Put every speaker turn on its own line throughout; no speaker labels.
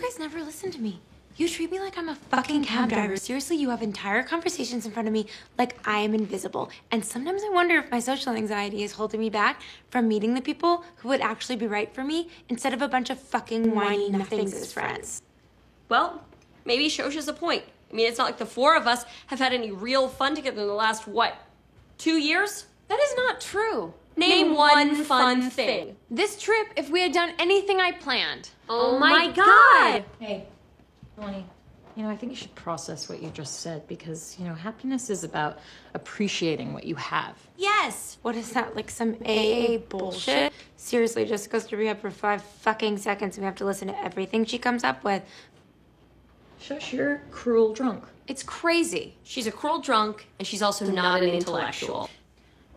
guys never listen to me. You treat me like I'm a fucking cab driver. Seriously, you have entire conversations in front of me like I am invisible. And sometimes I wonder if my social anxiety is holding me back from meeting the people who would actually be right for me instead of a bunch of fucking whiny nothings as friends.
Well, maybe Shosha's a point. I mean, it's not like the four of us have had any real fun together in the last, what, two years?
That is not true.
Name one fun thing.
This trip, if we had done anything I planned.
Oh, my, god.
Hey, Tony. You know, I think you should process what you just said because, you know, happiness is about appreciating what you have.
Yes.
What is that, like some AA bullshit? Seriously, just goes to rehab for five fucking seconds and we have to listen to everything she comes up with.
Shush, you're cruel drunk.
It's crazy.
She's a cruel drunk, and she's also not an intellectual.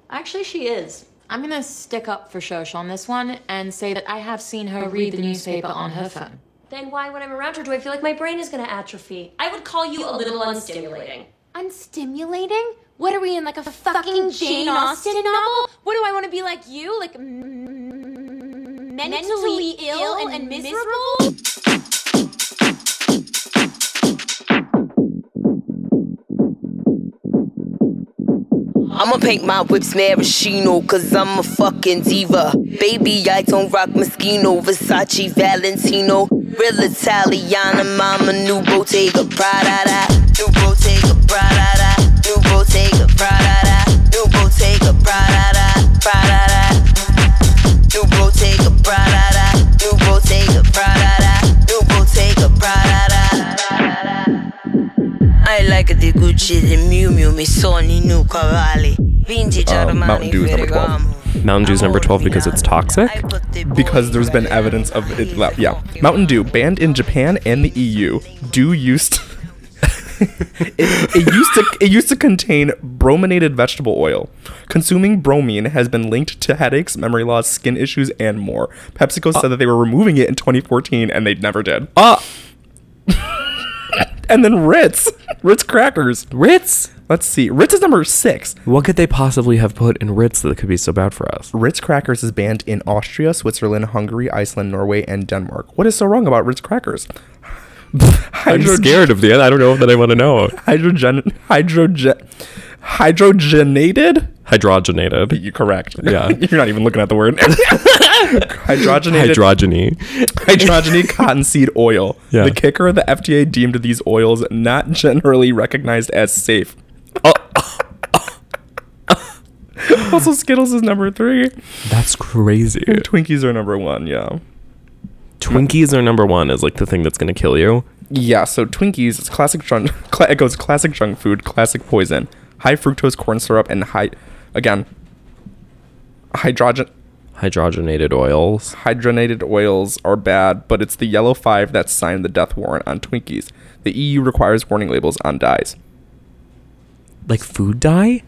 Actually, she is. I'm gonna stick up for Shosh on this one and say that I have seen her read the newspaper on her phone.
Then why, when I'm around her, do I feel like my brain is going to atrophy? I would call you a little unstimulating.
Unstimulating? What are we in, like a fucking Jane Austen novel? What do I want to be like you? Like m- mentally ill and miserable?
I'ma paint my whips maraschino, cause I'm a fucking diva. Baby, I don't rock Moschino, Versace, Valentino. Real Italiana, mama, new Bottega Prada. da. New Bottega Prada. da. New Bottega Prada. da. New Bottega Prada. da. Prada. da. New Bottega Prada. da. New Bottega Prada. da. New Bottega Prada. da. I like the Gucci, the Miu Miu, mi sono i new cavalli. Vintage
Uh,
Armani,
Mountain Dew is number 12.
Ferragamo.
Mountain Dew is number 12 because it's toxic?
I put the
Because there's been
ball in
evidence
my
of it.
eyes
la-
and
Yeah.
walking
Mountain
around
Dew
like
banned in Japan and the EU. Dew used. it, it used to it used to contain brominated vegetable oil. Consuming bromine has been linked to headaches, memory loss, skin issues, and more. PepsiCo
Uh.
said that they were removing it in 2014 and they never did. Uh.
Ah,
And then Ritz, Ritz crackers.
Ritz.
Let's see. Ritz is number six.
What could they possibly have put in Ritz that could be so bad for us?
Ritz crackers is banned in Austria, Switzerland, Hungary, Iceland, Norway, and Denmark. What is so wrong about Ritz crackers?
I'm
Hydrogen-
scared of the end. I don't know that I want to know.
hydrogen hydrogen hydrogenated.
Hydrogenated.
You correct.
Yeah.
you're not even looking at the word. hydrogenated
Hydrogeny.
hydrogeny cottonseed oil.
Yeah.
The kicker: the FDA deemed these oils not generally recognized as safe. also, Skittles is number three.
That's crazy.
Twinkies are number one. Yeah.
Twinkies are number one is like the thing that's gonna kill you.
Yeah, so Twinkies, it's classic junk. Cla- it goes classic junk food, classic poison, high fructose corn syrup, and high, again, hydrogen
Hydrogenated oils.
hydrogenated oils are bad. But it's the yellow five that signed the death warrant on Twinkies. The EU requires warning labels on dyes.
Like food dye?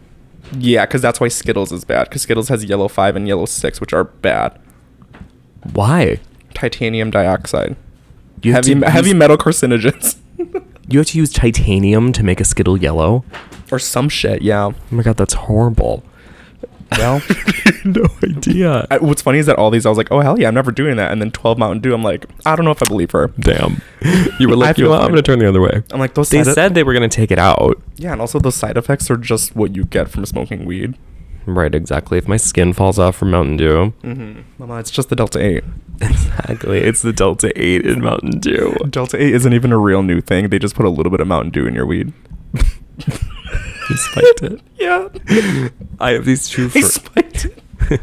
Yeah, because that's why Skittles is bad. Because Skittles has yellow five and yellow six, which are bad.
Why?
Titanium dioxide,
You have,
heavy
to
heavy
use,
metal carcinogens,
you have to use titanium to make a Skittle yellow.
or some shit. Yeah.
Oh my god, that's horrible.
Well.
no idea.
I- what's funny is that all these I was like, oh hell yeah, I'm never doing that. And then 12 Mountain Dew, I'm like, I don't know if I believe her.
Damn. You were
I
like,
feel
you know what? I'm
fine.
gonna turn the other way.
I'm like, those
They
side e-,
said they were gonna take it out.
yeah, and also those side effects are just what you get from smoking weed.
Right, exactly. If my skin falls off from Mountain Dew.
Mama, it's just the Delta 8.
Exactly. It's the Delta 8 in Mountain Dew.
Delta 8 isn't even a real new thing. They just put a little bit of Mountain Dew in your weed.
He spiked it.
Yeah.
I have these two
They
fr-
spiked it.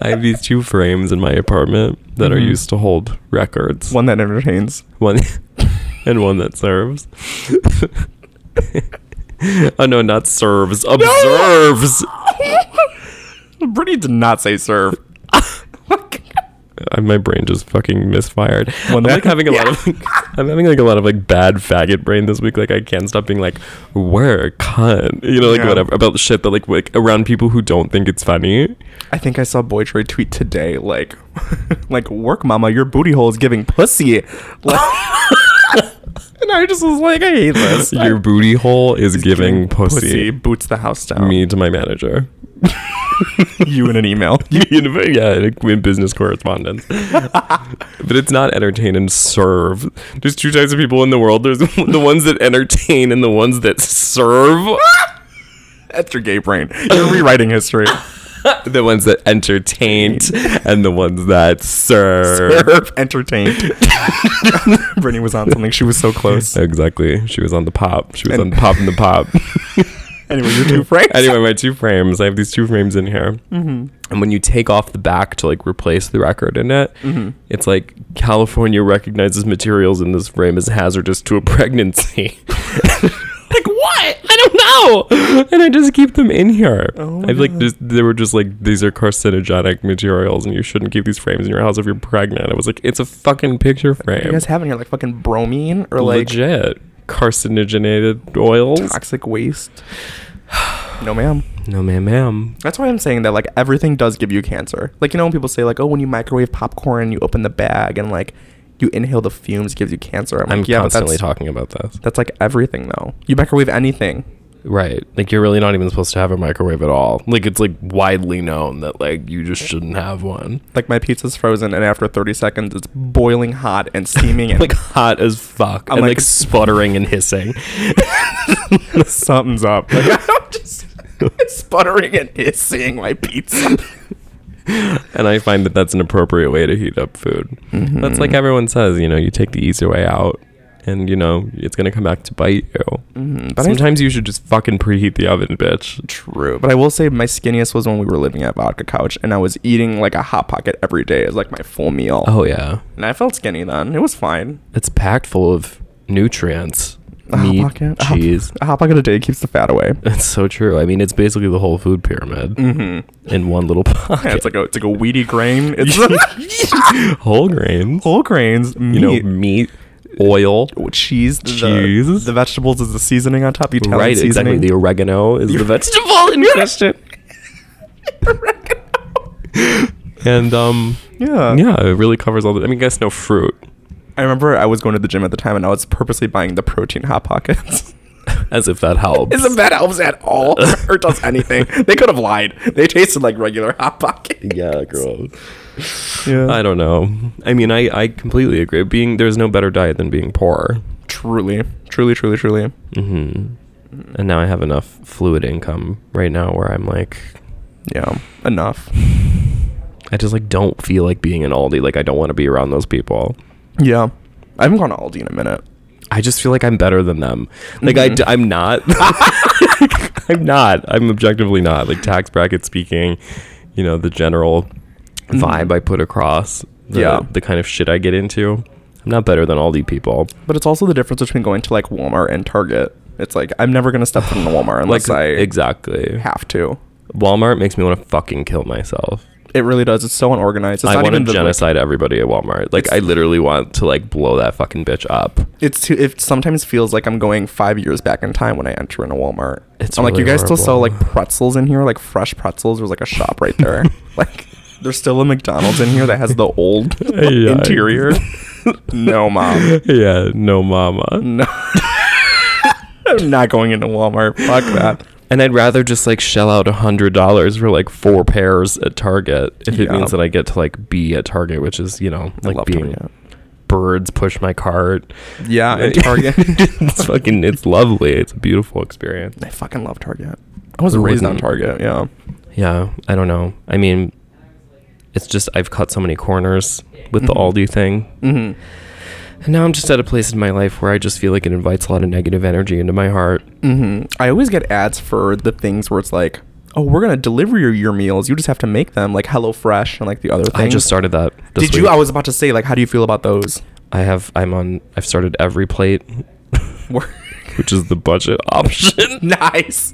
I have these two frames in my apartment that are used to hold records.
One that entertains.
one and one that serves. oh no, not serves. Observes.
Brittany did not say serve.
Uh, My brain just fucking misfired.
One
I'm
that-
like having a lot of I'm having like a lot of like bad faggot brain this week. Like I can't stop being like work, cunt. You know, like
Yeah.
whatever about shit that like like around people who don't think it's funny.
I think I saw Boy Troy tweet today, like, like work, mama, your booty hole is giving pussy. Like, and I just was like, I hate this.
Your booty hole is giving pussy.
boots the house down.
Me to my manager.
you in an email. You-
yeah, like, in business correspondence. but it's not entertain and serve. There's two types of people in the world. There's the ones that entertain and the ones that serve.
That's your gay brain. You're rewriting history.
the ones that entertain and the ones that serve.
Serve, entertain. Brittany was on something. She was so close.
Exactly. She was on the pop. She was on the pop and the pop.
Anyway, you're too frank.
anyway, my two frames. I have these two frames in here.
Mm-hmm.
And when you take off the back to like replace the record in it,
Mm-hmm.
it's like California recognizes materials in this frame as hazardous to a pregnancy. like what? I don't know. And I just keep them in here. Oh I like just, they were just like these are carcinogenic materials, and you shouldn't keep these frames in your house if you're pregnant. I was like, it's a fucking picture frame.
you guys have in here like fucking bromine or like
Legit carcinogenated oils.
toxic waste. No, ma'am.
No, ma'am, ma'am.
That's why I'm saying that like everything does give you cancer. Like you know when people say like oh when you microwave popcorn you open the bag and like you inhale the fumes it gives you cancer. I'm,
I'm
like yeah but
constantly
that's
talking about this.
that's like everything though. You microwave anything.
Right. Like you're really not even supposed to have a microwave at all. Like it's like widely known that like you just shouldn't have one.
Like my pizza's frozen and after 30 seconds it's boiling hot and steaming and
Like hot as fuck.
I'm
and
like-
like, sputtering and hissing.
something's up. Like I'm just sputtering and hissing my pizza.
And I find that that's an appropriate way to heat up food. That's
Mm-hmm.
like everyone says, you know, you take the easy way out and you know, it's going to come back to bite you.
But Mm-hmm. I-
Sometimes you should just fucking preheat the oven, bitch.
True, but I will say my skinniest was when we were living at Vodka Couch, and I was eating like a hot pocket every day. It was like my full meal,
Oh yeah.
and I felt skinny then. It was fine.
It's packed full of nutrients.
A hot
Meat,
pocket- a hot-
cheese.
a hot pocket a day keeps the fat away.
It's so true. I mean, it's basically the whole food pyramid in one little pocket.
Yeah, it's like a it's like a weedy grain. It's
whole grains.
whole grains,
you know,
meat,
meat, oil.
cheese, the-
cheese.
The, vegetables is the seasoning on top. You tell
right,
seasoning.
exactly. The oregano is the vegetable in question. and um,
yeah.
yeah, it really covers all the. I mean, I guess no fruit.
I remember I was going to the gym at the time, and I was purposely buying the protein hot pockets.
As if that helps.
Isn't that helps at all or does anything? They could have lied. They tasted like regular hot Uh, pocket.
yeah, gross.
Yeah.
I don't know. I mean, I I completely agree. Being there's no better diet than being poor.
Truly, truly, truly, truly.
And now I have enough fluid income right now where I'm like,
Yeah, enough.
I just like don't feel like being an Aldi. Like I don't want to be around those people.
Yeah, I haven't gone to Aldi in a minute.
I just feel like I'm better than them. Like
Mm-hmm.
I d- I'm not. I'm not. I'm objectively not. Like tax bracket speaking, you know, the general vibe I put across. The,
Mm-hmm. Yeah.
The kind of shit I get into. I'm not better than all these people.
But it's also the difference between going to like Walmart and Target. It's like I'm never gonna step foot in a Walmart
Like
unless I
exactly.
have to.
Walmart makes me want to fucking kill myself.
It really does. It's so unorganized. It's
I
not
want to
even the, like-
genocide everybody at Walmart. Like I literally want to like blow that fucking bitch up.
it's too. It sometimes feels like I'm going five years back in time when I enter in a Walmart.
It's
I'm like, you
really
guys still sell like
horrible."
pretzels in here, like fresh pretzels. There's like a shop right there. like there's still a McDonald's in here that has the old
Yikes.
interior. no, mom.
Yeah. No, mama.
I'm not going into Walmart. Fuck that.
And I'd rather just like shell out a hundred dollars for like four pairs at Target if it
Yeah.
means that I get to like be at Target, which is you know like
love
being
Target.
birds push my cart.
Yeah, and Target.
it's fucking it's lovely. It's a beautiful experience.
I fucking love Target. I was raised on
isn't?
Target. Yeah.
Yeah, I don't know. I mean, it's just I've cut so many corners with the Aldi thing. Mm-hmm. And now I'm just at a place in my life where I just feel like it invites a lot of negative energy into my heart.
I always get ads for the things where it's like, oh, we're gonna deliver your, your meals. You just have to make them, like HelloFresh and like the other things.
I just started that. This
Mm-hmm. Did you?
week.
I was about to say, like, how do you feel about those?
I have. I'm on. I've started every plate,
Were-
which is the budget option. Um,
nice.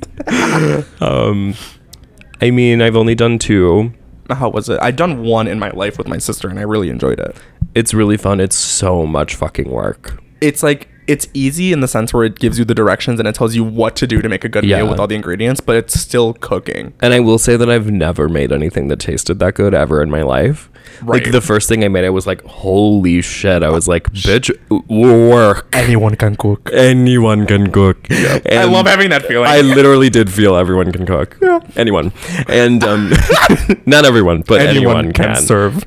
I mean, I've only done two.
How was it? I'd done one in my life with my sister, and I really enjoyed it.
It's really fun. It's so much fucking work.
It's like it's easy in the sense where it gives you the directions and it tells you what to do to make a good
Yeah.
meal with all the ingredients, but it's still cooking.
And I will say that I've never made anything that tasted that good ever in my life.
Right.
Like the first thing I made, I was like, "Holy shit!" I was like, "Bitch, w- work."
Anyone can cook.
Anyone can cook.
I
And
love having that feeling.
I literally did feel everyone can cook. Anyone, and um, not everyone, but anyone, can.
serve.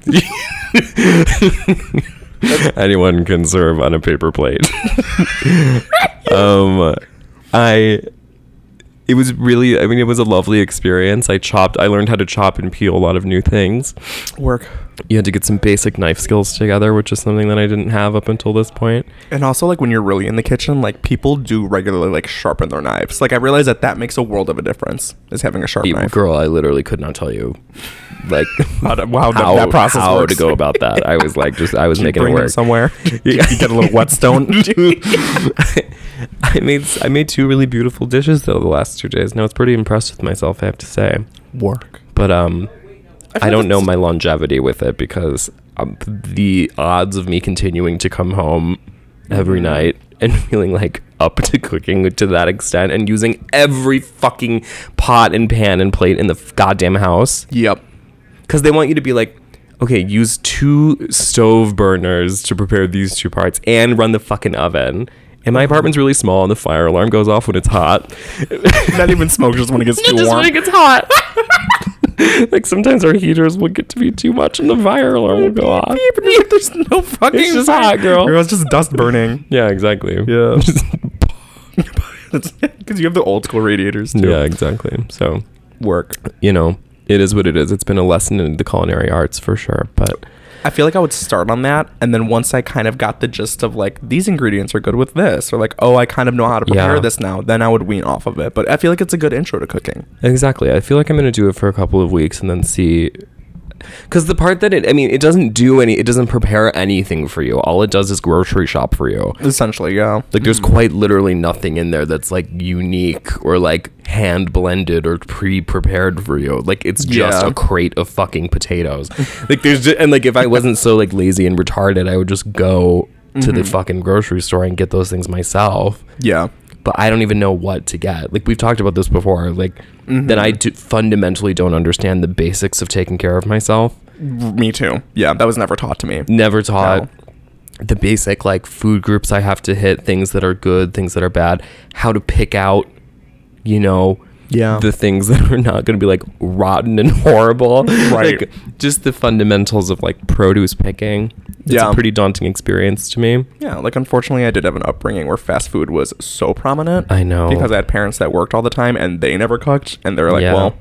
anyone can serve on a paper plate. um, I. It was really. I mean, it was a lovely experience. I chopped. I learned how to chop and peel a lot of new things.
Work.
You had to get some basic knife skills together, which is something that I didn't have up until this point.
And also, like, when you're really in the kitchen, like, people do regularly, like, sharpen their knives. Like, I realize that that makes a world of a difference, is having a sharp knife.
Girl, I literally could not tell you, like
How to- wow, that- that process
how
works.
to go about that. I was like, just I was making it
Bring them
work.
somewhere. you get a little whetstone.
I made I made two really beautiful dishes though the last two days. and I was pretty impressed with myself, I have to say.
Work.
But um, I,
feel
don't know
that's-
my longevity with it because um, the odds of me continuing to come home
Mm-hmm.
every night and feeling like up to cooking to that extent and using every fucking pot and pan and plate in the f- goddamn house
Yep.
because they want you to be like, okay, use two stove burners to prepare these two parts and run the fucking oven. And
Mm-hmm.
my apartment's really small, and the fire alarm goes off when it's hot.
Not even smoke, just when it gets too
just
warm.
when it gets hot. like sometimes our heaters will get to be too much, and the fire alarm will go off.
There's no fucking.
It's just hot, girl.
Girl, it's just dust burning.
Yeah, exactly.
Yeah. Because you have the old school radiators too.
yeah, exactly. So
Work.
you know, it is what it is. It's been a lesson in the culinary arts for sure. But
I feel like I would start on that, and then once I kind of got the gist of like these ingredients are good with this, or like oh I kind of know how to prepare
Yeah.
this now, then I would wean off of it. But I feel like it's a good intro to cooking.
Exactly. I feel like I'm going to do it for a couple of weeks and then see. Because the part that it, I mean, it doesn't do any, it doesn't prepare anything for you. All it does is grocery shop for you.
Essentially, yeah.
Like, there's quite literally nothing in there that's like unique or like hand blended or pre prepared for you. Like, it's just
Yeah.
a crate of fucking potatoes. like, there's, just, and like, if I wasn't so like lazy and retarded, I would just go to the fucking grocery store and get those things myself
Yeah.
but I don't even know what to get. Like we've talked about this before. Like that I do fundamentally don't understand the basics of taking care of myself.
Me too. Yeah, that was never taught to me.
Never taught the basic like food groups I have to hit, things that are good, things that are bad, how to pick out, you know,
Yeah.
the things that are not going to be like rotten and horrible.
Right.
Like, just the fundamentals of like produce picking. It's
Yeah.
a pretty daunting experience to me.
Yeah, like unfortunately, I did have an upbringing where fast food was so prominent.
I know.
because I had parents that worked all the time and they never cooked, and they were like,
Yeah.
"Well,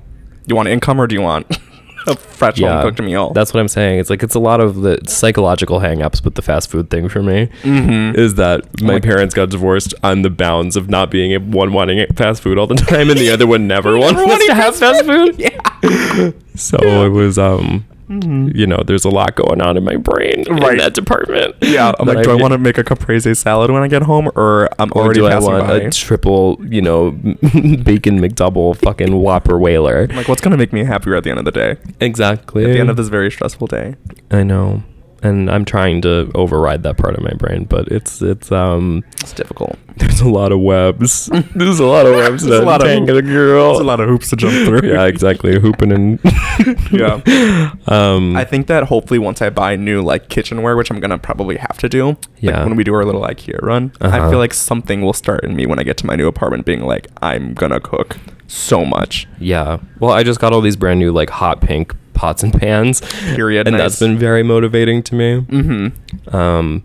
you want income or do you want a fresh home cooked meal?"
That's what I'm saying. It's like it's a lot of the psychological hangups with the fast food thing for me.
Mm-hmm.
Is
Oh
that my parents got divorced on the bounds of not being a- one wanting fast food all the time and the other one never wanted us to have fast food. yeah. So it was um. You know, there's a lot going on in my brain in
Right.
that department.
yeah, I'm
That
like, do I want to make a caprese salad when I get home, or I'm
or
already
do I
passing
want
by?
a triple, you know, bacon McDouble fucking Whopper Whaler?
like, what's gonna make me happier at the end of the day?
Exactly.
At the end of this very stressful day.
I know. And I'm trying to override that part of my brain, but it's it's um
It's difficult.
there's a lot of webs. there's a lot of webs
There's a
to
lot of-
untangle, girl.
It's a lot of hoops to jump through.
yeah, exactly. Hooping and
yeah.
um
I think that hopefully once I buy new like kitchenware, which I'm gonna probably have to do,
Yeah.
like when we do our little IKEA run, I
Uh-huh.
feel like something will start in me when I get to my new apartment, being like, I'm gonna cook so much.
yeah. Well, I just got all these brand new like hot pink pots and pans.
Period.
And
Nice.
that's been very motivating to me. Mm-hmm. Um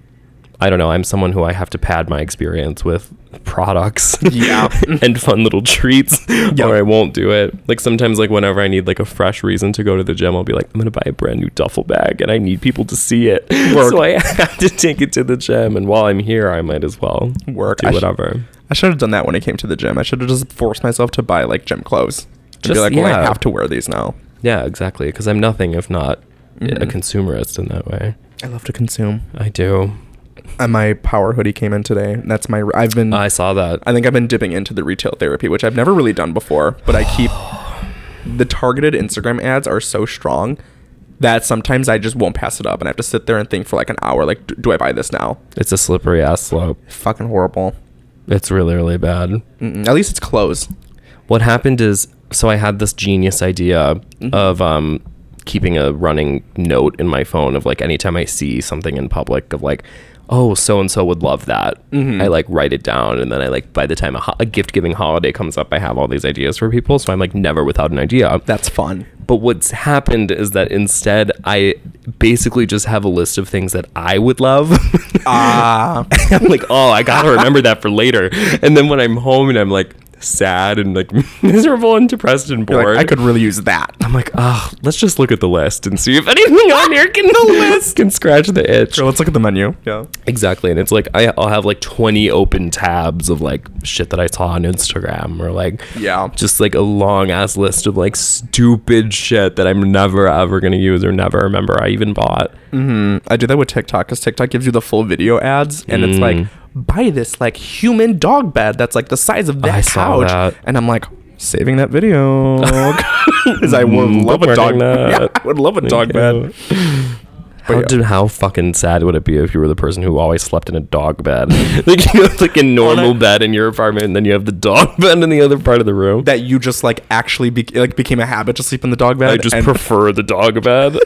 I don't know. I'm someone who I have to pad my experience with products.
Yeah.
and fun little treats or I won't do it. Like sometimes like whenever I need like a fresh reason to go to the gym, I'll be like, I'm gonna buy a brand new duffel bag and I need people to see it. So I have to take it to the gym and while I'm here I might as well
Work.
do
I sh-
whatever.
I should have done that when I came to the gym. I should have just forced myself to buy like gym clothes. Just be
Just-
like, well, I
yeah.
have to wear these now.
yeah, exactly. Because I'm nothing if not a consumerist in that way.
I love to consume.
I do.
And uh, my power hoodie came in today. That's my. I've been.
I saw that.
I think I've been dipping into the retail therapy, which I've never really done before, but I keep the targeted Instagram ads are so strong that sometimes I just won't pass it up and I have to sit there and think for like an hour like do, do I buy this now?
It's a slippery ass slope.
Fucking horrible.
It's really, really bad.
Mm, At least it's clothes.
What happened is, so I had this genius idea of um, keeping a running note in my phone of like anytime I see something in public of like, oh, so and so would love that. I like write it down, and then I like by the time a, ho- a gift giving holiday comes up, I have all these ideas for people. So I'm like never without an idea.
That's fun.
But what's happened is that instead, I basically just have a list of things that I would love.
Ah,
I'm like, oh, I gotta remember that for later. And then when I'm home and I'm like sad and like miserable and depressed and
you're
bored,
like, I could really use that.
I'm like, oh, let's just look at the list and see if anything on here can the list can scratch the itch.
So let's look at the menu. Yeah.
Exactly, and it's like I, I'll have like 20 open tabs of like shit that I saw on Instagram or like
Yeah.
just like a long ass list of like stupid shit that I'm never ever gonna use or never remember I even bought.
I do that with TikTok because TikTok gives you the full video ads, and it's
Mm.
like buy this like human dog bed that's like the size of that
I saw
couch,
that.
and I'm like saving that video because I would
Mm,
love
but
a dog.
wearing that.
Yeah, I would love a dog bed.
How,
yeah.
did, how fucking sad would it be if you were the person who always slept in a dog bed? like you have like a normal bed in your apartment, and then you have the dog bed in the other part of the room.
That you just like actually be- like became a habit to sleep in the dog bed.
I just
and-
prefer the dog bed.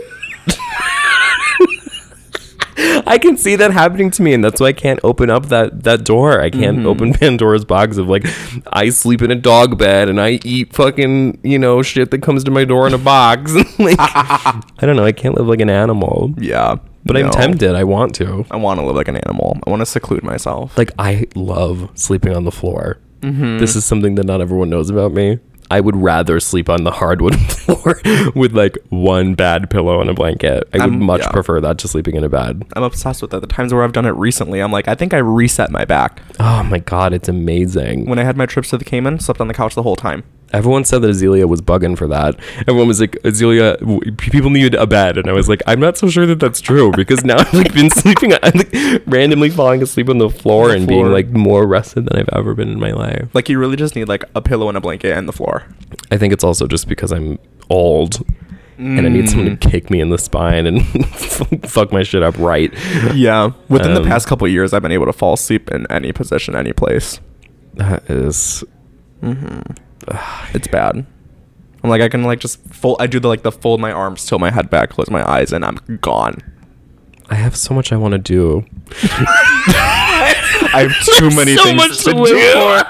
I can see that happening to me, and that's why I can't open up that that door. I can't open Pandora's box of like, I sleep in a dog bed and I eat fucking you know shit that comes to my door in a box. like, I don't know. I can't live like an animal,
yeah,
but
no.
I'm tempted. I want to.
I want to live like an animal. I want to seclude myself.
Like, I love sleeping on the floor.
Mm-hmm.
This is something that not everyone knows about me. I would rather sleep on the hardwood floor with like one bad pillow and a blanket. I would
I'm-
much
yeah.
prefer that to sleeping in a bed.
I'm obsessed with that. The times where I've done it recently, I'm like, I think I reset my back.
Oh my god, it's amazing.
When I had my trips to the Cayman, slept on the couch the whole time.
Everyone said that Azealia was bugging for that. Everyone was like, Azealia, w- people needed a bed, and I was like, I'm not so sure that that's true because now I've like been sleeping, I'm like randomly falling asleep on the floor
The
and
floor.
being like more rested than I've ever been in my life.
Like you really just need like a pillow and a blanket and the floor.
I think it's also just because I'm old and I need someone to kick me in the spine and fuck my shit up right.
Yeah. Within the
Um,
past couple of years, I've been able to fall asleep in any position, any place.
That is-
It's bad. I'm like I can like just fold. I do the like the fold my arms, tilt my head back, close my eyes, and I'm gone.
I have so much I want to do.
I have too many
so
things
much
to
to
do.
live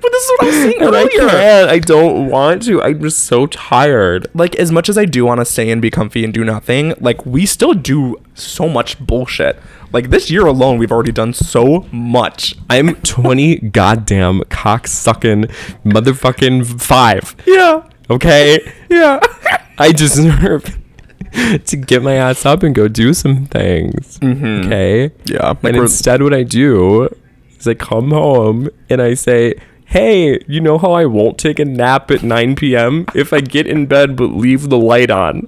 But this is what I was saying
And I
earlier.
can't. I don't want to. I'm just so tired.
Like as much as I do want to stay and be comfy and do nothing, like we still do so much bullshit. Like this year alone, we've already done so much.
I'm 20 goddamn cocksucking motherfucking five.
Yeah.
Okay?
Yeah.
I deserve to get my ass up and go do some things. Okay?
Yeah. Like
and
we're-
instead, what I do is I come home and I say, Hey, you know how I won't take a nap at 9 p.m. if I get in bed but leave the light on?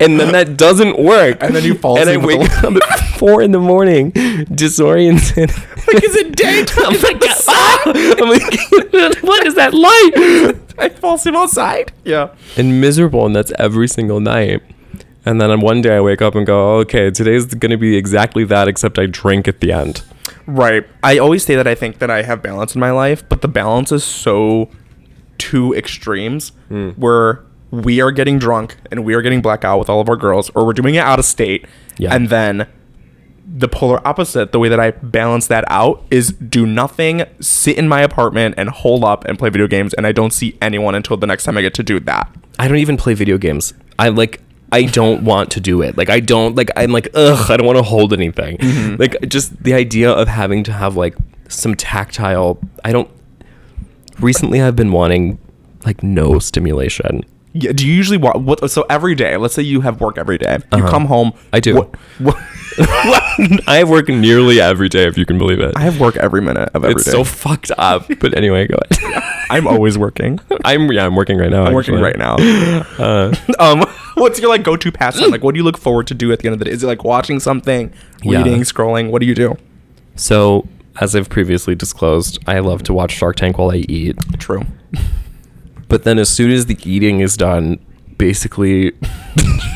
And then that doesn't work.
And then you fall
And I
asleep with
wake up at 4 in the morning, disoriented. Like, is it daytime? I'm like, "Ah!" I'm like, what is that light?
I fall asleep outside. Yeah.
and miserable, and that's every single night. And then on one day I wake up and go, okay, today's going to be exactly that, except I drink at the end.
Right. I always say that I think that I have balance in my life, but the balance is so two extremes
Hmm.
where we are getting drunk and we are getting blackout with all of our girls, or we're doing it out of state.
Yeah.
And then the polar opposite, the way that I balance that out is do nothing, sit in my apartment and hole up and play video games, and I don't see anyone until the next time I get to do that.
I don't even play video games. I like. I don't want to do it. Like I don't like. I'm like ugh. I don't want to hold anything. Like just the idea of having to have like some tactile. I don't. Recently, I've been wanting like no stimulation.
Yeah, do you usually wa what? So every day, let's say you have work every day. you come home.
Uh-huh. I do.
What, what,
I work nearly every day, if you can believe it.
I have work every minute of every day.
it's so fucked up. But anyway, go ahead.
I'm always working.
I'm yeah. I'm working right now. Uh,
I'm working right now. um, what's your like go-to pastime? Like, what do you look forward to do at the end of the day? Is it like watching something,
Yeah.
reading, scrolling? What do you do?
So as I've previously disclosed, I love to watch Shark Tank while I eat.
True.
But then as soon as the eating is done, basically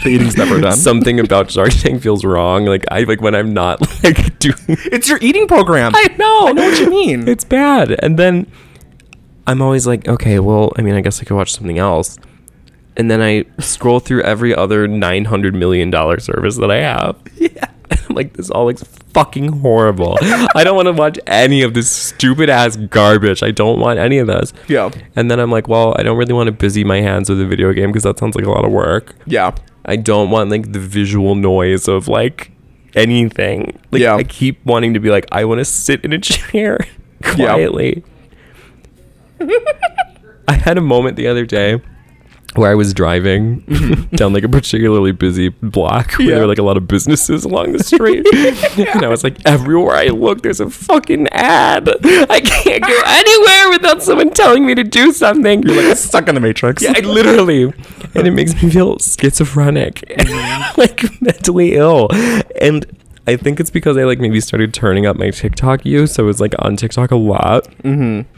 The eating's never done.
something about Shark Tank feels wrong. Like I like when I'm not like doing
it's your eating program.
I know.
I know what you mean.
It's bad. And then I'm always like, okay, well, I mean, I guess I could watch something else. And then I scroll through every other nine hundred million dollar service that I have. Yeah. I'm like, this all looks fucking horrible. I don't want to watch any of this stupid ass garbage. I don't want any of this.
Yeah.
And then I'm like, well, I don't really want to busy my hands with a video game because that sounds like a lot of work.
yeah.
I don't want like the visual noise of like anything. Like
Yeah.
I keep wanting to be like I want to sit in a chair quietly. I had a moment the other day where I was driving down like a particularly busy block where there
Mm-hmm. Yeah.
were like a lot of businesses along the street. And I was like, everywhere I look, there's a fucking ad. I can't go anywhere without someone telling me to do something.
You're like stuck in the matrix.
Yeah, I literally. And it makes me feel schizophrenic,
Mm-hmm.
like mentally ill. And I think it's because I like maybe started turning up my TikTok use. I was like on TikTok a lot. Mm-hmm.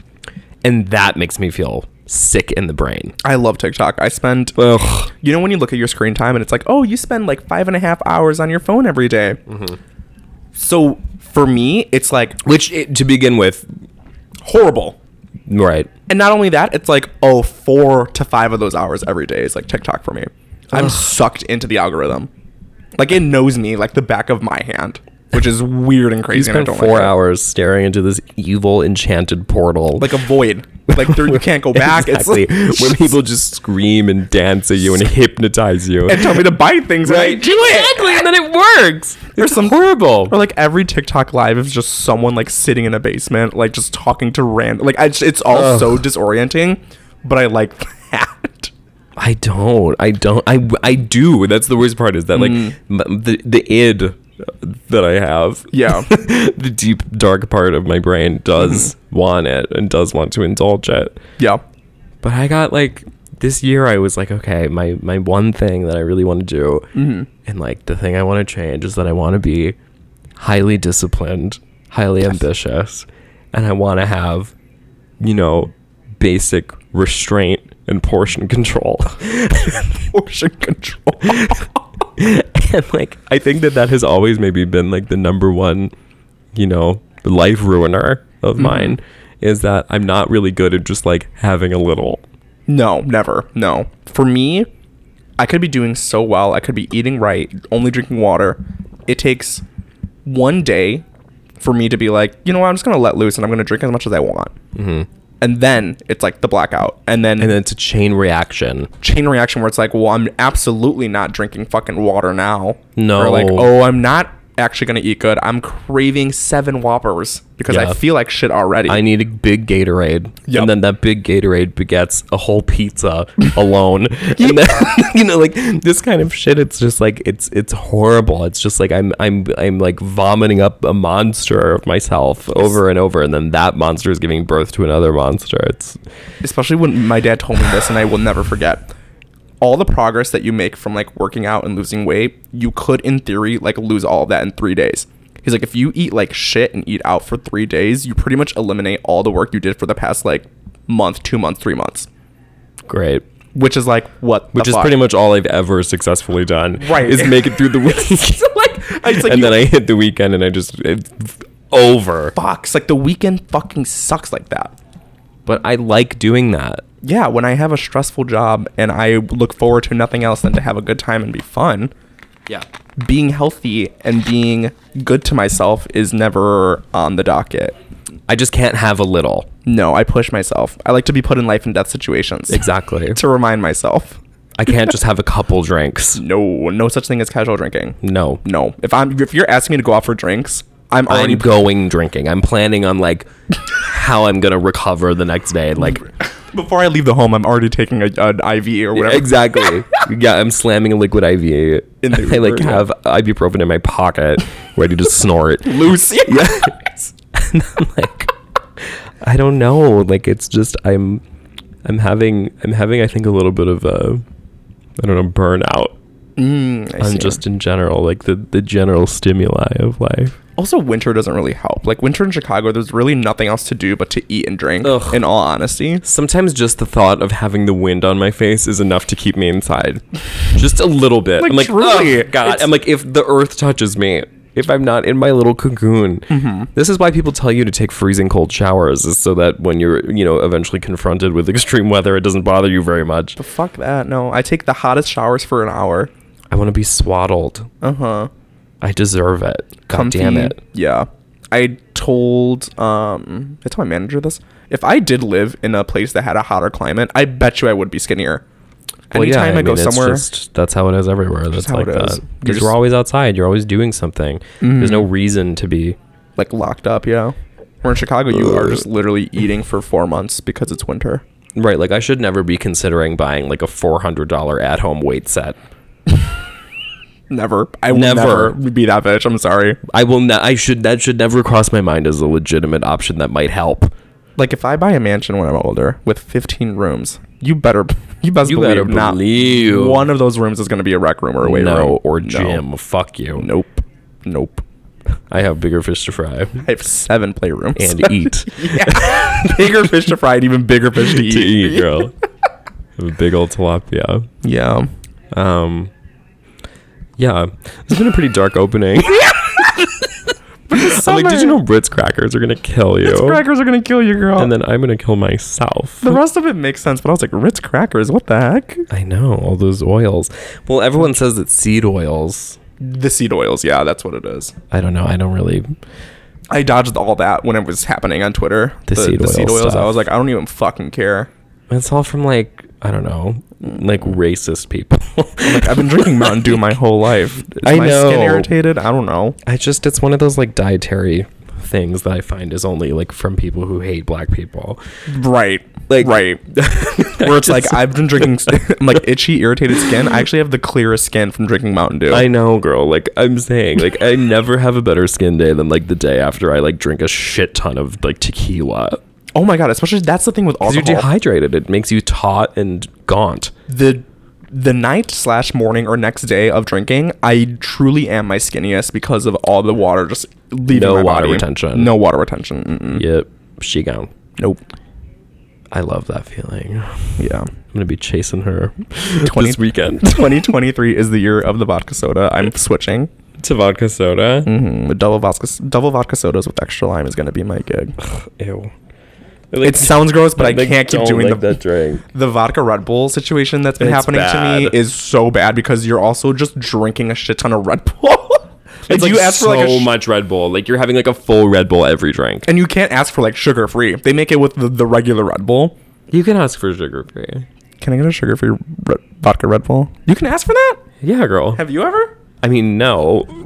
And that makes me feel sick in the brain.
I love TikTok. I spend,
Ugh.
you know, when you look at your screen time and it's like, oh, you spend like five and a half hours on your phone every day. So for me, it's like
Mm-hmm. Which, it, to begin with,
horrible.
right.
And not only that, it's like, oh, four to five of those hours every day is like TikTok for me. I'm sucked into the algorithm. Like it knows me like the back of my hand, which is weird and
You
crazy. and I
spent
don't like
four
it.
hours staring into this evil, enchanted portal.
Like a void. Like there, you can't go back.
Exactly.
It's
when
like,
people just scream and dance at you and hypnotize you.
and tell me to buy things, and I
Right.
do it.
Exactly, and then it works. It's horrible.
Or like every TikTok live is just someone like sitting in a basement, like just talking to random. Like I just, it's all so disorienting, but I like that.
I don't. I don't. I, I do. That's the worst part is that like m- the the id that I have.
Yeah.
the deep dark part of my brain does want it and does want to indulge it.
Yeah,
But I got like this year I was like, okay, my my one thing that I really want to do and like the thing I want to change is that I want to be highly disciplined, highly ambitious, and I want to have you know, basic restraint and portion control.
portion control.
and like I think that that has always maybe been like the number one, you know, life ruiner of mine is that I'm not really good at just like having a little.
No, never. No. For me, I could be doing so well. I could be eating right, only drinking water. It takes one day for me to be like, you know what? I'm just going to let loose and I'm going to drink as much as I want. Mm-hmm. And then it's like the blackout. And then,
And then it's a chain reaction.
chain reaction where it's like, well, I'm absolutely not drinking fucking water now.
No.
Or like, oh, I'm not actually going to eat good. I'm craving seven Whoppers because
Yeah.
I feel like shit already.
I need a big Gatorade.
Yep.
And then that big Gatorade begets a whole pizza alone. and then, you know, like this kind of shit, it's just like it's it's horrible. It's just like I'm I'm I'm like vomiting up a monster of myself over and over and then that monster is giving birth to another monster. It's
especially when my dad told me this and I will never forget. All the progress that you make from like working out and losing weight, you could in theory like lose all of that in 3 days. He's like if you eat like shit and eat out for 3 days, you pretty much eliminate all the work you did for the past like month, 2 months, 3 months,
great.
which is like what the
Which is
fuck?
pretty much all I've ever successfully done.
Right.
Is make it through the week.
like it's like
and
you-
then I hit the weekend and I just it's over.
fucks. Like the weekend fucking sucks like that.
But I like doing that.
Yeah, when I have a stressful job and I look forward to nothing else than to have a good time and be fun,
Yeah.
being healthy and being good to myself is never on the docket.
I just can't have a little.
No, I push myself. I like to be put in life and death situations.
Exactly.
To remind myself.
I can't just have a couple drinks.
No, no such thing as casual drinking.
No.
No. If I'm if you're asking me to go out for drinks, I'm already
I'm going drinking. I'm planning on like how I'm gonna recover the next day. Like
before I leave the home, I'm already taking a, an IV or whatever.
exactly. yeah, I'm slamming a liquid IV.
In the
I like
Uber, yeah.
have ibuprofen in my pocket, ready to snort.
Lucy.
and I'm like, I don't know. Like it's just I'm, I'm having I'm having I think a little bit of a, I don't know burnout.
Mm, I
on
see.
just in general like the the general stimuli of life.
Also, winter doesn't really help. Like winter in Chicago, there's really nothing else to do but to eat and drink.
Ugh.
In all honesty,
Sometimes just the thought of having the wind on my face is enough to keep me inside. Just a little bit.
Like,
I'm like,
truly,
"Ugh, God.
it's-
I'm like, if the earth touches me, if I'm not in my little cocoon.
Mm-hmm.
This is why people tell you to take freezing cold showers, is so that when you're, you know, eventually confronted with extreme weather, it doesn't bother you very much.
fuck that. No, I take the hottest showers for an hour.
I want to be swaddled.
Uh huh.
I deserve it. God damn it.
Yeah. I told um I told my manager this. If I did live in a place that had a hotter climate, I bet you I would be skinnier.
Well, yeah,
Anytime I, go
mean, it's
somewhere
just- that's how it is everywhere. That's
how
like
it
that.
is. You're
Because you're
just- Mm.
always outside. You're always doing something. There's no reason to be.
like locked up, yeah. Where in Chicago you are just literally eating for four months because it's winter.
Right, like I should never be considering buying like a four hundred dollar at home weight set.
Never. I will never,
Never.
be that bitch. I'm sorry.
I will not. I should that should never cross my mind as a legitimate option that might help.
Like if I buy a mansion when I'm older with 15 rooms, you better you best
You
believe
better
not
believe.
one of those rooms is going to be a rec room or a weight
no,
room
or
No.
gym. Fuck you.
Nope. Nope.
I have bigger fish to fry
I have seven playrooms
and eat
bigger fish to fry and even bigger fish to eat.
to eat, girl. I have a big old tilapia.
Yeah.
Um, yeah, it's been a pretty dark opening. I'm like, did you know Ritz crackers are gonna kill you?
Ritz crackers are gonna kill you, girl.
and then I'm gonna kill myself.
the rest of it makes sense, but I was like, Ritz crackers, what the heck?
I know all those oils. Well, everyone says it's seed oils.
The seed oils, yeah, that's what it is.
I don't know. I don't really.
I dodged all that when it was happening on Twitter.
The seed oil
I
stuff.
was like, I don't even fucking care.
It's all from like I don't know, like racist people.
Like I've been drinking Mountain Dew my whole life. Is
I
my skin
know.
irritated? I don't know.
I just it's one of those like dietary things that I find is only like from people who hate black people.
Right. Like right.
Like-
Where it's like I've been drinking I'm like itchy, irritated skin. I actually have the clearest skin from drinking Mountain Dew.
I know, girl. Like I'm saying, like I never have a better skin day than like the day after I like drink a shit ton of like tequila.
oh my god, especially that's the thing with
Because
alcohol.
you're dehydrated, it makes you taut and gaunt.
the the night slash morning or next day of drinking, I truly am my skinniest because of all the water just leaving
No
my
water
body.
retention.
No water retention. Mm-mm.
Yep, Hmm. she gone.
Nope.
I love that feeling. I'm
Yeah.
gonna be chasing her
20
this weekend
2023 is the year of the vodka soda. I'm switching.
to vodka soda.
Mm, The double vodka double vodka sodas with extra lime is going to be my gig.
Ew.
It sounds gross, but I
like,
can't keep
don't
doing
like
the
that drink.
the vodka Red Bull situation that's been
It's
happening to
bad.
me is so bad because you're also just drinking a shit ton of Red Bull.
It's like
you
so
sh-
much Red Bull. Like you're having like a full Red Bull every drink.
and you can't ask for like sugar free. They make it with the, the regular Red Bull.
You can ask for sugar free.
Can I get a sugar free red, vodka Red Bull? You can ask for that.
Yeah, girl.
Have you ever?
I mean, no.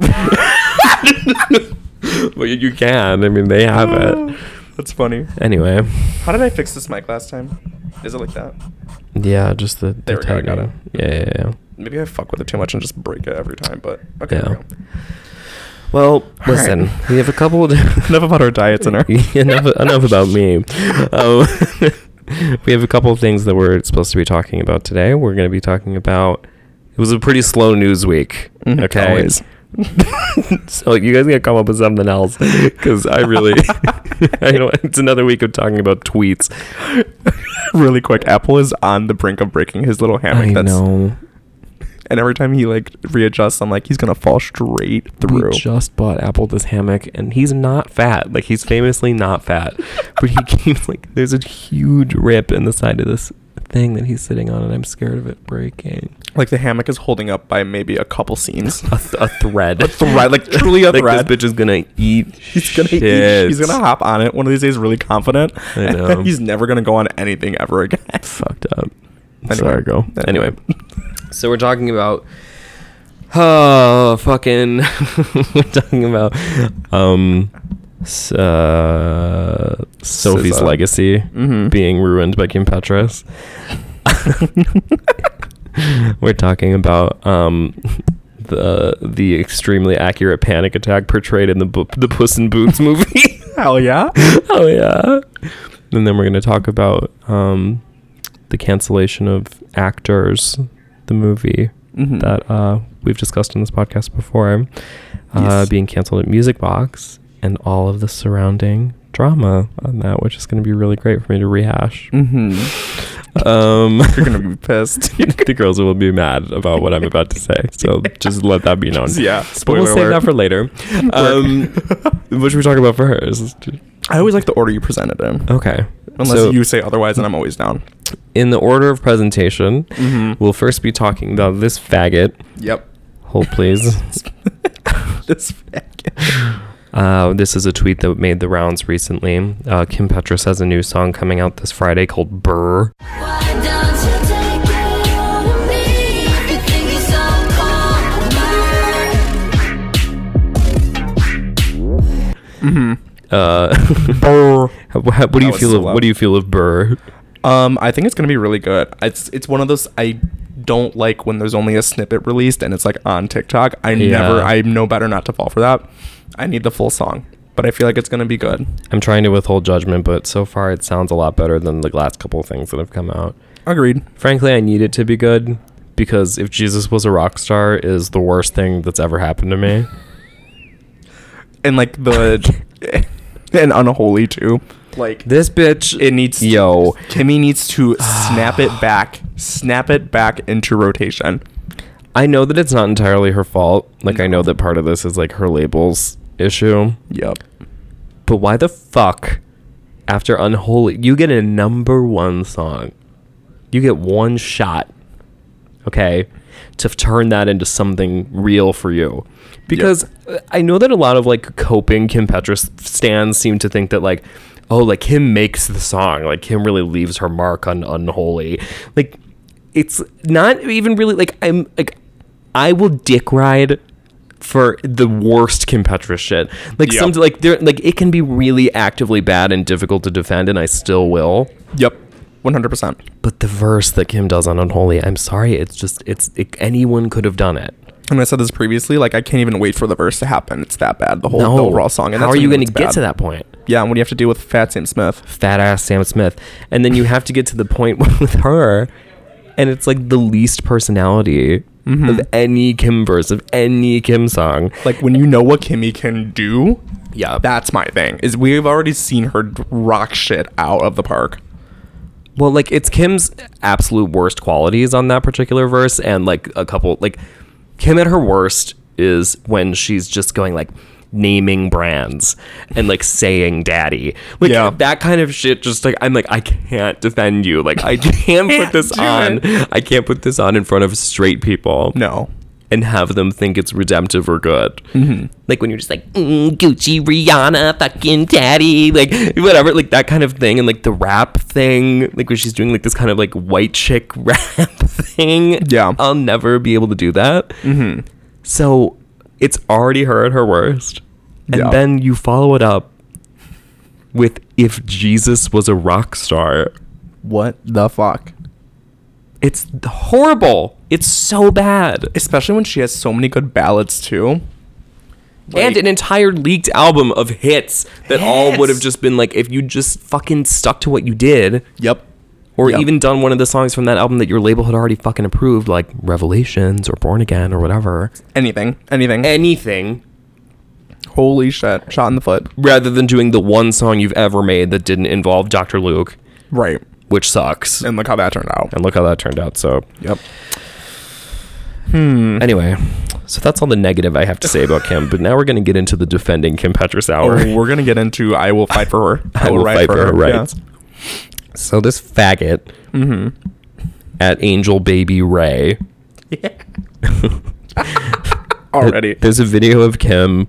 but you- you can. I mean, they have
Oh.
it.
That's funny.
Anyway.
How did I fix this mic last time? Is it like that?
Yeah, just the, the
There we go, I got
tagging. Yeah, yeah, yeah.
Maybe I fuck with it too much and just break it every time. But okay.
Yeah.
there we go.
Well,
right.
listen, we have a couple of
Enough about our diets and our.
enough, enough about me. Um, we have a couple of things that we're supposed to be talking about today. We're going to be talking about. It was a pretty slow news week. Okay.
Mm-hmm. always.
so you guys gotta come up with something else because I really, I don't. It's another week of talking about tweets.
really quick, Apple is on the brink of breaking his little hammock.
I know.
And every time he like readjusts, I'm like, he's gonna fall straight through.
We just bought Apple this hammock, and he's not fat. Like he's famously not fat, but he keeps like there's a huge rip in the side of this thing that he's sitting on, and I'm scared of it breaking.
like the hammock is holding up by maybe a couple scenes.
A, th- a thread,
A thread, like truly a
like
thread.
this bitch is gonna eat.
He's gonna eat-
shit.
he's gonna hop on it one of these days really confident.
I
and
know.
then he's never gonna go on anything ever again.
fucked up.
Anyway.
Sorry, girl.
Anyway.
Anyway, so we're talking about. Oh, fucking. we're talking about um, s- uh, Sophie's
SZA.
legacy being ruined by Kim Petras. we're talking about um, the the extremely accurate panic attack portrayed in the bu- the Puss in Boots movie.
Hell yeah.
oh yeah. And then we're gonna talk about um, the cancellation of Actors, the movie
Mm-hmm.
that uh, we've discussed on this podcast before, uh,
Yes.
being canceled at Music Box and all of the surrounding drama on that, which is going to be really great for me to rehash. Um,
Mm-hmm. You're gonna be pissed.
the girls will be mad about what I'm about to say, so just let that be known.
Yeah,
But
spoiler
we'll save
alert.
that for later. Um, what should we talk about for hers?
I always like the order you presented in.
Okay.
Unless
So-
you say otherwise, then I'm always down.
in the order of presentation,
Mm-hmm.
we'll first be talking about this faggot.
Yep.
Hold please.
This faggot.
Uh, this is a tweet that made the rounds recently. Uh, Kim Petras has a new song coming out this Friday called Burr.
Why don't you take it out of me? You think you're so cold, murder.
Uh, how- how- what do you
Mm-hmm. was
feel
so
of
loud.
what do you feel of Burr?
Um, I think it's gonna be really good. It's it's one of those I don't like when there's only a snippet released and it's like on TikTok. I
Yeah.
never I know better not to fall for that. I need the full song. But I feel like it's gonna be good.
I'm trying to withhold judgment, but so far it sounds a lot better than the last couple of things that have come out.
Agreed.
Frankly, I need it to be good because if Jesus was a rock star is the worst thing that's ever happened to me.
And like the and unholy too. Like
This bitch
it needs
Yo.
Kimmy needs to snap it back. Snap it back into rotation.
I know that it's not entirely her fault. Like I know that part of this is like her labels issue.
Yep.
But why the fuck after Unholy you get a number 1 song. You get one shot. Okay? To f- turn that into something real for you. Because uh, I know that a lot of like coping Kim Petras stands seem to think that like oh like Kim makes the song. Like Kim really leaves her mark on Unholy. Like it's not even really like I'm like I will dick ride for the worst Kim Petras shit. Like
Yep.
some like there like it can be really actively bad and difficult to defend, and I still will.
Yep. One hundred percent.
But the verse that Kim does on Unholy, I'm sorry, it's just it's it, anyone could have done it.
And I said this previously, like I can't even wait for the verse to happen. It's that bad. The whole the overall song. And
how are
when
you
know
going to
it's
get
bad.
to that point?
Yeah, and when you have to deal with Fat Sam Smith.
Fat ass Sam Smith, and then you have to get to the point with her, and it's like the least personality
Mm-hmm.
of any Kim verse of any Kim song.
Like when you know what Kimmy can do,
Yeah,
that's my thing. Is we've already seen her d- rock shit out of the park.
Well, like it's Kim's absolute worst qualities on that particular verse, and like a couple, like Kim at her worst is when she's just going like naming brands and like saying daddy like
Yeah.
that kind of shit just like i'm like i can't defend you like i can't put this
do
on i can't put this on in front of straight people
No.
and have them think it's redemptive or good.
Mm-hmm.
Like when you're just like mm, Gucci, Rihanna, fucking daddy, like whatever, like that kind of thing, and like the rap thing, like when she's doing like this kind of like white chick rap thing.
Yeah. Mm-hmm.
I'll never be able to do that. So it's already her at her worst, and
Yeah.
then you follow it up with if Jesus was a rock star.
What the fuck?
It's horrible. It's so bad.
Especially when she has so many good ballads too.
and an entire leaked album of hits that all
Hits.
would have just been like if you just fucking stuck to what you did
Yep.
or
Yep.
even done one of the songs from that album that your label had already fucking approved like revelations or born again or whatever
Anything. Anything.
anything
Holy shit. Shot in the foot.
rather than doing the one song you've ever made that didn't involve dr luke
Right.
which sucks
And look how that turned out.
and look how that turned out so
Yep. Hmm.
anyway so that's all the negative i have to say about kim but now we're going to get into the defending kim petras hour
Oh, we're gonna get into I will fight for her.
I will fight for her
yeah.
rights. So this faggot
Mm-hmm.
at Angel Baby Ray.
Already.
There's a video of Kim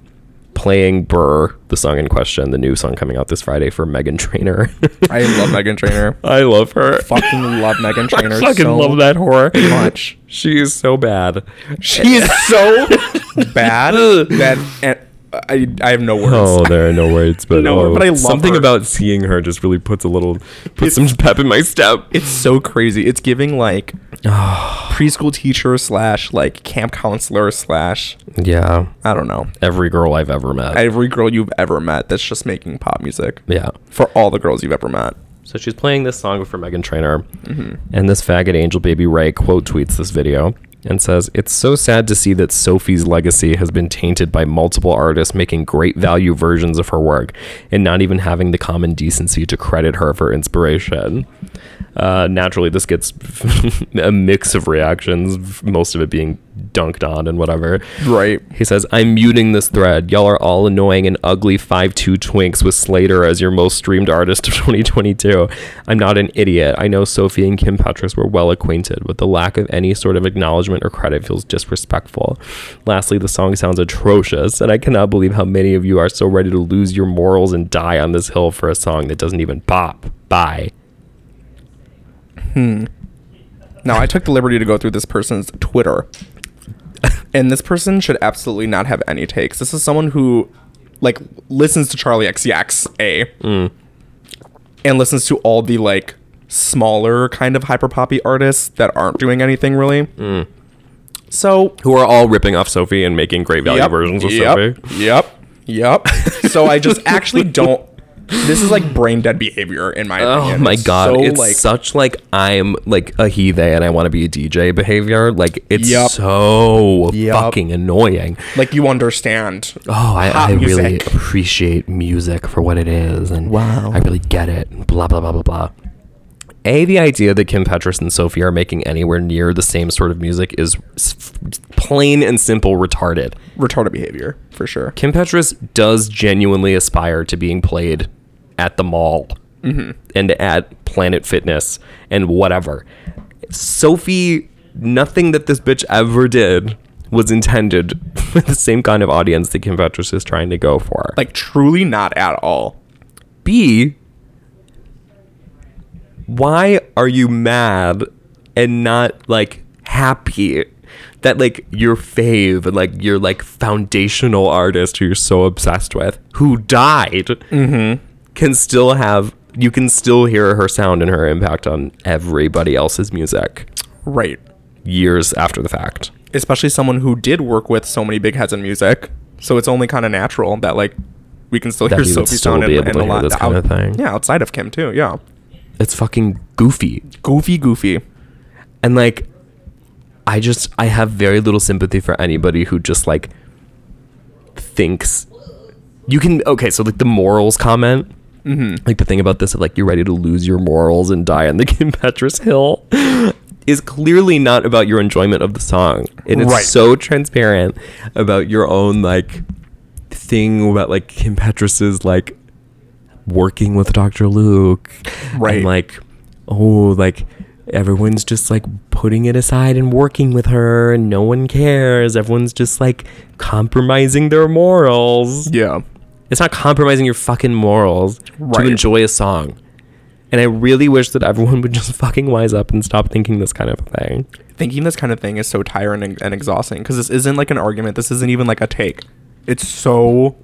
playing Burr, the song in question, the new song coming out this Friday for Megan Trainor.
I love Megan Trainer.
I love her.
fucking love Megan Trainer.
I fucking
so
love that horror.
much.
She is so bad.
She is so bad that and I I have no words.
Oh, there are no words, but,
No,
oh,
but I love
something
her.
about seeing her just really puts a little puts some pep in my step.
It's so crazy. It's giving like preschool teacher slash like camp counselor slash
yeah,
I don't know
every girl I've ever met.
every girl you've ever met that's just making pop music
yeah.
for all the girls you've ever met.
So she's playing this song for Megan Trainor, and this faggot angel baby Ray quote tweets this video and says, It's so sad to see that Sophie's legacy has been tainted by multiple artists making great value versions of her work and not even having the common decency to credit her for inspiration. Uh, naturally, this gets a mix of reactions, most of it being dunked on and whatever.
Right.
He says, I'm muting this thread. Y'all are all annoying and ugly 5'2 twinks with Slater as your most streamed artist of 2022. I'm not an idiot. I know Sophie and Kim Petras were well acquainted, but the lack of any sort of acknowledgement or credit feels disrespectful. Lastly, the song sounds atrocious, and I cannot believe how many of you are so ready to lose your morals and die on this hill for a song that doesn't even pop. Bye.
Now, I took the liberty to go through this person's Twitter. And this person should absolutely not have any takes. This is someone who, like, listens to Charlie XCX,
Mm.
And listens to all the, like, smaller kind of hyper poppy artists that aren't doing anything really.
Mm.
So,
Who are all ripping off Sophie and making great value
yep,
versions of
yep,
Sophie.
Yep. Yep. so I just actually don't. This is like brain dead behavior in my
Oh
opinion.
my god,
so,
it's such like I'm like a he they and I want to be a DJ behavior. Like it's
Yup.
so
Yup.
fucking annoying.
like you understand.
Oh, I,
Hot
I really
music.
appreciate music for what it is, and
Wow.
I really get it. and Blah blah blah blah blah. A, the idea that Kim Petras and Sophie are making anywhere near the same sort of music is s- plain and simple retarded.
retarded behavior for sure.
Kim Petras does genuinely aspire to being played at the mall and at Planet Fitness and whatever. Sophie, nothing that this bitch ever did was intended for the same kind of audience that Kim Petras is trying to go for.
Like truly not at all.
B, why are you mad and not like happy that like your fave and like your like foundational artist who you're so obsessed with who died
Mm-hmm.
can still have you can still hear her sound and her impact on everybody else's music
Right.
years after the fact.
Especially someone who did work with so many big heads in music. So it's only kind of natural that like we can still
That
hear
we would
Sophie
still
sound and,
be able to
and a
hear
lot
this kind of thing.
Yeah, outside of Kim too. Yeah.
It's fucking goofy.
Goofy goofy.
And like, I just I have very little sympathy for anybody who just like thinks you can. Okay, so like the morals comment.
Mm-hmm.
Like the thing about this, of like you're ready to lose your morals and die on the Kim Petras hill, is clearly not about your enjoyment of the song, and it's
Right.
so transparent about your own like thing about like Kim Petras's like working with Dr. Luke.
Right.
And like, oh, like everyone's just like putting it aside and working with her and no one cares. Everyone's just like compromising their morals.
Yeah.
It's not compromising your fucking morals
Right.
to enjoy a song. And I really wish that everyone would just fucking wise up and stop thinking this kind of thing.
Thinking this kind of thing is so tiring and, and exhausting because this isn't like an argument. This isn't even like a take. It's so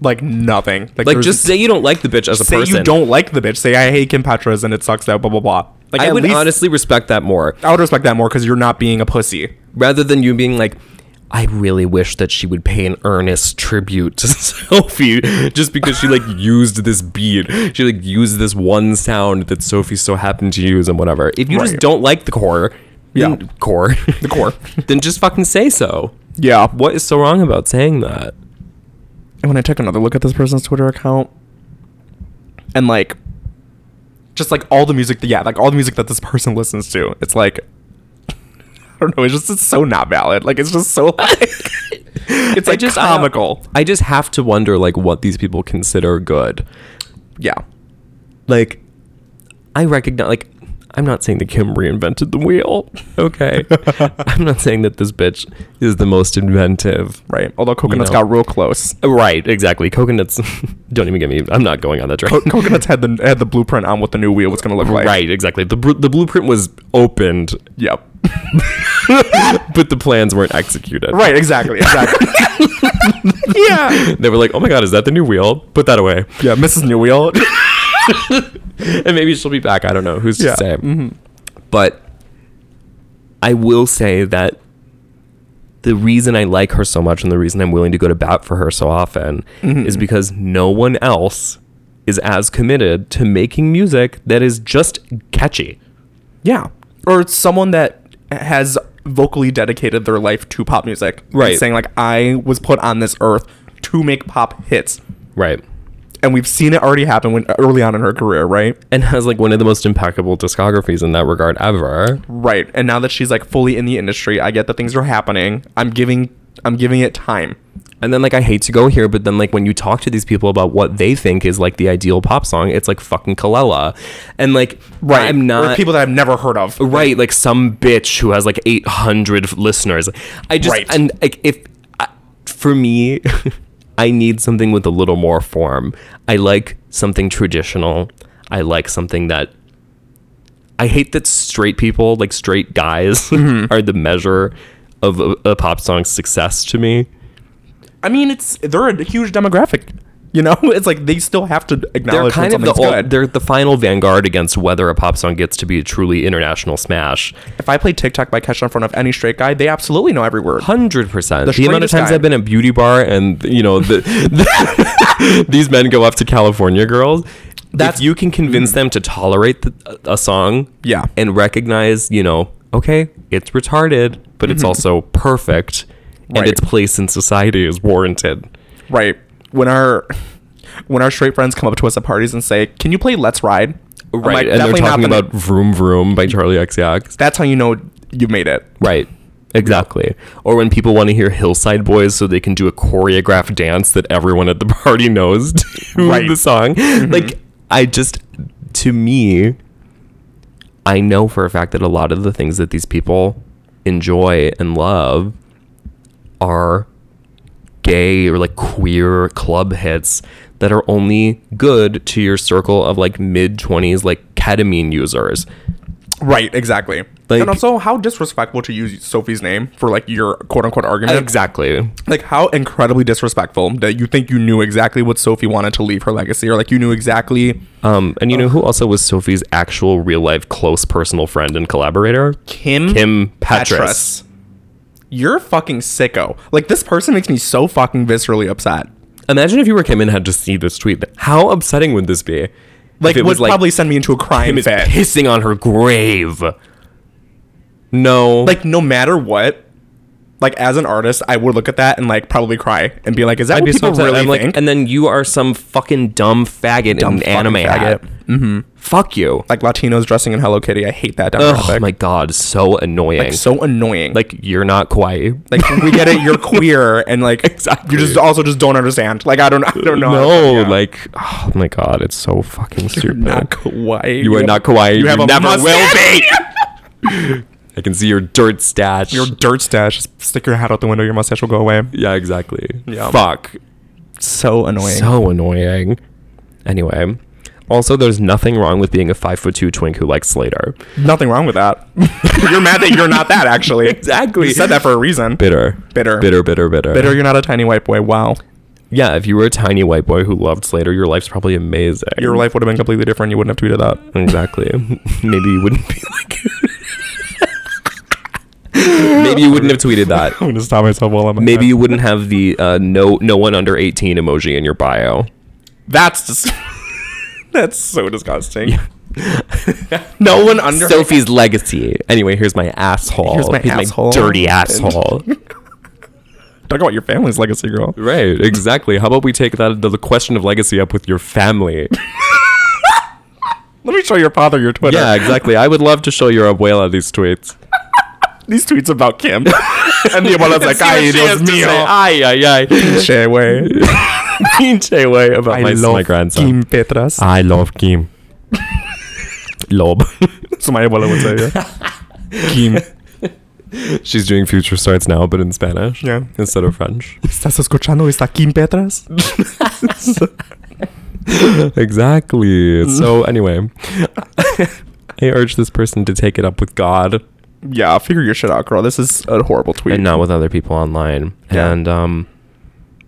like nothing.
Like,
there's-
just say you don't like the bitch as a
say
person.
you don't like the bitch. Say I hate Kim Petras and it sucks that blah blah blah. Like
I
at
would
least-
honestly respect that more.
I would respect that more because you're not being a pussy.
rather than you being like I really wish that she would pay an earnest tribute to Sophie just because she like used this beat. She like used this one sound that Sophie so happened to use and whatever. If you just
Right.
don't like the core, then-
Yeah.
core,
The core.
then just fucking say so.
Yeah.
What is so wrong about saying that?
And when I took another look at this person's Twitter account, and like, just like all the music, that, yeah, like all the music that this person listens to, it's like, I don't know, it's just it's so not valid. Like it's just so like, it's
I
like just comical.
I just have to wonder like what these people consider good.
yeah,
like I recognize like I'm not saying that Kim reinvented the wheel. Okay. I'm not saying that this bitch is the most inventive.
right. Although coconuts
know.
got real close. Oh,
Right, exactly. Coconuts don't even get me I'm not going on that track.
Co- coconuts had the had the blueprint on what the new wheel was gonna look like.
right, exactly. The br- the blueprint was opened,
Yep.
but the plans weren't executed.
right. Exactly. Exactly. yeah.
They were like, "Oh my god, is that the new wheel? Put that away."
Yeah. Mrs. New Wheel.
and maybe she'll be back. I don't know. Who's
Yeah. Mm-hmm.
to say? But I will say that the reason I like her so much and the reason I'm willing to go to bat for her so often
Mm-hmm.
is because no one else is as committed to making music that is just catchy.
Yeah. Or it's someone that has vocally dedicated their life to pop music.
Right.
Saying like I was put on this earth to make pop hits.
Right.
And we've seen it already happen when early on in her career, right?
And has like one of the most impeccable discographies in that regard ever.
Right. And now that she's like fully in the industry, I get that things are happening. I'm giving I'm giving it time.
And then like I hate to go here, but then like when you talk to these people about what they think is like the ideal pop song, it's like fucking Kalela. And like
Right.
I'm
Or
not
people that I've never heard of.
right like some bitch who has like 800 listeners i just
Right.
and like if I, for me i need something with a little more form i like something traditional i like something that i hate that straight people like straight guys
Mm-hmm.
are the measure of a, a pop song's success to me
I mean, it's they're a huge demographic. You know, it's like they still have to
they're
acknowledge
kind
when
of the
something's
old,
good.
they're the final vanguard against whether a pop song gets to be a truly international smash
if I play TikTok by Kesha in front of any straight guy, they absolutely know every word.
Hundred percent.
The
The amount of
straightest
times
guy.
I've been at beauty bar, and you know, the, these men go up to California girls. That
That's-
you can convince them to tolerate the, a song,
Yeah.
and recognize, you know, okay, it's retarded, but it's also perfect, and
Mm-hmm. Right.
its place in society is warranted.
Right. When our when our straight friends come up to us at parties and say, "Can you play Let's Ride?" I'm
Right,
like,
and they're
"Definitely not
talking
gonna-"
about "Vroom Vroom" by Charlie XCX.
that's how you know you made it.
Right. Exactly. Or when people want to hear Hillside Boys so they can do a choreographed dance that everyone at the party knows to
Right.
the song. Like, I just, to me, I know for a fact that a lot of the things that these people enjoy and love are gay or like queer club hits that are only good to your circle of like mid 20s, like ketamine users.
Right. Exactly.
Like-
and also, how disrespectful to use Sophie's name for like your quote unquote argument.
Exactly.
Like how incredibly disrespectful that you think you knew exactly what Sophie wanted to leave her legacy, or like you knew exactly
Um, and you know who also was Sophie's actual real life close personal friend and collaborator?
Kim
Kim Petras.
Petras. You're a fucking sicko. Like this person makes me so fucking viscerally upset.
Imagine if you were Kim and had to see this tweet. How upsetting would this be?
Like
If
it would probably send me into a
Kim
crime
is
fit.
pissing on her grave. No.
Like no matter what, like as an artist, I would look at that and like probably cry and be like, "Is that
I'd
what
be so
people
upset.
really
I'm like,
think?"
and then you are some fucking dumb faggot
Dumb
in an
fucking
anime hat.
faggot. Mm-hmm.
Fuck you.
like Latinos dressing in Hello Kitty, I hate that
Oh
demographic.
my god, so annoying.
like so annoying.
Like, you're not quiet.
like we get it. You're queer and like
Exactly.
you just also just don't understand. Like I don't I don't know.
no,
Yeah.
like oh my god, it's so fucking stupid.
not kawaii.
You are not kawaii. You,
have a
never will
mustache.
be. I can see your dirt stash.
Your dirt stash. Just stick your hat out the window. Your mustache will go away.
yeah, exactly.
Yeah.
Fuck.
So annoying.
So annoying. Anyway, also there's nothing wrong with being a five foot two twink who likes Slater.
Nothing wrong with that. you're mad that you're not that actually.
Exactly.
You said that for a reason.
Bitter.
Bitter.
Bitter. Bitter. Bitter.
Bitter, you're not a tiny white boy. Wow.
Yeah, if you were a tiny white boy who loved Slater, your life's probably amazing.
Your life would have been completely different. You wouldn't have tweeted that.
Exactly. Maybe you wouldn't be like. Maybe you wouldn't have tweeted that.
I'm gonna stop myself while I'm.
Maybe you wouldn't have the uh, no no one under eighteen emoji in your bio.
that's just. that's so disgusting. no one under.
Sophie's legacy. Anyway, here's my asshole.
Here's my asshole.
dirty asshole.
Talk about your family's legacy, girl.
right, exactly. How about we take that the question of legacy up with your family?
Let me show your father your Twitter.
yeah, exactly. I would love to show your abuela these tweets.
These tweets about Kim. and the one that's like, ay, Dios mío.
Ay, ay, ay.
Che, way.
Pinche way about my, my grandson. Ah.
Kim Petras.
I love Kim. Lob.
So my abuela would say, yeah.
Kim. She's doing future starts now, but in Spanish.
Yeah.
Instead of French.
¿Estás escuchando esta Kim Petras?
exactly. So anyway, I urge this person to take it up with God
yeah, figure your shit out, girl. This is a horrible tweet.
and not with other people online.
Yeah.
And um,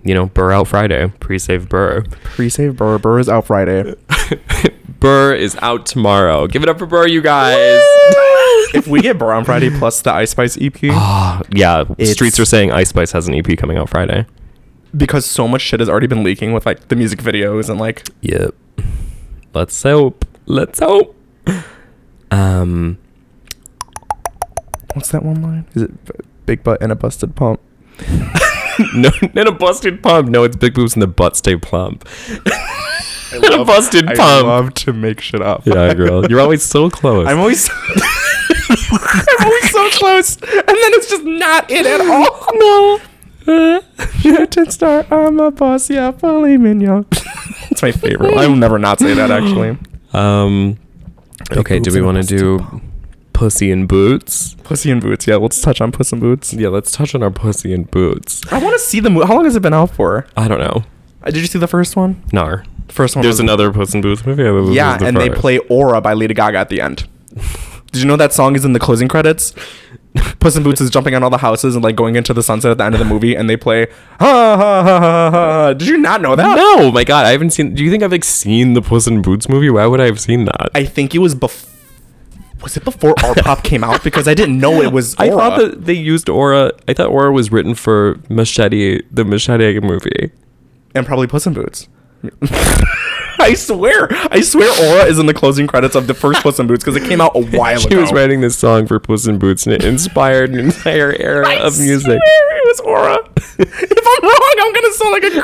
you know, Burr out Friday. Pre-save Burr.
Pre-save Burr. Burr is out Friday.
Burr is out tomorrow. Give it up for Burr, you guys.
if we get Burr on Friday plus the Ice Spice E EP,
Ah, yeah,
It's-
streets are saying Ice Spice has an EP coming out Friday.
because so much shit has already been leaking with like the music videos and like
Yep. Let's hope. Let's hope. Um.
What's that one line? Is it b- big butt and a busted pump?
No, not a busted pump. No, it's big boobs and the butt stay plump.
I
a busted
I
pump.
love to make shit up.
Yeah, girl, you're always so close.
I'm always, I'm always so close, and then it's just not it at all. No. Shooting star, I'm a boss, yeah, fully mignon. It's my favorite. one. I will never not say that actually.
um, okay, do
boobs and
we
a
want to
busted
do pussy and boots?
Pussy in Boots. Yeah, let's touch on Puss in Boots.
Yeah, let's touch on our pussy and boots.
I want to see the movie. How long has it been out for?
I don't know.
Uh, Did you see the first one?
Nar.
The first one.
There's
was-
another Puss in Boots movie. I thought this
Yeah,
was the
and they
first.
play Aura by Lady Gaga at the end. Did you know that song is in the closing credits? Puss in Boots is jumping on all the houses and like going into the sunset at the end of the movie, and they play ha ha ha ha. ha. Did you not know that?
No, my God, I haven't seen. Do you think I've like seen the Puss in Boots movie? Why would I have seen that?
I think it was before. Was it before R Pop came out? Because I didn't know it was
I
Aura.
thought that they used Aura. I thought Aura was written for Machete, the Machete movie.
and probably Puss in Boots. I swear, I swear, Aura is in the closing credits of the first Puss in Boots because it came out a while
she
ago.
was writing this song for Puss in Boots, and it inspired an entire era
I
of music.
swear it was Aura. if I'm wrong, I'm gonna sound like a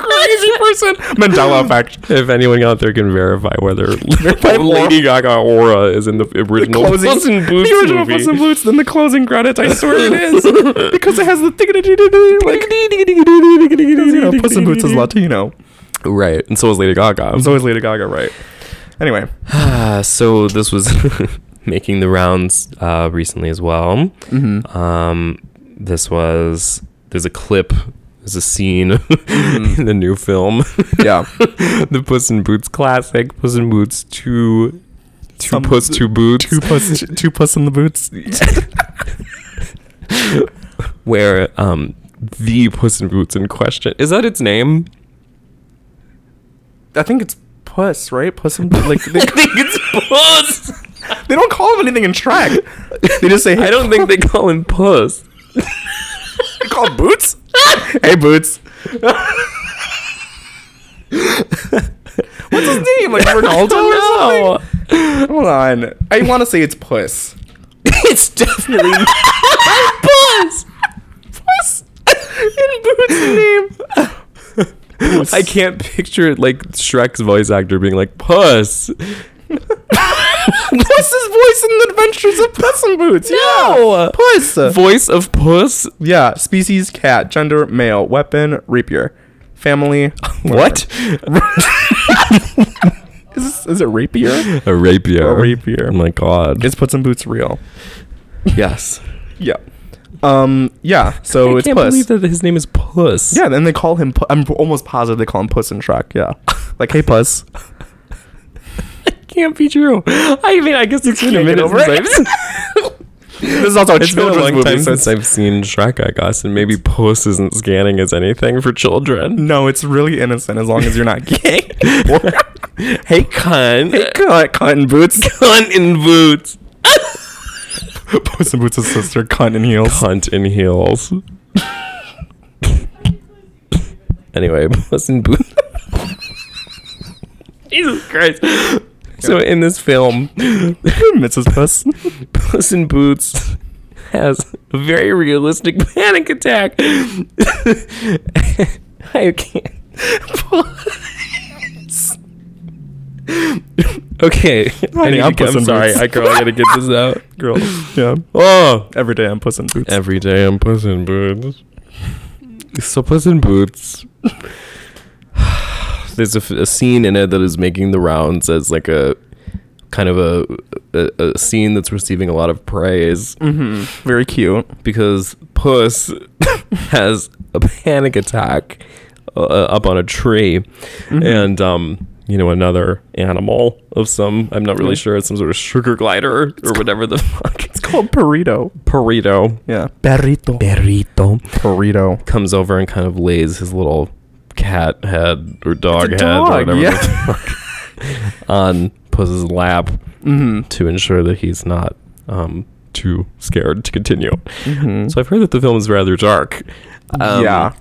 crazy person. Mandela effect.
If anyone out there can verify whether Lady Gaga Aura is in the original
Closing,
Puss in Boots
the original
movie.
Puss in Boots, then the closing credits. I swear it is because it has the thing that you do like. 'cause, You know, Puss in Boots is Latino.
Right, and so was Lady Gaga.
It's always Lady Gaga, right? Anyway,
Uh, so this was making the rounds uh, recently as well.
Mm-hmm.
Um, this was there's a clip, there's a scene in the new film,
Mm-hmm. yeah.
the Puss in Boots classic, Puss in Boots two, two
Some-
Puss two Boots,
Two puss, two puss in the boots.
where um the Puss in Boots in question is that its name?
I think it's puss, right? Puss in like they,
Puss.
they don't call him anything in track. They just say, "Hey,
I don't think they call him Puss.
they call him boots." hey, boots. What's his name? Like Ronaldo or
No.
something? Hold on. I want to say it's puss.
It's definitely Puss.
Puss in boots name.
I can't picture like Shrek's voice actor being like Puss.
Puss's voice in the Adventures of Puss in Boots.
No.
Yeah, puss.
Voice of Puss.
Yeah, species cat, gender male, weapon rapier, family.
What?
is, this, is it rapier?
A rapier.
A rapier.
Oh my god.
It's Puss in Boots real.
yes.
Yeah. Um. Yeah. So
I
it's
can't
Puss.
believe that his name is Puss.
yeah. Then they call him. Pu- I'm almost positive they call him Puss in Shrek. Yeah. Like, hey, Puss.
Can't be true. I mean, I guess it's been a
Can't get
minute
over it.
since I've-
This is also a
It's been a
children's
long
movie.
time
so
since
it's-
I've seen Shrek, I guess, and maybe Puss isn't scanning as anything for children.
no, it's really innocent as long as you're not gay.
Hey, cunt. Hey,
Cunt, cunt in boots.
Cunt in boots.
Puss in Boots' sister, cunt in heels.
Cunt in heels. anyway, Puss in Boots. Jesus Christ. So in this film,
Mrs. Puss.
Puss in Boots has a very realistic panic attack. I can't. Puss. okay. I
Honey,
need
I'm
to,
Puss
I'm
in
sorry.
Boots.
I, girl, I gotta get this out.
Girl. Yeah.
Oh.
Every day I'm Puss in Boots.
Every day I'm Puss in Boots. So Puss in Boots. There's a, f- a scene in it that is making the rounds as like a kind of a a, a scene that's receiving a lot of praise
Mm-hmm. Very cute.
because Puss has a panic attack uh, up on a tree,
Mm-hmm.
and um, you know another animal of some I'm not really sure it's some sort of sugar glider or whatever the fuck it's
Called Burrito.
burrito
Yeah. Perrito.
burrito
Burrito.
comes over and kind of lays his little cat head or dog head or
dog,
whatever
yeah.
the fuck on Puss's lap to ensure that he's not um, too Mm-hmm. scared to continue. So I've heard that the film is rather dark. Um,
yeah.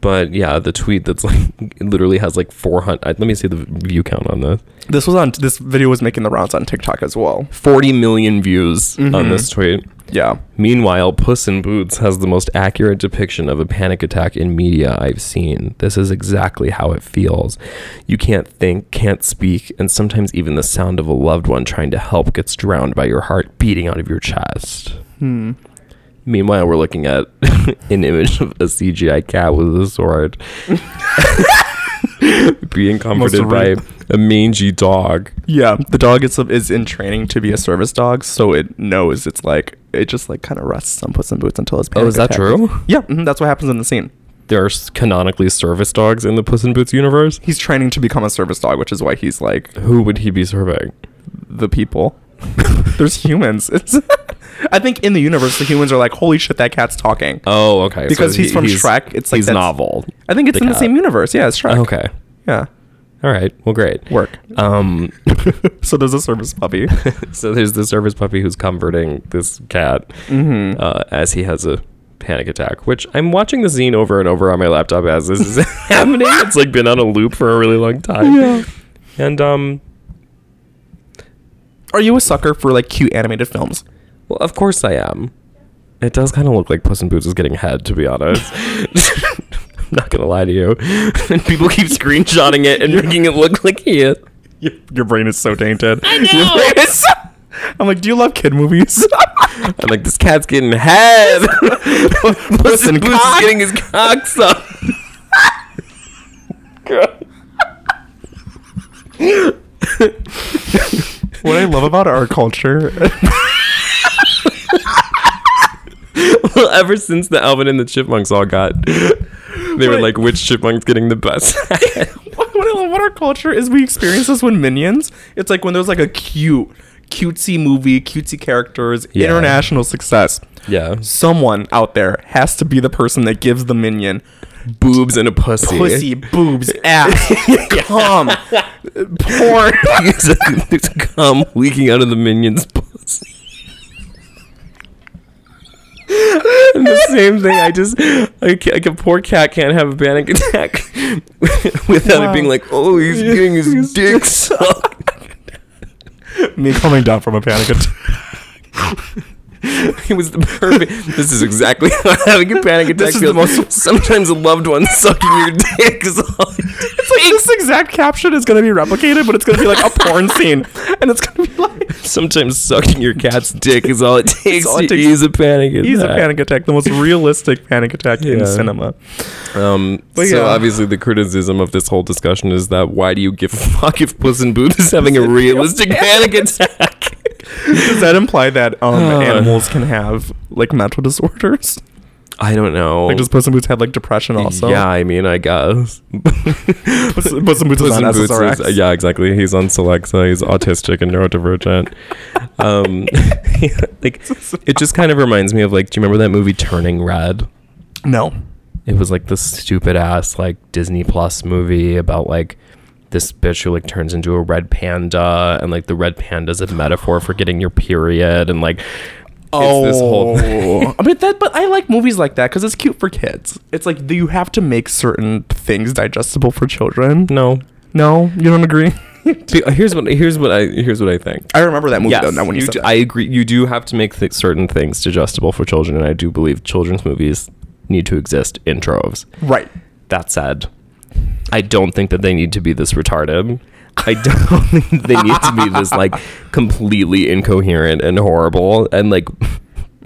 But yeah, the tweet that's like literally has like 400. Let me see the view count on this.
This was on this video was making the rounds on TikTok as well.
40 million views on this tweet.
Yeah.
Meanwhile, Puss in Boots has the most accurate depiction of a panic attack in media I've seen. This is exactly how it feels. You can't think, can't speak, and sometimes even the sound of a loved one trying to help gets drowned by your heart beating out of your chest. Meanwhile, we're looking at an image of a CGI cat with a sword being comforted by
rude.
a mangy dog.
Yeah, the dog is is in training to be a service dog, so it knows it's like it just like kind of rests on Puss in Boots until it's.
Oh, is that true?
Yeah, mhm, that's what happens in the scene.
There's canonically service dogs in the Puss in Boots universe.
He's training to become a service dog, which is why he's like
Who would he be serving?
the people. There's humans. It's I think in the universe, the humans are like, holy shit, that cat's talking.
Oh, okay. so
Because
he-
he's from Shrek, it's like
he's
that's-
novel.
I think it's in the
cat.
same universe. Yeah, it's Shrek.
Okay.
Yeah.
All right. Well, great.
Work.
Um,
So there's a service puppy.
so there's the service puppy who's comforting this cat
Mm-hmm.
uh, as he has a panic attack, which I'm watching the scene over and over on my laptop as this is happening. It's like been on a loop for a really long time. And um,
Are you a sucker for like cute animated films?
well, of course I am. It does kind of look like Puss in Boots is getting head, to be honest. I'm not gonna lie to you. And people keep screenshotting it and making it look like he is.
Your, your brain is so tainted. I know. I'm like, do you love kid movies?
I'm like, this cat's getting head. Puss in
Listen,
Boots is
cock.
getting his cock sucked.
what I love about our culture.
Well, ever since the Alvin and the Chipmunks all got, they were
Wait.
like, which chipmunk's getting the best?
what I love about our culture is we experience this when minions. It's like when there's like a cute, cutesy movie, cutesy characters,
Yeah.
international success.
yeah,
Someone out there has to be the person that gives the minion
boobs and a pussy.
pussy, boobs, ass, cum, porn.
There's there's cum leaking out of the minion's pussy. and the same thing. I just like, like a poor cat can't have a panic attack without it being like, oh, he's getting his dick sucked.
Me coming down from a panic attack.
It was the perfect. This is exactly how having a panic attack
This is the
feels.
most-
Sometimes a loved one sucking your dick is all. It's
It's like this exact caption is gonna be replicated, but it's gonna be like a porn scene, and it's gonna be like
Sometimes sucking your cat's dick is all it takes.
all it
to
takes.
ease a panic attack.
he's a panic attack, the most realistic panic attack
Yeah.
in cinema.
Um,
But
so
yeah.
obviously the criticism of this whole discussion is that why do you give a fuck if Puss in Boots is having a realistic panic attack?
Does that imply that um, animals can have like mental disorders?
I don't know.
Like, does Puss in Boots have like depression also?
yeah, I mean, I guess.
Puss, Puss in Boots is uh,
Puss
on
in Boots
SSRX.
is- yeah, exactly. He's on Celexa. He's autistic and neurodivergent. Um, like it just kind of reminds me of like, do you remember that movie Turning Red?
No.
It was like this stupid ass like Disney Plus movie about like this bitch who like turns into a red panda and like the red panda's a metaphor for getting your period and like
Oh,
it's this whole thing.
I mean that, but I like movies like that because it's cute for kids. It's like you have to make certain things digestible for children.
No.
No, you don't agree.
Be- Here's what here's what I here's what I think.
I remember that movie
Yes,
though. Now when you,
you
said
do-
that.
I agree. You do have to make th- certain things digestible for children, and I do believe children's movies need to exist in troves.
right.
That said, I don't think that they need to be this retarded. I don't think they need to be this like completely incoherent and horrible and like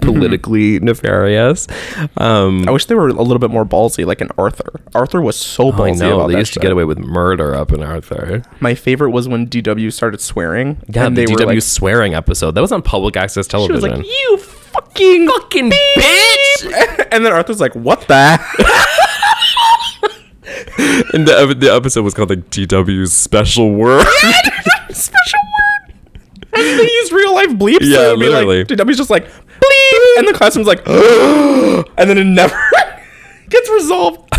politically nefarious. Um,
I wish they were a little bit more ballsy, like an Arthur. Arthur was so
Oh, I
ballsy
know
about
they
that
used to
shit.
get away with murder up in Arthur.
My favorite was when DW started swearing.
Yeah,
and
the
they
DW
were like,
swearing episode that was on public access
she was
television.
like, "You fucking fucking bitch!" and then Arthur's like, "What the?"
And the, ep- the episode was called like DW's special word.
Special word. And they use real life bleeps. so
Yeah,
it would be like-
literally.
DW's just like bleep, and the classroom's like, and then it never gets resolved.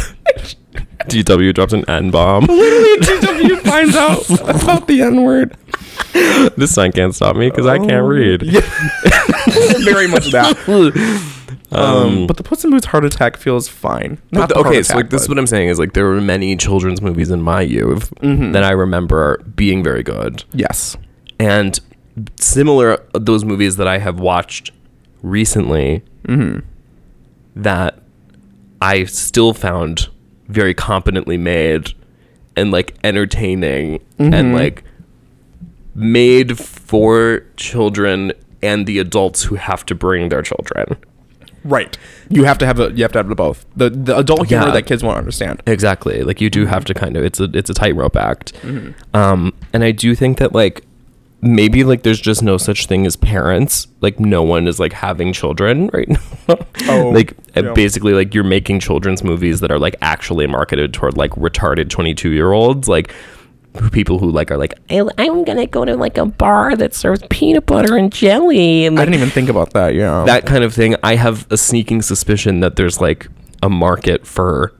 DW dropped an N bomb.
Literally, DW finds out about the N word. Oh,
this sign can't stop me because I can't read.
Very much that. Um, but the Puss in Boots heart attack feels fine. Not
But
the
the-
heart
okay, so
attack,
like this is
but-
what I'm saying is like there were many children's movies in my youth
Mm-hmm.
that I remember being very good,
yes,
and similar those movies that I have watched recently
Mm-hmm.
that I still found very competently made and like entertaining and
Mm-hmm.
like made for children and the adults who have to bring their children.
right. You have to have the you have to have the both the the adult humor
Yeah.
that kids won't understand.
Exactly. Like you do have to kind of it's a it's a tightrope act. Um and I do think that like maybe like there's just no such thing as parents. Like no one is like having children right now.
Oh,
like uh,
yeah.
basically like you're making children's movies that are like actually marketed toward like retarded 22-year-olds like who- people who like are like I, I'm going to go to like a bar that serves peanut butter and jelly and
I
like
didn't even think about that. Yeah,
that kind of thing. I have a sneaking suspicion that there's like a market for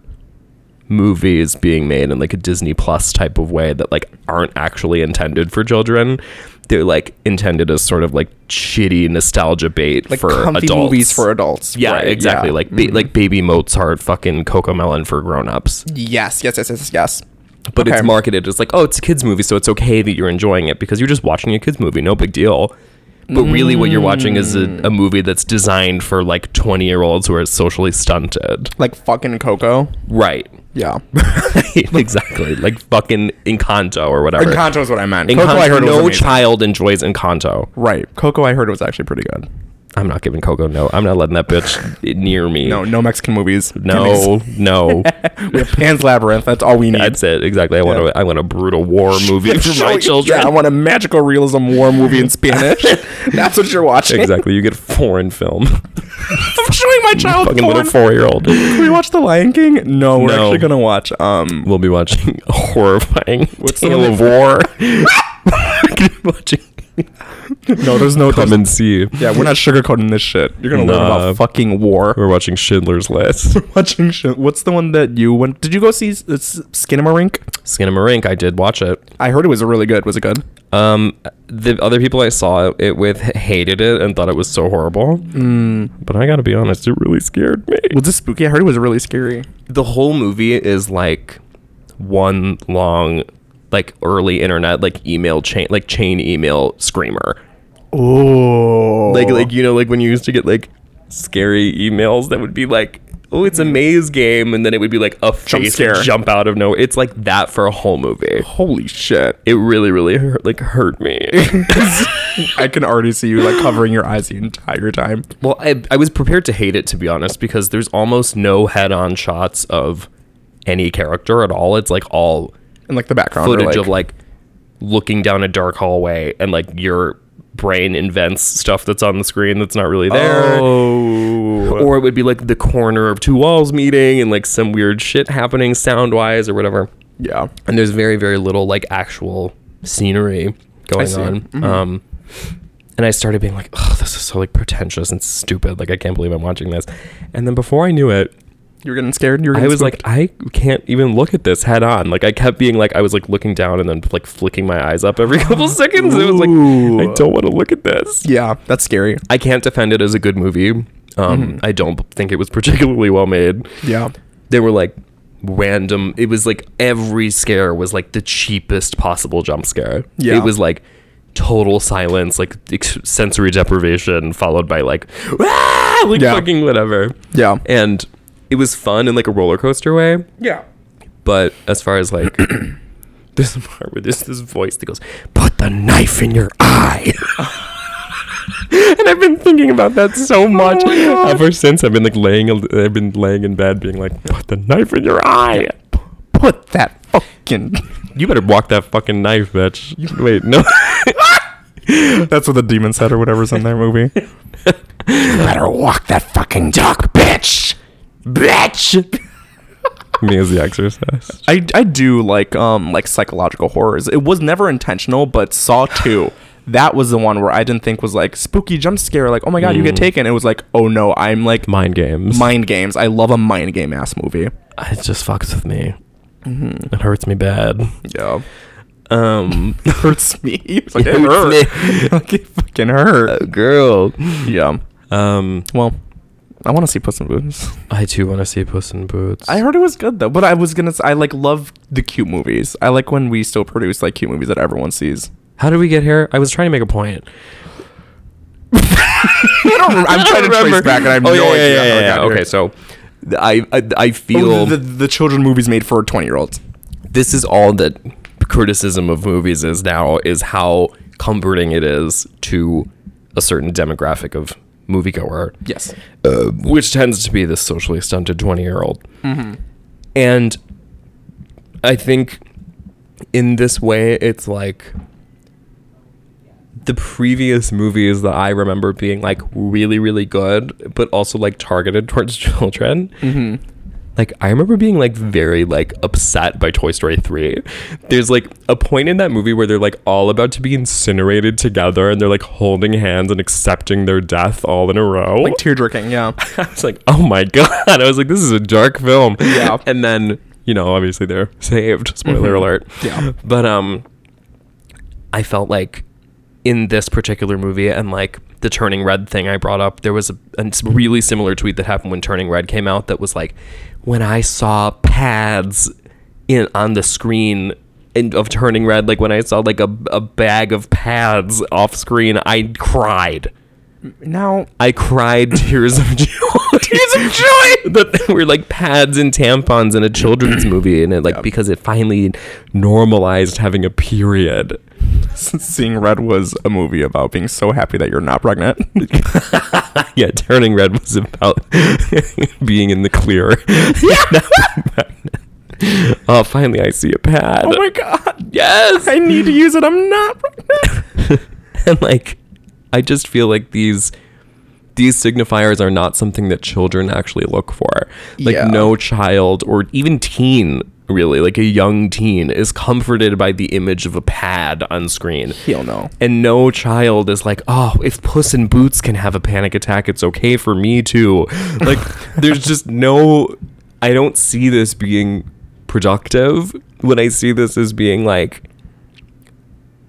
movies being made in like a Disney Plus type of way that like aren't actually intended for children. They're like intended as sort of like shitty nostalgia bait
like
for
comfy
adults.
movies for adults.
yeah,
right,
exactly.
yeah. Mm-hmm.
Like ba- like baby Mozart, fucking Coco Melon for grown-ups.
yes, yes, yes, yes, yes.
But it's
Okay.
marketed as like, oh, it's a kids movie, so it's okay that you're enjoying it because you're just watching a kids movie, no big deal. But really, what you're watching is a, a movie that's designed for like 20 year olds who are socially stunted.
like fucking Coco.
Right.
Yeah,
exactly. Like fucking Encanto or whatever.
Encanto is what I meant.
Encanto,
Coco, I heard was
no
amazing.
child enjoys Encanto.
Right, Coco, I heard it was actually pretty good.
I'm not giving Coco no. I'm not letting that bitch near me.
No, no Mexican movies.
No, no.
we have Pan's Labyrinth. That's all we need.
That's it. Exactly. I want
Yeah.
to. I want a brutal war movie for
Show
my
you-
children.
Yeah, I want a magical realism war movie in Spanish. That's what you're watching.
exactly. You get foreign film.
I'm showing my child
fucking
porn.
little four year old.
Can we watch The Lion King? No, we're
No.
actually gonna watch. Um,
We'll be watching a horrifying
What's the
tale
one
of war. We're gonna be watching
no, there's no.
Come
there's-
and see.
yeah, we're not sugarcoating this shit. You're gonna learn
Nah.
about fucking war.
We're watching Schindler's List.
Watching shit. What's the one that you went? Did you go see S- S- Skinamarink?
Skinamarink. I did watch it.
I heard it was really good. Was it good?
Um, the other people I saw it with hated it and thought it was so horrible. But I gotta be honest, it really scared me.
Was it spooky? I heard it was really scary.
The whole movie is like one long, like early internet, like email chain, like chain email screamer.
Oh,
Like, like you know, like when you used to get like scary emails that would be like, oh, it's a maze game, and then it would be like a face jump,
scare.
jump out of nowhere. It's like that for a whole movie.
holy shit!
It really, really hurt, like hurt me.
I can already see you like covering your eyes the entire time.
Well, I, I was prepared to hate it to be honest because there's almost no head-on shots of any character at all. It's like all
And like the background or,
footage of like looking down a dark hallway and like your brain invents stuff that's on the screen that's not really there.
Oh.
Or it would be like the corner of two walls meeting and like some weird shit happening sound-wise or whatever.
yeah.
And there's very very little like actual scenery going
see. Mm-hmm.
on. Um and I started being like, oh, this is so like pretentious and stupid. Like, I can't believe I'm watching this. And then before I knew it,
You were getting scared. You were
I
getting
was like, I can't even look at this head on. Like, I kept being like, I was like looking down and then like flicking my eyes up every couple seconds. It was like,
Ooh.
I don't want to look at this.
yeah, that's scary.
I can't defend it as a good movie. Um,
Mm-hmm.
I don't think it was particularly well made.
Yeah.
They were like random. It was like every scare was like the cheapest possible jump scare.
Yeah.
It was like total silence, like ex- sensory deprivation, followed by like, "Wah!" like
Yeah.
fucking whatever.
Yeah.
And it was fun in like a roller coaster way.
Yeah.
But as far as like this part where there's this voice that goes, "Put the knife in your eye," and I've been thinking about that
Oh
so much ever since. I've been like laying, I've been laying in bed, being like, "Put the knife in your eye."
Put that fucking.
You better walk that fucking knife, bitch. Wait, no.
That's what the demon said or whatever's in that movie.
better walk that fucking dog, bitch, bitch. Me as the exorcist.
I, I do like um like psychological horrors. It was never intentional, but Saw Two, that was the one where I didn't think was like spooky jump scare. Like oh my god, you
Mm.
get taken. It was like oh no, I'm like
Mind games.
mind games. I love a mind game ass movie.
it just fucks with me. It hurts me bad.
Yeah,
Mm-hmm. Um.
hurts me. Uh, It's like,
Yeah,
it
it's
hurt. like it fucking hurt.
girl.
yeah.
Um,
Well, I want to see Puss in Boots.
I too want to see Puss in Boots.
I heard it was good though, but I was gonna. s- I like love the cute movies. I like when we still produce like cute movies that everyone sees.
How did we get here? I was trying to make a point.
I don't. I'm trying to trace back, and I have
Oh,
no
yeah, yeah,
idea.
yeah,
how it
yeah,
got
yeah.
here.
Okay, so I I, I feel
Oh, the, the, the children movies made for 20 year olds.
this is all that criticism of movies is now is how comforting it is to a certain demographic of moviegoer.
Yes.
uh, which tends to be the socially stunted 20 year old. And I think in this way, it's like the previous movies that I remember being like really, really good, but also like targeted towards children. Like I remember being like very like upset by Toy Story 3. There's like a point in that movie where they're like all about to be incinerated together and they're like holding hands and accepting their death all in a row.
Like tear King, yeah.
I was like, oh my god. I was like, this is a dark film.
Yeah. Mm-hmm.
And then, you know, obviously they're saved. Spoiler alert.
Yeah.
But um I felt like in this particular movie and like the turning red thing I brought up, there was a, a s- really similar tweet that happened when Turning Red came out that was like, when I saw pads in on the screen in, of Turning Red, like when I saw like a, a bag of pads off screen, I cried.
Now,
I cried tears of joy. tears of joy that they were like pads and tampons in a children's movie, and it like because it finally normalized having a period.
Seeing Red was a movie about being so happy that you're not pregnant.
Yeah, turning red was about being in the clear. oh, finally, I see a pad.
oh my god.
Yes,
I need to use it. I'm not pregnant.
and like i just feel like these these signifiers are not something that children actually look for like
Yeah.
no child or even teen really like a young teen is comforted by the image of a pad on screen
He'll know.
and no child is like oh if puss in boots can have a panic attack it's okay for me too like there's just no i don't see this being productive when i see this as being like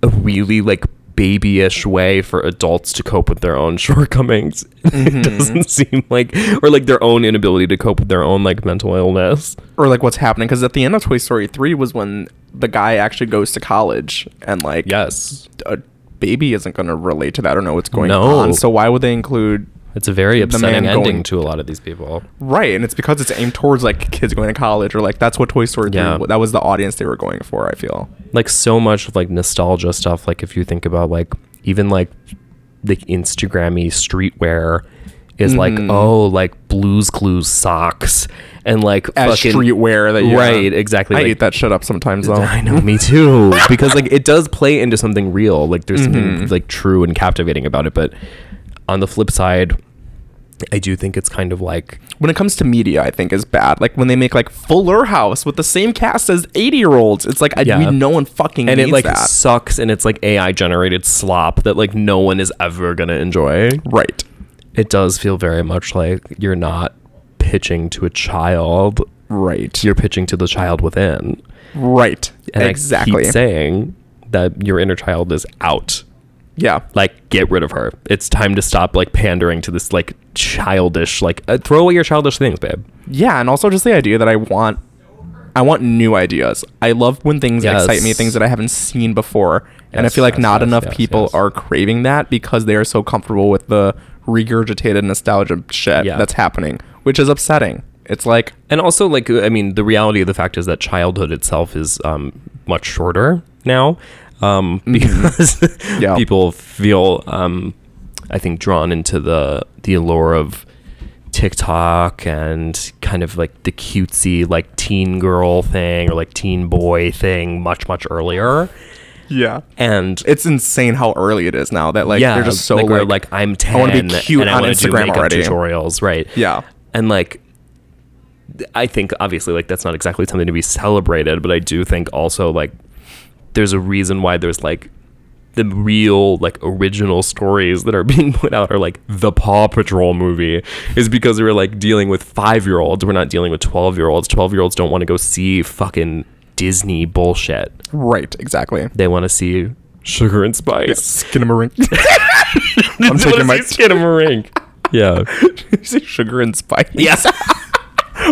a really like babyish way for adults to cope with their own shortcomings.
Mm-hmm.
it doesn't seem like or like their own inability to cope with their own like mental illness.
Or like what's happening. Because at the end of Toy Story 3 was when the guy actually goes to college and like
Yes.
a baby isn't going to relate to that or know what's going
No.
on. So why would they include.
It's a very upsetting
man
ending
going-
to a lot of these people.
Right. And it's because it's aimed towards like kids going to college or like that's what Toy Story 3
Yeah.
that was the audience they were going for, I feel.
Like so much of like nostalgia stuff like if you think about like even like the Instagrammy streetwear is
Mm-hmm.
like oh like blues clues socks and like
As
fucking
streetwear that you
right exactly
I
like,
eat that shit up sometimes though.
I know, me too. because like it does play into something real. Like there's
Mm-hmm.
something like true and captivating about it. But on the flip side, I do think it's kind of like
when it comes to media, I think is bad. Like when they make like Fuller House with the same cast as eighty year olds, it's like I,
Yeah.
we, no one fucking
and
needs
it like
that.
sucks and it's like AI generated slop that like no one is ever gonna enjoy.
right.
It does feel very much like you're not pitching to a child.
Right.
You're pitching to the child within.
right.
And I
exactly.
keep saying that your inner child is out.
yeah.
like get rid of her it's time to stop like pandering to this like childish like uh, throw away your childish things babe
Yeah, and also just the idea that I want I want new ideas. I love when things
Yes.
excite me, things that I haven't seen before. and I
Yes,
feel like
yes,
not
yes,
enough
yes,
people
yes.
are craving that because they are so comfortable with the regurgitated nostalgia shit
Yeah.
that's happening, which is upsetting. It's like
and also like i mean the reality of the fact is that childhood itself is um much shorter now um because
Yeah.
people feel um i think drawn into the the allure of TikTok and kind of like the cutesy like teen girl thing or like teen boy thing much much earlier
Yeah.
and
it's insane how early it is now that like they're just so
like,
like,
we're like I'm ten.
I wanna be cute
and I
on
wanna do
Instagram
makeup
already.
Tutorials, right?
Yeah.
and like th- I think obviously like that's not exactly something to be celebrated, but I do think also like there's a reason why there's like the real like original stories that are being put out are like the Paw Patrol movie is because we're like dealing with five year olds. We're not dealing with twelve year olds. Twelve year olds don't want to go see fucking Disney bullshit.
right exactly.
They want to see Sugar and Spice.
Skinnamarink. I'm taking my
Skinamarink. Yeah.
Is it sugar and spice? Yes.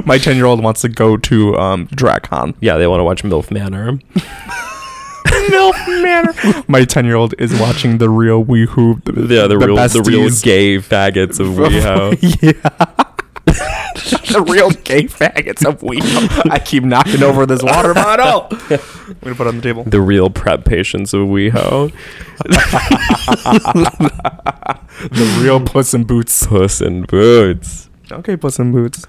My 10 year old wants to go to um, DragCon.
Yeah, they want to watch MILF Manor.
Milk Manor. My 10 year old is watching the real WeHoo.
Yeah, the, real the real
besties.
gay faggots of WeHo.
yeah. the real gay faggots of WeHo. I keep knocking over this water bottle. I'm going to put it on the table.
the real prep patients of WeHo.
The real Puss in Boots.
Oh, Puss in Boots.
Okay, Puss in Boots.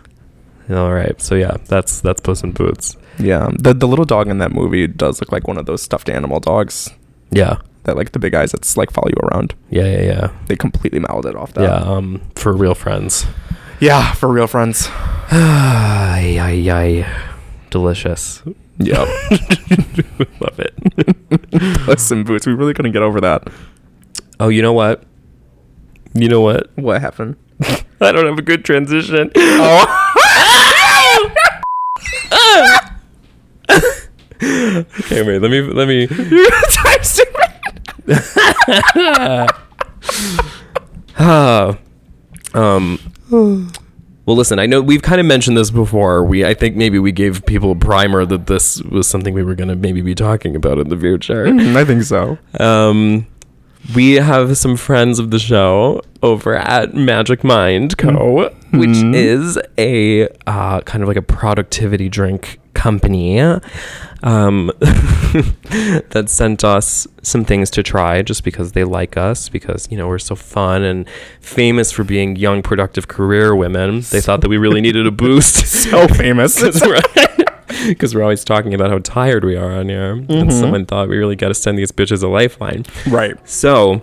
All right. So yeah, that's that's Puss in Boots.
Yeah. The, the little dog in that movie does look like one of those stuffed animal dogs
Yeah.
that, like, the big eyes that's like follow you around.
Yeah, yeah, yeah.
They completely mouthed it off that.
Yeah, um for real friends.
Yeah, for real friends.
Ay ay ay. Delicious.
Yeah.
Love it.
Puss in Boots. We really couldn't get over that.
Oh, you know what? You know what?
What happened?
I don't have a good transition. Oh. okay, wait. Let me let me Ah. um Well, listen, I know we've kind of mentioned this before. We I think maybe we gave people a primer that this was something we were going to maybe be talking about in the future.
I think so.
Um, we have some friends of the show over at Magic Mind Co., which is a uh, kind of like a productivity drink company um, that sent us some things to try just because they like us because you know we're so fun and famous for being young productive career women they thought that we really needed a boost
So Oh, famous.
because we're, because we're always talking about how tired we are on here.
Mm-hmm.
And someone thought we really got to send these bitches a lifeline.
right.
So,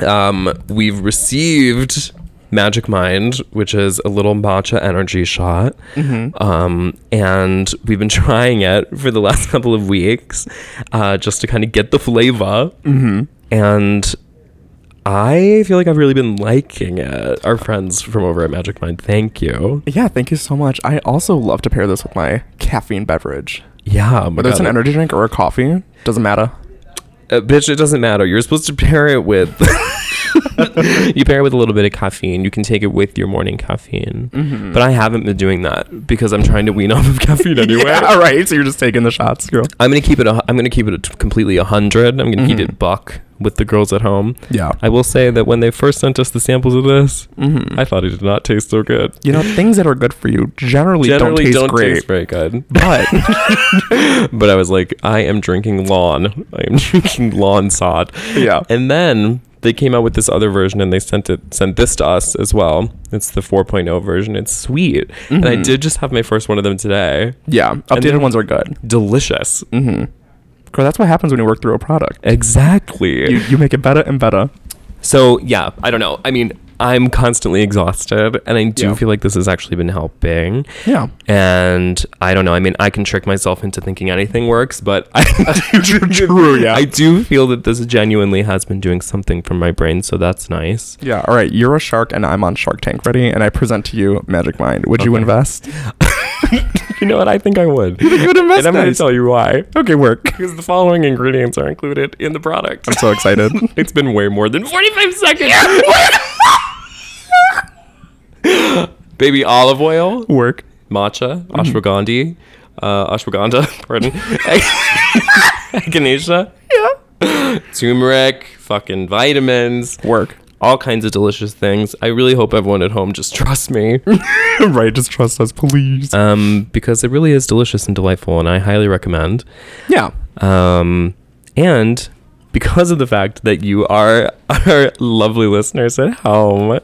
um, we've received Magic Mind, which is a little matcha energy shot.
Mm-hmm.
Um, and we've been trying it for the last couple of weeks uh, just to kind of get the flavor. Mm-hmm. And I feel like I've really been liking it. Our friends from over at Magic Mind, thank you.
Yeah, thank you so much. I also love to pair this with my caffeine beverage.
Yeah, oh my
Whether it's
God,
an
I-
energy drink or a coffee, doesn't matter.
Uh, bitch, it doesn't matter. You're supposed to pair it with. you pair it with a little bit of caffeine. You can take it with your morning caffeine. But I haven't been doing that because I'm trying to wean off of caffeine anyway.
Mm-hmm. Yeah, all right. So you're just taking the shots, girl.
I'm gonna keep it. A, I'm gonna keep it a t- completely a hundred. I'm gonna keep it buck with the girls at home.
Mm-hmm. Yeah.
I will say that when they first sent us the samples of this, I thought it did not taste so good.
Mm-hmm. You know, things that are good for you generally,
Generally,
don't taste
don't
great.
taste very good.
But
but I was like, I am drinking lawn. I am drinking lawn sod.
Yeah.
And then they came out with this other version and they sent it sent this to us as well. It's the 4.0 version. It's sweet. And I did just have my first one of them today.
yeah, updated
then-
ones are good.
Delicious.
Girl, that's what happens when you work through a product.
Exactly.
You, you make it better and better.
so yeah, I don't know. I mean, I'm constantly exhausted and I do
Yeah.
feel like this has actually been helping.
Yeah.
And I don't know. I mean, I can trick myself into thinking anything works, but I
True, yeah.
I do feel that this genuinely has been doing something for my brain, so that's nice.
yeah, all right. You're a shark and I'm on Shark Tank ready, and I present to you Magic Mind. Would you
Okay.
invest?
You know what? I think I would.
Good investment.
and I'm going to tell you why.
Okay, work.
Because the following ingredients are included in the product.
I'm so excited.
It's been way more than 45 seconds. Baby olive oil,
work. Mm.
matcha, ashwagandhi, uh, ashwagandha, pardon, echinacea, turmeric, fucking vitamins,
Work.
all kinds of delicious things. I really hope everyone at home just trusts me.
right, just trust us, please.
um, because it really is delicious and delightful, and I highly recommend.
yeah.
Um, and because of the fact that you are our lovely listeners at home,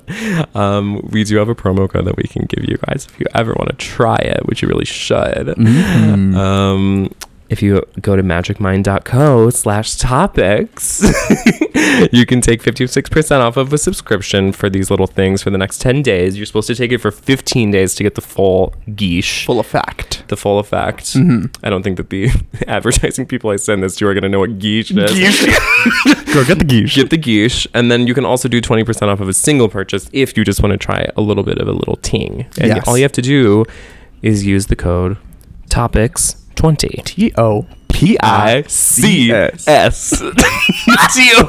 um, we do have a promo code that we can give you guys if you ever want to try it, which you really should. Um, if you go to magicmind.co slash topics, you can take 56% off of a subscription for these little things for the next 10 days. You're supposed to take it for 15 days to get the full geesh
Full effect.
the full effect. I don't think that the advertising people I send this to are going to know what geesh is.
Go get the geesh.
Get the geesh, and then you can also do 20% off of a single purchase if you just want to try a little bit of a little ting. And
Yes.
all you have to do is use the code TOPICS20.
T O
P I C S T O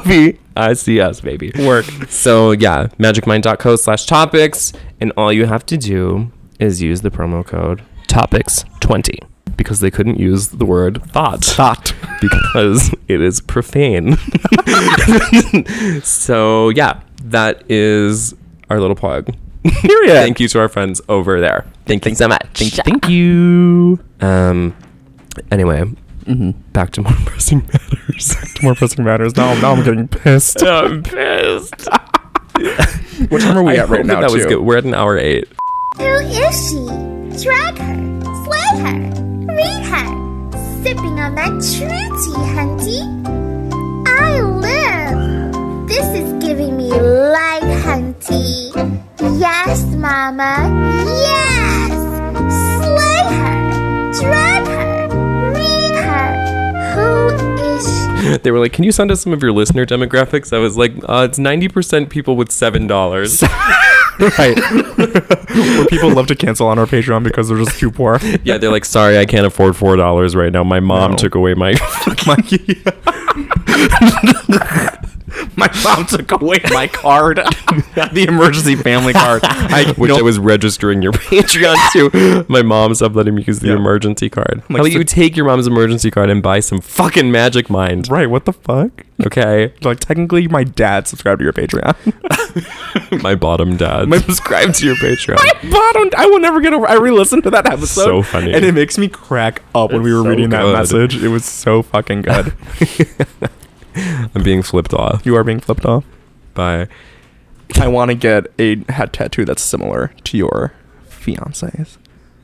P I C S, baby.
Work.
So yeah, magicmind.co slash topics. And all you have to do is use the promo code topics20 because they couldn't use the word thought. Thought. Because it is profane. so yeah, that is our little plug. Period. Thank you to our friends over there. Thank, you so much. Thank, thank you. Um. Anyway, back to more pressing matters.
More pressing matters. Now, now I'm getting pissed.
I'm pissed.
What time are we at right now,
That was
too?
good. We're at an hour eight.
Who is she? Drag her, slay her, read her, sipping on that true tea, hunty. I live. This is giving me life, hunty. Yes, mama, yes. Slay her, drag her, read her. Who is she?
They were like, "Can you send us some of your listener demographics?" I was like, uh, "It's ninety percent people with seven dollars."
right. Where people love to cancel on our Patreon because they're just too poor.
yeah, they're like, "Sorry, I can't afford four dollars right now. My mom
No.
took away my."
Mikey. My mom took away my card, the emergency family card. I
Which I was registering your Patreon to. My mom stopped letting me use the
Yeah.
emergency card.
like,
How about
so-
you take your mom's emergency card and buy some fucking Magic Mind?
right. What the fuck?
Okay,
Like technically, my dad subscribed to your Patreon.
my bottom dad.
My- subscribe
to your Patreon.
I bottomed. I will never get over. I re-listened to that episode.
So funny.
and it makes me crack up when we were
so
reading that
good.
message. It was so fucking good.
I'm being flipped off
you are being flipped off.
by.
I want to get a hat tattoo that's similar to your fiance's.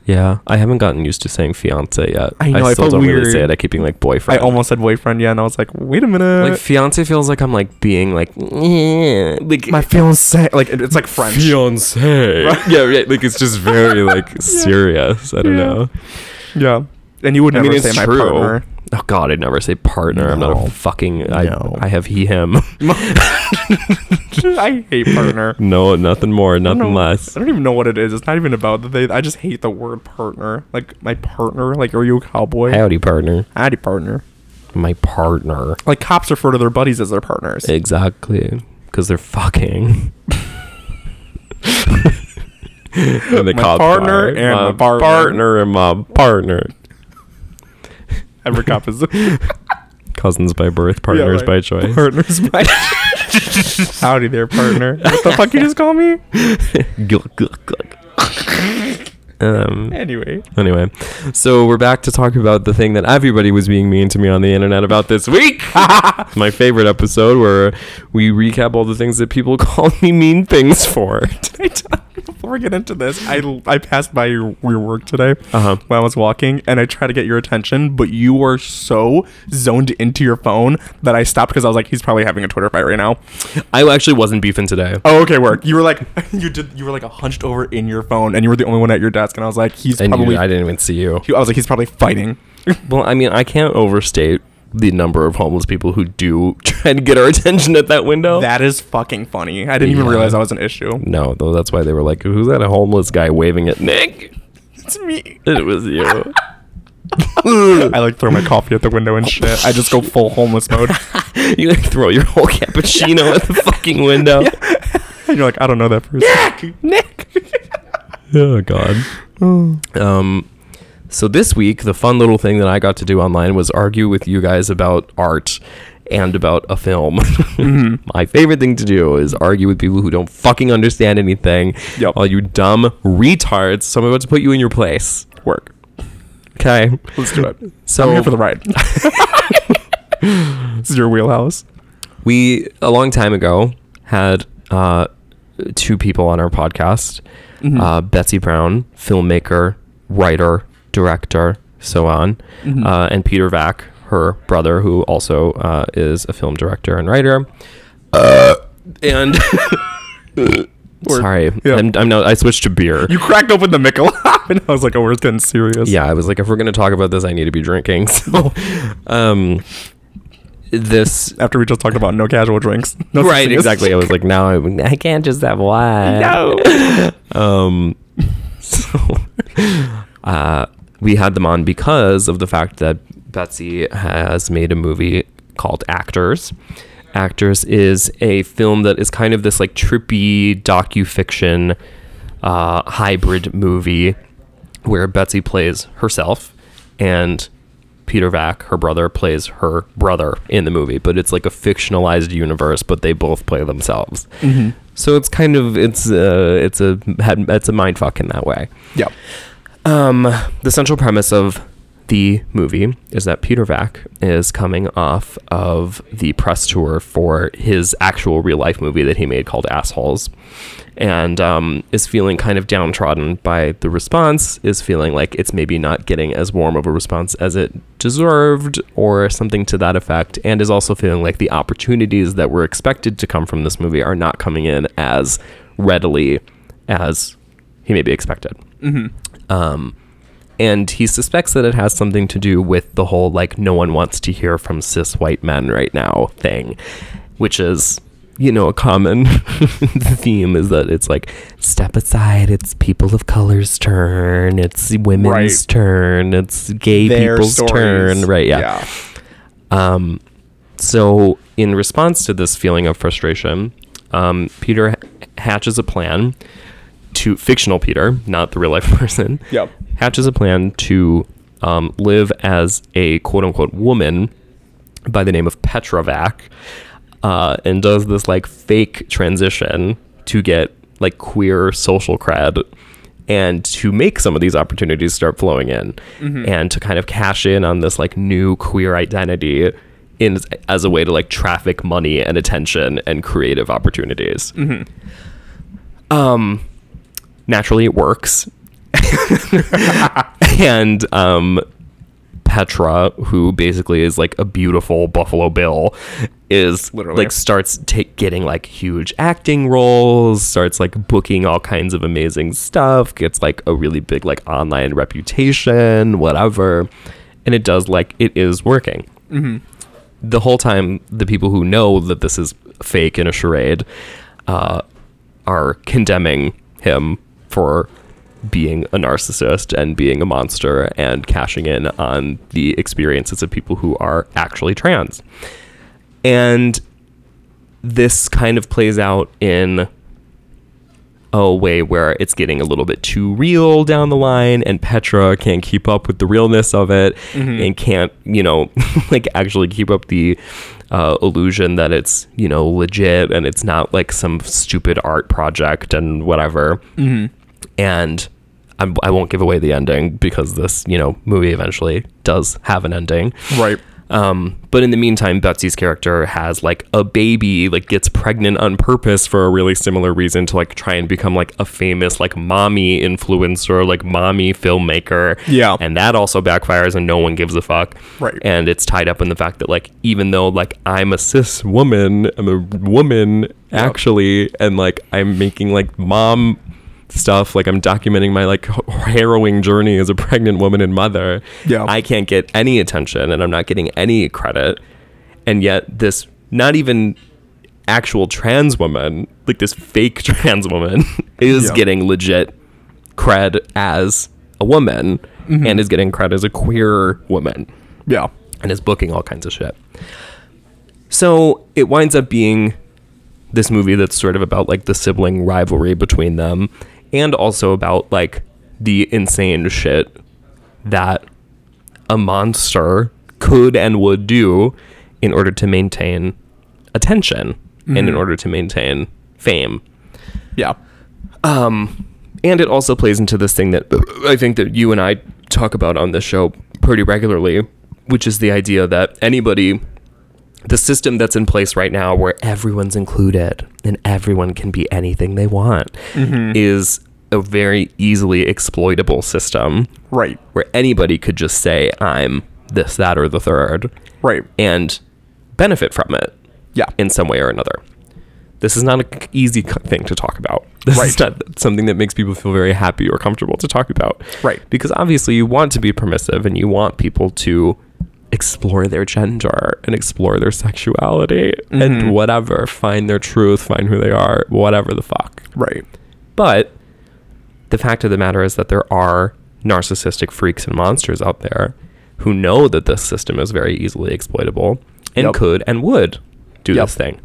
Yeah, I haven't gotten used to saying fiance yet.
I know, I
still
felt
don't really
weird.
say it. I keep being like
I
boyfriend.
almost said boyfriend, yeah, and I was like, wait a minute.
like fiance feels like I'm like being like "Eh," like
my fiance, like it- it's like French.
fiance. yeah, right. Like it's just very like serious. I don't
Yeah.
know.
yeah, and you would never say my partner.
Oh God, I'd never say partner. I'm not
No.
a fucking. I
No.
I have he him.
I hate partner.
no, nothing more, nothing
No,
less.
I don't even know what it is. It's not even about that. They, I just hate the word partner. Like my partner. Like are you a cowboy?
Howdy, partner.
Howdy, partner.
My partner.
Like cops refer to their buddies as their partners.
Exactly, because they're fucking. and the
My
cops
partner
are,
and
my
my partner.
partner and my partner.
Every cop is
Cousins by birth, partners
right.
by choice.
partners. By Howdy there, partner. What the fuck you just call me?
Gluck, gluck, gluck. um.
Anyway,
Anyway, so we're back to talk about the thing that everybody was being mean to me on the internet about this week. My favorite episode where we recap all the things that people call me mean things for.
I t- before we get into this, I, I passed by your, your work today
Uh-huh.
when I was walking, and I tried to get your attention, but you were so zoned into your phone that I stopped because I was like, he's probably having a Twitter fight right now.
I actually wasn't beefing today.
Oh, okay, work. You were like, you did, you were like a hunched over in your phone, and you were the only one at your desk, and I was like, he's
And
probably.
you, I didn't even see you.
I was like, he's probably fighting.
Well, I mean, I can't overstate the number of homeless people who do try to get our attention at that window.
That is fucking funny. I didn't even
Yeah.
realize that was an issue.
no, though that's why they were like, "Who's that? A homeless guy waving at Nick?"
It's me.
It was you.
I like throw my coffee at the window and shit. I just go full homeless mode.
you like throw your whole cappuccino at the fucking window.
And you're like, I don't know that person. Nick, Nick.
Oh God.
Hmm.
Um, so this week, the fun little thing that I got to do online was argue with you guys about art and about a film.
Mm-hmm.
My favorite thing to do is argue with people who don't fucking understand anything.
Yep.
All you dumb retards. So I'm about to put you in your place.
Work.
Okay.
Let's do it.
So
I'm here for the ride. this is your wheelhouse.
we a long time ago had uh, two people on our podcast
Mm-hmm.
uh, betsy brown filmmaker writer director so on
Mm-hmm.
uh, and peter vack her brother who also uh, is a film director and writer Uh, and sorry
Yeah.
I'm, I'm not i switched to beer
You cracked open the Michelob, and I was like, oh, we're getting serious.
yeah, I was like, if we're gonna talk about this, I need to be drinking. So, um, this
After we just talked about no casual drinks. No such
right
thing as-
exactly i was like now I, I can't just have one no um so uh we had them on because of the fact that Betsy has made a movie called Actors. Actors is a film that is kind of this like trippy docu-fiction uh, hybrid movie where Betsy plays herself and Peter Vac, her brother, plays her brother in the movie, but it's like a fictionalized universe, but they both play themselves. So it's kind of it's uh, it's a it's a mind fuck in that way
Yep.
um, the central premise of the movie is that Peter Vac is coming off of the press tour for his actual real life movie that he made called Assholes and um, is feeling kind of downtrodden by the response, is feeling like it's maybe not getting as warm of a response as it deserved or something to that effect, and is also feeling like the opportunities that were expected to come from this movie are not coming in as readily as he maybe expected and he suspects that it has something to do with the whole like no one wants to hear from cis white men right now thing which is you know a common theme is that it's like step aside it's people of color's turn it's women's
Right.
turn it's gay
Their
people's
stories.
turn right yeah. Um, so, in response to this feeling of frustration, um, Peter h- hatches a plan to fictional Peter, not the real life person.
Yep.
Hatches a plan to um, live as a quote unquote woman by the name of Petrovac, uh, and does this like fake transition to get like queer social cred and to make some of these opportunities start flowing in and to kind of cash in on this like new queer identity in as a way to like traffic money and attention and creative opportunities. Um, naturally, it works. and um, Petra, who basically is like a beautiful Buffalo Bill, is
Literally.
like starts ta- getting like huge acting roles, starts like booking all kinds of amazing stuff, gets like a really big like online reputation, whatever. And it does like it is working the whole time the people who know that this is fake and a charade uh, are condemning him for being a narcissist and being a monster and cashing in on the experiences of people who are actually trans. And this kind of plays out in a way where it's getting a little bit too real down the line and Petra can't keep up with the realness of it and can't, you know, like actually keep up the uh, illusion that it's, you know, legit and it's not like some stupid art project and whatever. And I'm, I won't give away the ending because this, you know, movie eventually does have an ending.
Right.
Um, but in the meantime, Betsy's character has like a baby, like gets pregnant on purpose for a really similar reason to like try and become like a famous like mommy influencer, like mommy filmmaker.
Yeah.
And that also backfires and no one gives a fuck.
Right.
And it's tied up in the fact that like even though like I'm a cis woman, I'm a woman actually, and like I'm making like mom stuff like i'm documenting my like h- harrowing journey as a pregnant woman and mother
Yeah.
i can't get any attention and i'm not getting any credit and yet this not even actual trans woman like this fake trans woman is
Yeah.
getting legit cred as a woman
Mm-hmm.
and is getting cred as a queer woman
Yeah.
and is booking all kinds of shit. So it winds up being this movie that's sort of about like the sibling rivalry between them and also about like the insane shit that a monster could and would do in order to maintain attention and in order to maintain fame
Yeah.
and it also plays into this thing that I think that you and I talk about on this show pretty regularly, which is the idea that anybody, the system that's in place right now, where everyone's included and everyone can be anything they want, is a very easily exploitable system
Right.
where anybody could just say, "I'm this, that, or the third,
Right.
and benefit from it
Yeah.
in some way or another. This is not an easy c- thing to talk about. This is
Right.
not something that makes people feel very happy or comfortable to talk about.
Right.
Because obviously you want to be permissive and you want people to explore their gender and explore their sexuality
Mm-hmm.
and whatever, find their truth, find who they are, whatever the fuck.
right.
But the fact of the matter is that there are narcissistic freaks and monsters out there who know that this system is very easily exploitable and
Yep.
could and would do
Yep.
this thing.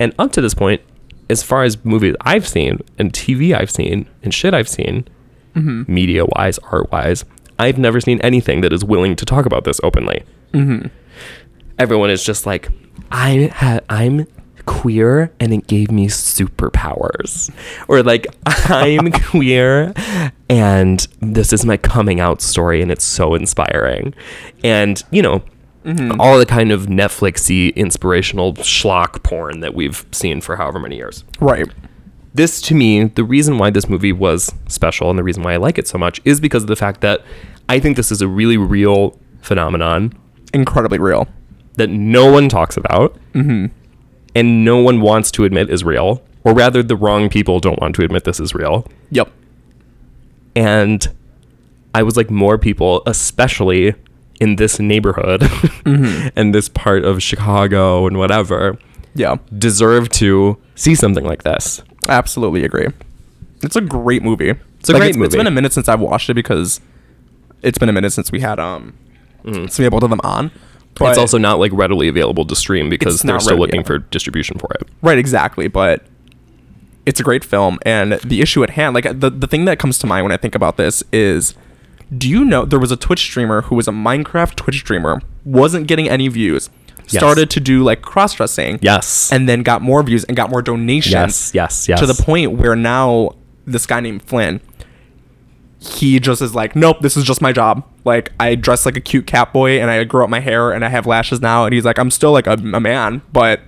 And up to this point, as far as movies I've seen and TV I've seen and shit I've seen, media wise, art wise, I've never seen anything that is willing to talk about this openly. Everyone is just like, I ha- I'm queer and it gave me superpowers. Or like, I'm queer and this is my coming out story and it's so inspiring. And, you know, all the kind of Netflixy inspirational schlock porn that we've seen for however many years
Right.
this to me, the reason why this movie was special and the reason why I like it so much is because of the fact that I think this is a really real phenomenon
Incredibly real.
that no one talks about and no one wants to admit is real, or rather, the wrong people don't want to admit this is real.
Yep.
And I was like, more people, especially in this neighborhood and this part of Chicago and whatever,
Yeah.
deserve to see something like this.
Absolutely agree. It's a great movie. It's
a
It's
great
been
movie.
a minute since I've watched it because it's been a minute since we had um some people to them on. But
Mm-hmm. it's also not like readily available to stream because
It's
they're
not
still
readily
looking for
available.
distribution for it.
Right, exactly. But it's a great film, and the issue at hand, like the the thing that comes to mind when I think about this is, do you know there was a Twitch streamer who was a Minecraft Twitch streamer, wasn't getting any views,
Yes.
started to do like cross dressing,
Yes.
and then got more views and got more donations,
Yes, yes, yes.
to the point where now this guy named Flynn. He just is like, nope, this is just my job. Like, I dress like a cute cat boy and I grow up my hair and I have lashes now. And he's like, I'm still like a, a man, but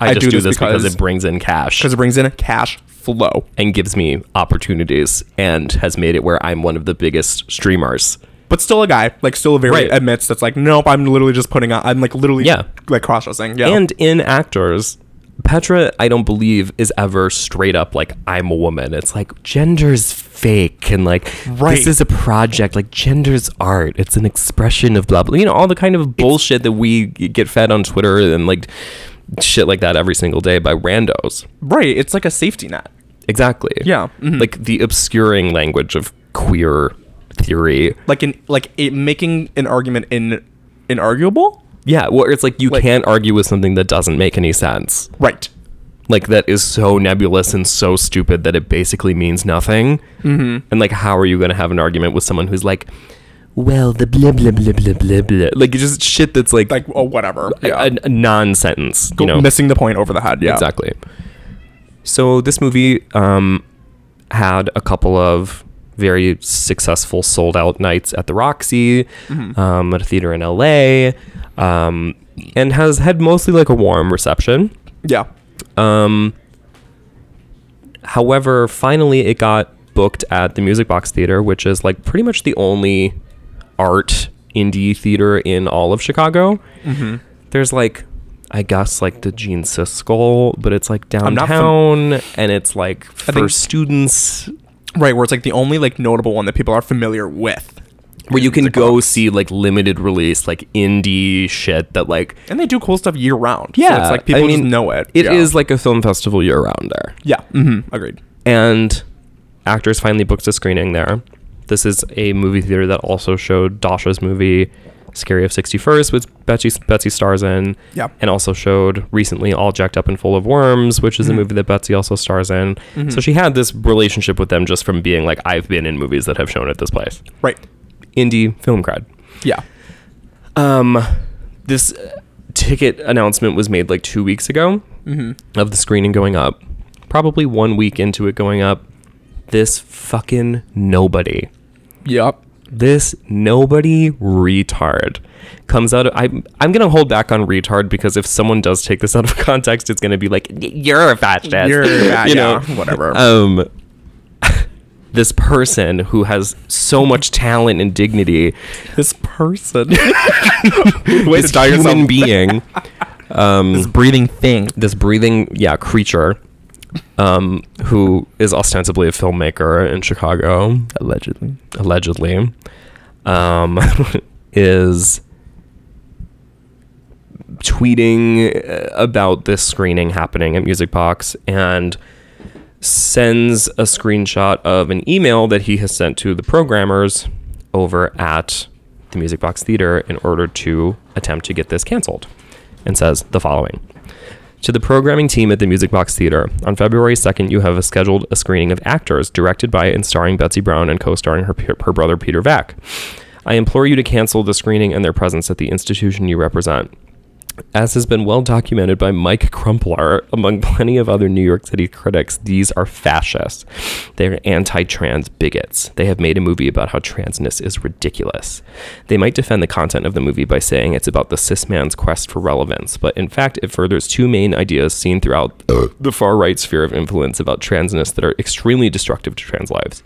I, just do, this because, it brings in cash
because it brings in cash flow.
and gives me opportunities and has made it where I'm one of the biggest streamers.
But still a guy, like still a very
Right.
admits that's like, nope, I'm literally just putting on I'm like literally
Yeah.
like cross dressing. Yeah.
And in actors, Petra, I don't believe, is ever straight up like, I'm a woman. It's like, gender's fake. And like,
Right.
this is a project. Like, gender's art. It's an expression of blah, blah. You know, all the kind of bullshit that we get fed on Twitter and like shit like that every single day by randos.
right. It's like a safety net.
Exactly.
Yeah. Mhm.
Like the obscuring language of queer theory.
Like in like it making an argument in inarguable?
Yeah, well, it's like you
Like-
can't argue with something that doesn't make any sense.
Right.
Like that is so nebulous and so stupid that it basically means nothing. Mm-hmm. And like, how are you going to have an argument with someone who's like, well, the blah blah blah blah blah blah, like it's just shit that's like,
Like oh whatever.
a,
Yeah.
a- a non-sentence.
Go-
you know,
missing the point over the head. Yeah.
Exactly. So this movie um, had a couple of very successful sold out nights at the Roxy, um, at a theater in LA, um, and has had mostly like a warm reception.
Yeah.
Um, however, finally it got booked at the Music Box Theater, which is like pretty much the only art indie theater in all of Chicago. Mm-hmm. There's like, I guess like the Gene Siskel, but it's like
not fam-
downtown and it's like for
think-
students
Right, where it's like the only like notable one that people are familiar with.
where you can
Music
go
Box.
see like limited release, like indie shit that like,
And they do cool stuff year round. So
yeah,
it's like
I
people just
mean,
know it.
It is
yeah.
like a film festival year round there.
Yeah. hmm Agreed.
and actors finally booked a screening there. This is a movie theater that also showed Dasha's movie Scary of 61st, which Betsy, Betsy stars in,
Yeah.
and also showed recently All Jacked Up and Full of Worms, which is a movie that Betsy also stars in. So she had this relationship with them just from being like, I've been in movies that have shown at this place.
Right.
Indie film crowd.
Yeah.
Um, this uh, ticket announcement was made like two weeks ago
Mm-hmm.
of the screening going up. Probably one week into it going up, this fucking nobody,
Yep.
this nobody retard comes out. Of, I'm I'm gonna hold back on retard because if someone does take this out of context, it's gonna be like you're a fascist.
You're, yeah,
you know,
yeah, whatever.
um this person who has so much talent and dignity
this person. Way
this human being um,
this breathing thing.
this breathing yeah creature um who is ostensibly a filmmaker in chicago allegedly allegedly um is tweeting uh, about this screening happening at music box and sends a screenshot of an email that he has sent to the programmers over at the Music Box Theater in order to attempt to get this canceled, and says the following. To the programming team at the Music Box Theater, on February 2nd, you have a scheduled a screening of Actors, directed by and starring Betsy Brown and co starring her, pe- her brother Peter Vack. I implore you to cancel the screening and their presence at the institution you represent. As has been well documented by Mike Crumpler, among plenty of other New York City critics, these are fascists. They're anti trans bigots. They have made a movie about how transness is ridiculous. They might defend the content of the movie by saying it's about the cis man's quest for relevance, but in fact, it furthers two main ideas seen throughout the far right sphere of influence about transness that are extremely destructive to trans lives.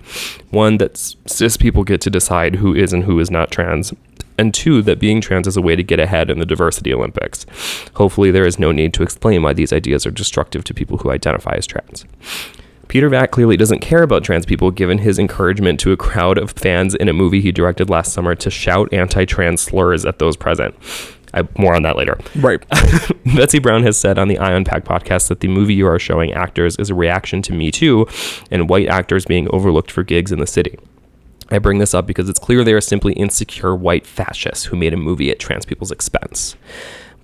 One, that s- cis people get to decide who is and who is not trans, and two, that being trans is a way to get ahead in the diversity Olympics. Hopefully, there is no need to explain why these ideas are destructive to people who identify as trans. Peter Vack clearly doesn't care about trans people, given his encouragement to a crowd of fans in a movie he directed last summer to shout anti trans slurs at those present. I, more on that later.
Right.
Betsy Brown has said on the Ion Pack podcast that the movie you are showing actors is a reaction to Me Too and white actors being overlooked for gigs in the city. I bring this up because it's clear they are simply insecure white fascists who made a movie at trans people's expense.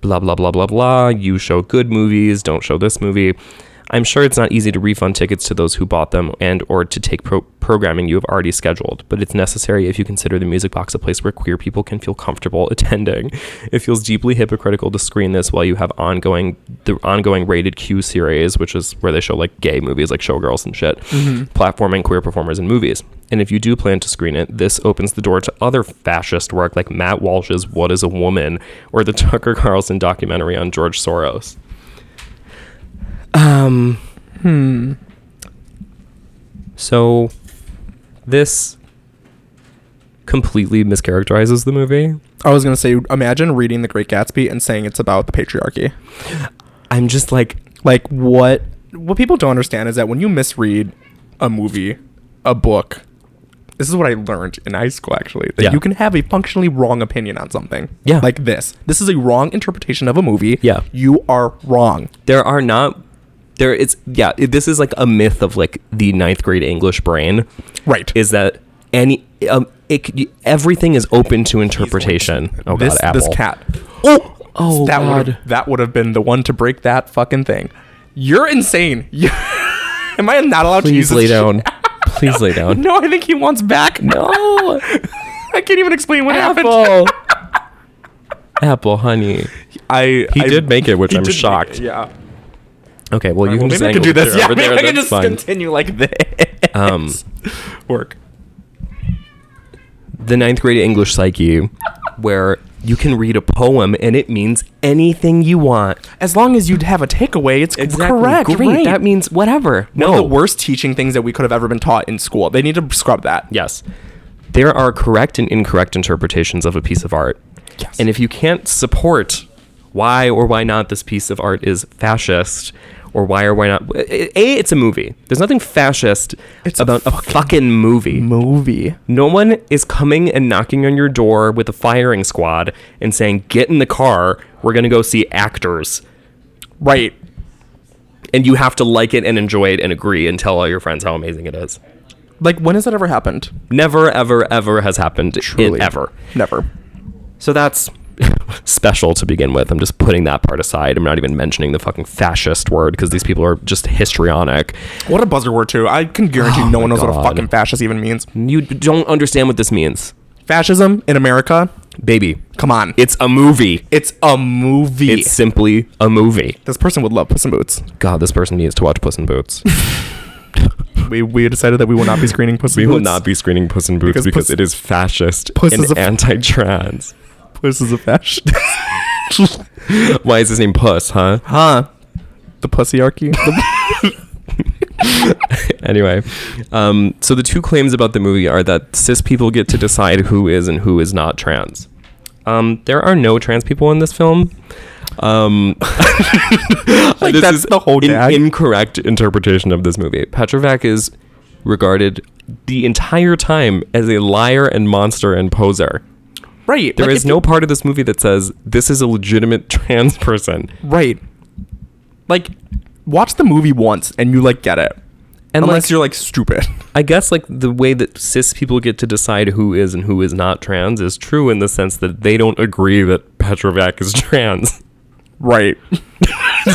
Blah, blah, blah, blah, blah. You show good movies, don't show this movie. I'm sure it's not easy to refund tickets to those who bought them and or to take pro- programming you have already scheduled, but it's necessary if you consider the music box a place where queer people can feel comfortable attending. It feels deeply hypocritical to screen this while you have ongoing the ongoing rated Q series, which is where they show like gay movies like Showgirls and shit, platforming queer performers in movies. And if you do plan to screen it, this opens the door to other fascist work like Matt Walsh's What is a Woman or the Tucker Carlson documentary on George Soros. Um. Hmm. So, this completely mischaracterizes the movie.
I was gonna say, imagine reading The Great Gatsby and saying it's about the patriarchy.
I'm just like,
Like what? What people don't understand is that when you misread a movie, a book, this is what I learned in high school actually that
Yeah.
you can have a functionally wrong opinion on something.
Yeah.
Like this. This is a wrong interpretation of a movie.
Yeah.
You are wrong.
there are not. There is yeah. it- This is like a myth of like the ninth grade English brain.
Right.
Is that any um it c- y- everything is open to interpretation. Oh god,
this
Apple.
this cat.
Oh, oh
that
god.
would that would have been the one to break that fucking thing. You're insane. You- Am I not allowed to use
Please
this
lay
shit?
down. Please lay down.
No, I think he wants back.
No.
I can't even explain what happened.
Apple. Apple, honey.
I
He did make it, which I'm shocked.
Yeah.
Okay, well, you
Well, maybe
can just
I can
angle
do
the
this.
chair
Yeah,
over
maybe
there.
I can
that's
just
fine.
continue like this.
Um,
Work.
the ninth grade English psyche, where you can read a poem and it means anything you want.
As long as you'd have a takeaway, it's correct.
Great.
right.
That means whatever.
one
No.
of the worst teaching things that we could have ever been taught in school. They need to scrub that.
Yes. There are correct and incorrect interpretations of a piece of art.
Yes.
And if you can't support why or why not this piece of art is fascist, or why or why not, A, it's a movie. There's nothing fascist
It's a
about a fucking, movie.
Movie.
No one is coming and knocking on your door with a firing squad and saying, get in the car, we're going to go see actors.
Right.
And you have to like it and enjoy it and agree and tell all your friends how amazing it is.
Like when has that ever happened?
Never, ever, ever has happened in ever.
Never.
So that's special to begin with. I'm just putting that part aside. I'm not even mentioning the fucking fascist word because these people are just histrionic.
What a buzzword too. I can guarantee no one knows what a
Oh God.
fucking fascist even means.
You don't understand what this means.
Fascism in America.
Baby,
Come on.
it's a movie.
It's a movie.
It's simply a movie.
this person would love Puss in Boots.
God, this person needs to watch Puss in Boots.
We, we decided that we will not be screening Puss in
we
Boots.
will not be screening Puss in Boots
Because
because,
Puss-
it is fascist
Puss
and
is a f-
anti-trans.
Puss is a fascist.
Why is his name Puss, huh?
huh? The pussyarchy. The-
anyway, um, so the two claims about the movie are that cis people get to decide who is and who is not trans. Um, there are no trans people in this film. Um,
Like,
this
that's
is
the whole
an
gag.
incorrect interpretation of this movie. Petrovac is regarded the entire time as a liar and monster and poser.
right.
There is
like, if
no
you-
part of this movie that says this is a legitimate trans person.
right. Like, watch the movie once and you like get it.
And
Unless
like,
you're like stupid.
I guess like the way that cis people get to decide who is and who is not trans is true in the sense that they don't agree that Petrovac is trans.
Right.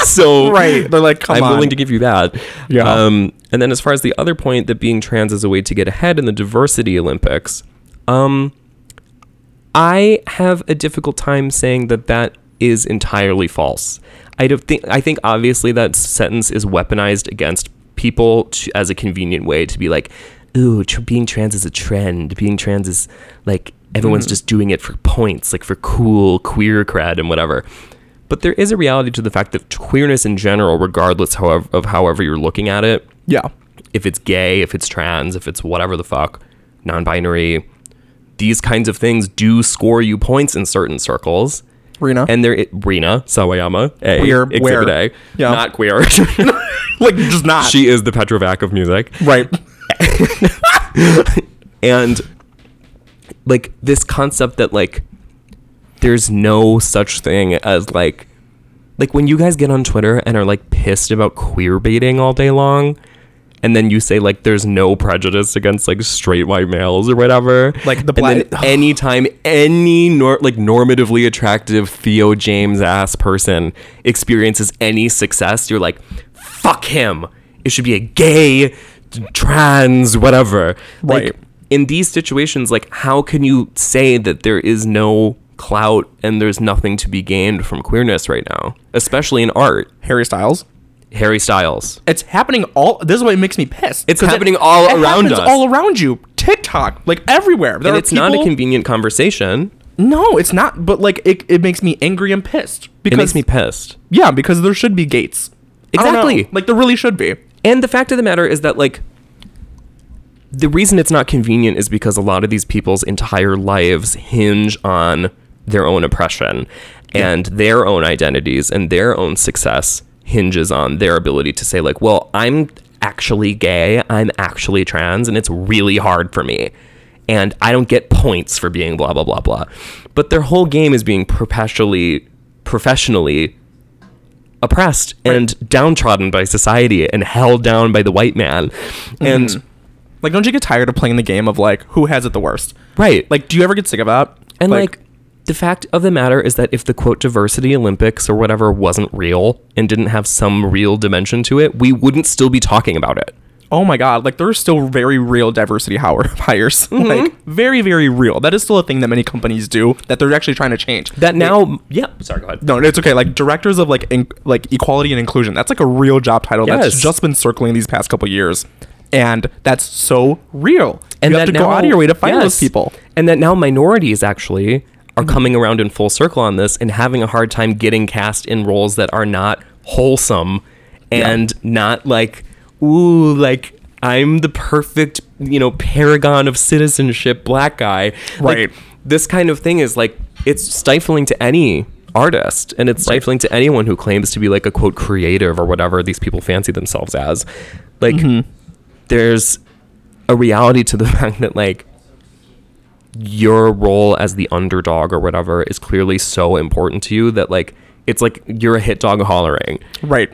so
Right. They're like, come
I'm
on.
willing to give you that.
Yeah.
Um, and then as far as the other point that being trans is a way to get ahead in the diversity Olympics, um, I have a difficult time saying that that is entirely false. I don't think I think obviously that sentence is weaponized against people to, as a convenient way to be like, ooh, tr- being trans is a trend. Being trans is like everyone's just doing it for points, like for cool queer cred and whatever. But there is a reality to the fact that queerness in general, regardless however, of however you're looking at it,
yeah.
if it's gay, if it's trans, if it's whatever the fuck, non binary, these kinds of things do score you points in certain circles.
Rena.
And there, i Rena Sawayama, A,
Queer,
exhibit
where?
A,
Yeah.
not queer.
like just not.
she is the Petrovac of music.
right.
and like this concept that like there's no such thing as like like when you guys get on Twitter and are like pissed about queer baiting all day long and then you say like there's no prejudice against like straight white males or whatever
Like, the
and
black-
then anytime any nor- like normatively attractive Theo James ass person experiences any success you're like fuck him it should be a gay trans whatever
Right.
like in these situations like how can you say that there is no clout and there's nothing to be gained from queerness right now especially in art
Harry Styles.
harry styles
It's happening all. This is what makes me pissed.
It's
'Cause
happening all
it
around
happens
us.
All around you. TikTok, like everywhere. There
and
are
it's not a
people-
convenient conversation
No, it's not. But like, it, it makes me angry and pissed. Because
it makes me pissed
Yeah, because there should be gates. I don't know.
Exactly.
Like there really should be.
And the fact of the matter is that, like, the reason it's not convenient is because a lot of these people's entire lives hinge on their own oppression and their own identities and their own success hinges on their ability to say, like, well, I'm actually gay, I'm actually trans, and it's really hard for me. And I don't get points for being blah, blah, blah, blah. But their whole game is being perpetually, professionally oppressed and downtrodden by society and held down by the white man.
Mm-hmm.
And
Like, don't you get tired of playing the game of like who has it the worst?
right, like
Like, do you ever get sick of that?
and like, the fact of the matter is that if the quote diversity Olympics or whatever wasn't real and didn't have some real dimension to it, we wouldn't still be talking about it.
oh my god, like there's still very real diversity hire- hires.
Mm-hmm.
Like very, very real. That is still a thing that many companies do that they're actually trying to change.
That now, yeah, sorry, go ahead.
no, it's okay. Like directors of like in, like equality and inclusion. That's like a real job title that's
Yes.
just been circling these past couple years, and that's so real.
and
you
that
have to
now,
go out of your way to find those
yes.
people.
and that now minorities actually are coming around in full circle on this and having a hard time getting cast in roles that are not wholesome and not like ooh like i'm the perfect you know paragon of citizenship black guy Like,
Right.
this kind of thing is like it's stifling to any artist and it's stifling to anyone who claims to be like a quote creative or whatever these people fancy themselves as like there's a reality to the fact that like your role as the underdog or whatever is clearly so important to you that like it's like you're a hit dog hollering.
Right.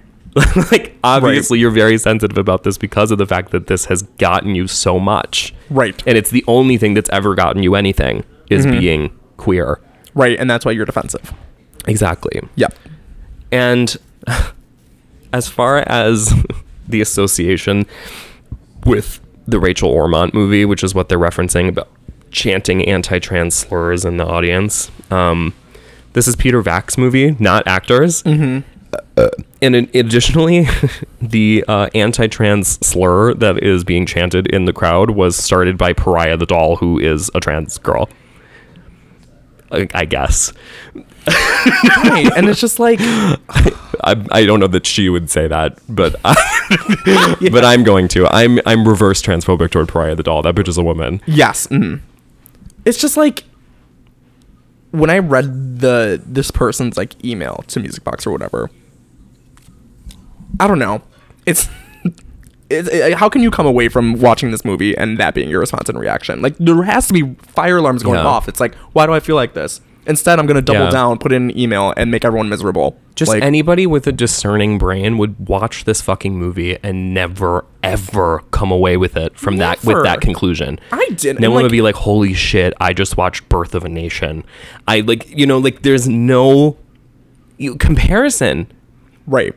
like obviously you're very sensitive about this because of the fact that this has gotten you so much.
Right.
And it's the only thing that's ever gotten you anything is being queer.
Right. And that's why you're defensive.
Exactly.
Yep.
And as far as the association with the Rachel Ormont movie, which is what they're referencing about chanting anti trans slurs in the audience, um, this is Peter Vack's movie, not actors. Mm-hmm. and in, additionally, the uh, anti trans slur that is being chanted in the crowd was started by Pariah the doll, who is a trans girl. I, I guess.
Right. and it's just like
I, I don't know that she would say that, but I, but I'm going to. I'm I'm reverse transphobic toward Pariah the doll. That bitch is a woman.
Yes. mhm. It's just like when I read the this person's like email to Music Box or whatever. I don't know. It's it's it, how can you come away from watching this movie and that being your response and reaction? Like there has to be fire alarms going
Yeah.
off. It's like why do I feel like this? Instead, I'm gonna double
Yeah.
down, put in an email, and make everyone miserable.
Just
like,
anybody with a discerning brain would watch this fucking movie and never ever come away with it from that
Never.
with that conclusion.
I didn't,
No one
like-
would be like, "Holy shit! I just watched Birth of a Nation." I like, you know, like there's no you, comparison,
right.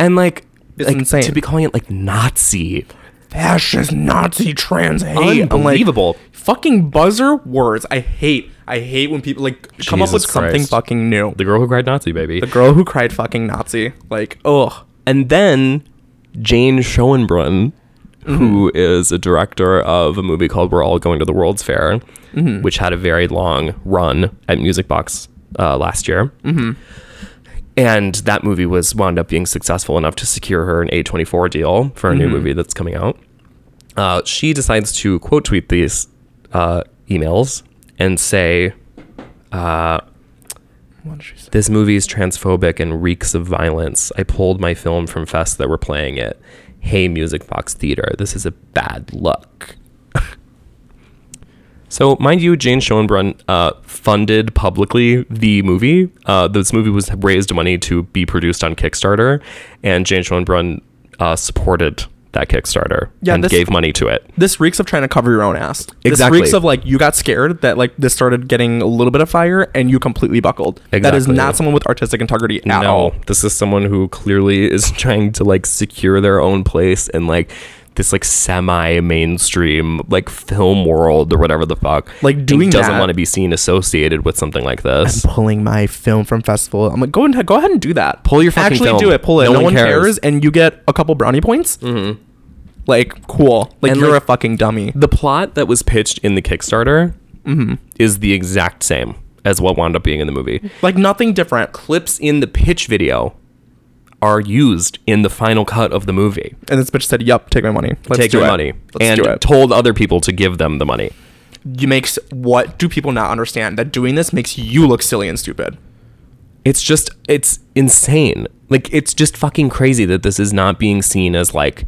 and like,
It's
like,
insane.
to be calling it like Nazi,
Fascist Nazi trans hate. I'm like,
unbelievable.
fucking buzzer words. I hate. I hate when people like come up
Jesus
with something
Christ.
fucking new.
the girl who cried Nazi, baby.
The girl who cried fucking Nazi. Like, ugh.
and then Jane Schoenbrunn, who is a director of a movie called We're All Going to the World's Fair, which had a very long run at Music Box uh, last year. And that movie was wound up being successful enough to secure her an A24 deal for a new movie that's coming out. Uh, she decides to quote tweet these uh, emails and say, uh,
What did she say?
This movie is transphobic and reeks of violence. I pulled my film from fests that were playing it. Hey, Music Box Theater, this is a bad look. so, mind you, Jane Schoenbrunn uh, funded publicly the movie. Uh, this movie was raised money to be produced on Kickstarter, and Jane Schoenbrunn uh, supported that Kickstarter
Yeah,
and
this-
gave money to it.
This reeks of trying to cover your own ass.
Exactly.
This reeks of like you got scared that like this started getting a little bit of fire and you completely buckled. That is
Exactly.
not someone with artistic integrity at all.
This is someone who clearly is trying to like secure their own place in like this like semi mainstream like film world or whatever the fuck.
Like,
And
doing
doesn't
that-
want to be seen associated with something like this.
pulling my film from festival. I'm like, go and go ahead and do that.
Pull your fucking
actually
film.
do it. Pull it. No,
No
one,
one
cares.
cares.
and you get a couple brownie points. Mm-hmm. Like, cool. Like
And,
you're
like-
a fucking dummy.
The plot that was pitched in the Kickstarter
Mm-hmm.
is the exact same as what wound up being in the movie.
Like nothing different.
Clips in the pitch video are used in the final cut of the movie.
And this bitch said, "Yup, take my money. Let's
Take
do
your
it.
money
Let's
and
do it."
told other people to give them the money.
you makes what do people not understand that doing this makes you look silly and stupid.
it's just it's insane like it's just fucking crazy that this is not being seen as like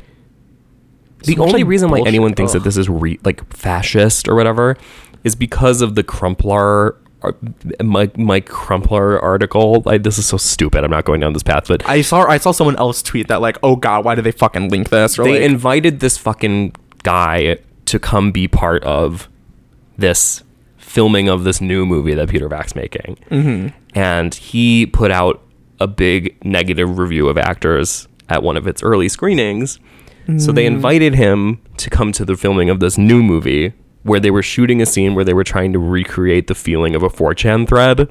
the
So much,
only
like,
reason why
bullshit.
anyone thinks
Ugh.
that this is re- like fascist or whatever is because of the crumpler ar- Mike Mike Crumpler article. Like this is so stupid. I'm not going down this path, but
I saw I saw someone else tweet that like, oh god, why did they fucking link this? Or
they
like,
invited this fucking guy to come be part of this filming of this new movie that Peter Vack's making.
Mm-hmm.
And he put out a big negative review of actors at one of its early screenings. So
Mm.
they invited him to come to the filming of this new movie where they were shooting a scene where they were trying to recreate the feeling of a 4chan thread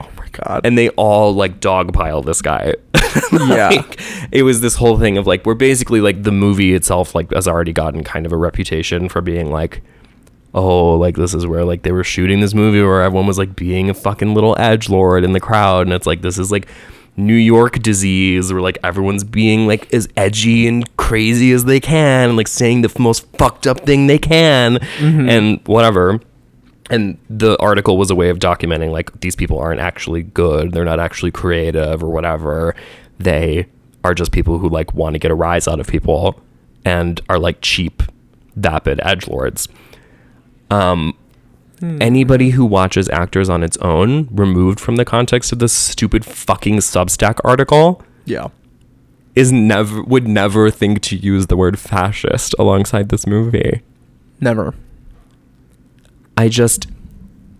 oh my god,
and they all like dogpile this guy.
Yeah.
Like, it was this whole thing of like we're basically like the movie itself like has already gotten kind of a reputation for being like oh like this is where like they were shooting this movie where everyone was like being a fucking little edge lord in the crowd and it's like this is like New York disease where like everyone's being like as edgy and crazy as they can and like saying the f- most fucked up thing they can and whatever and the article was a way of documenting like these people aren't actually good they're not actually creative or whatever they are just people who like want to get a rise out of people and are like cheap vapid edge lords um anybody who watches actors on its own removed from the context of this stupid fucking substack article
yeah.
is never would never think to use the word fascist alongside this movie
Never.
I just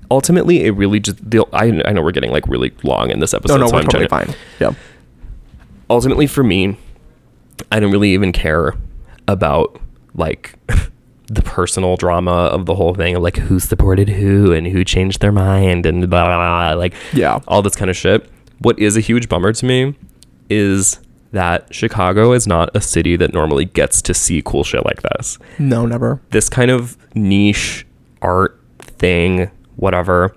ultimately it really just the I, I know we're getting like really long in this episode.
No, no,
so
we're
I'm
totally
trying to-
fine. Yeah.
Ultimately, for me, I don't really even care about like the personal drama of the whole thing, of like who supported who and who changed their mind and blah blah blah, like
Yeah.
all this kind of shit. What is a huge bummer to me is that Chicago is not a city that normally gets to see cool shit like this
No, never.
this kind of niche art thing, whatever,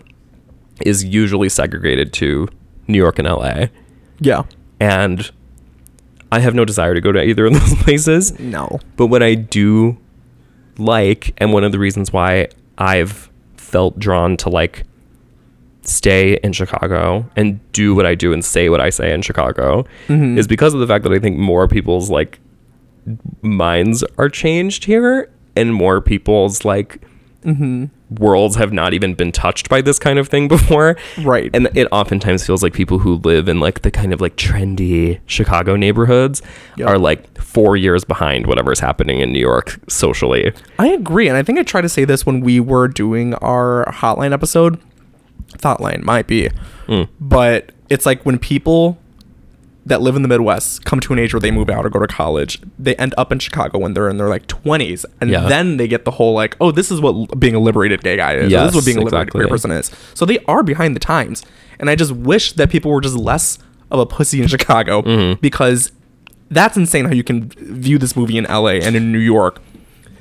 is usually segregated to New York and LA.
Yeah.
And I have no desire to go to either of those places.
No.
But what I do like, and one of the reasons why I've felt drawn to like stay in Chicago and do what I do and say what I say in Chicago, is because of the fact that I think more people's like minds are changed here and more people's like
Mm-hmm.
worlds have not even been touched by this kind of thing before.
Right.
And it oftentimes feels like people who live in like the kind of like trendy Chicago neighborhoods
Yep.
are like four years behind whatever's happening in New York socially.
I agree, and I think I tried to say this when we were doing our hotline episode. Thought line might be,
Hmm.
but it's like when people that live in the Midwest come to an age where they move out or go to college, they end up in Chicago when they're in their like twenties, and
Yeah.
then they get the whole like, oh, this is what l- being a liberated gay guy is. this
Yes,
is what being a liberated
exactly.
queer person is. So they are behind the times, and I just wish that people were just less of a pussy in Chicago
Mm-hmm.
because that's insane how you can view this movie in LA and in New York.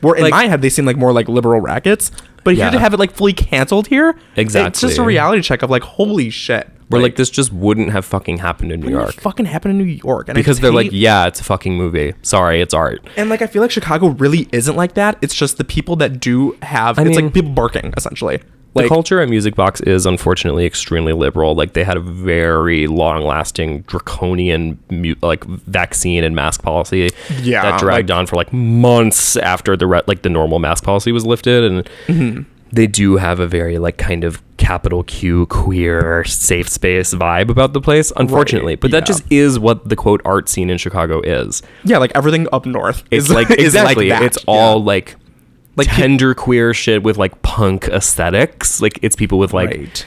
Where in
Like-
my head they seem like more like liberal rackets, but here to
Yeah.
have it like fully canceled here, it's just a
Exactly.
reality check of like, holy shit,
Where like this just wouldn't have fucking happened in New
wouldn't
York.
have fucking happened in New York, and I
because
just
they're like,
hate-
yeah, it's a fucking movie. Sorry, it's art.
and like I feel like Chicago really isn't like that. It's just the people that do have,
I
it's
mean-
like people barking essentially.
the
Like
culture at Music Box is unfortunately extremely liberal. Like they had a very long-lasting draconian mu- like vaccine and mask policy
Yeah,
that dragged
like-
on for like months after the re- like the normal mask policy was lifted and
Mm-hmm.
they do have a very like kind of capital Q queer safe space vibe about the place unfortunately. but
yeah.
that just is what the quote art scene in Chicago is.
yeah, like everything up north
It's
is
like
is
exactly.
that.
It's all
Yeah.
like
Like
like
pe-
tender queer shit with like punk aesthetics. Like it's people with like,
right,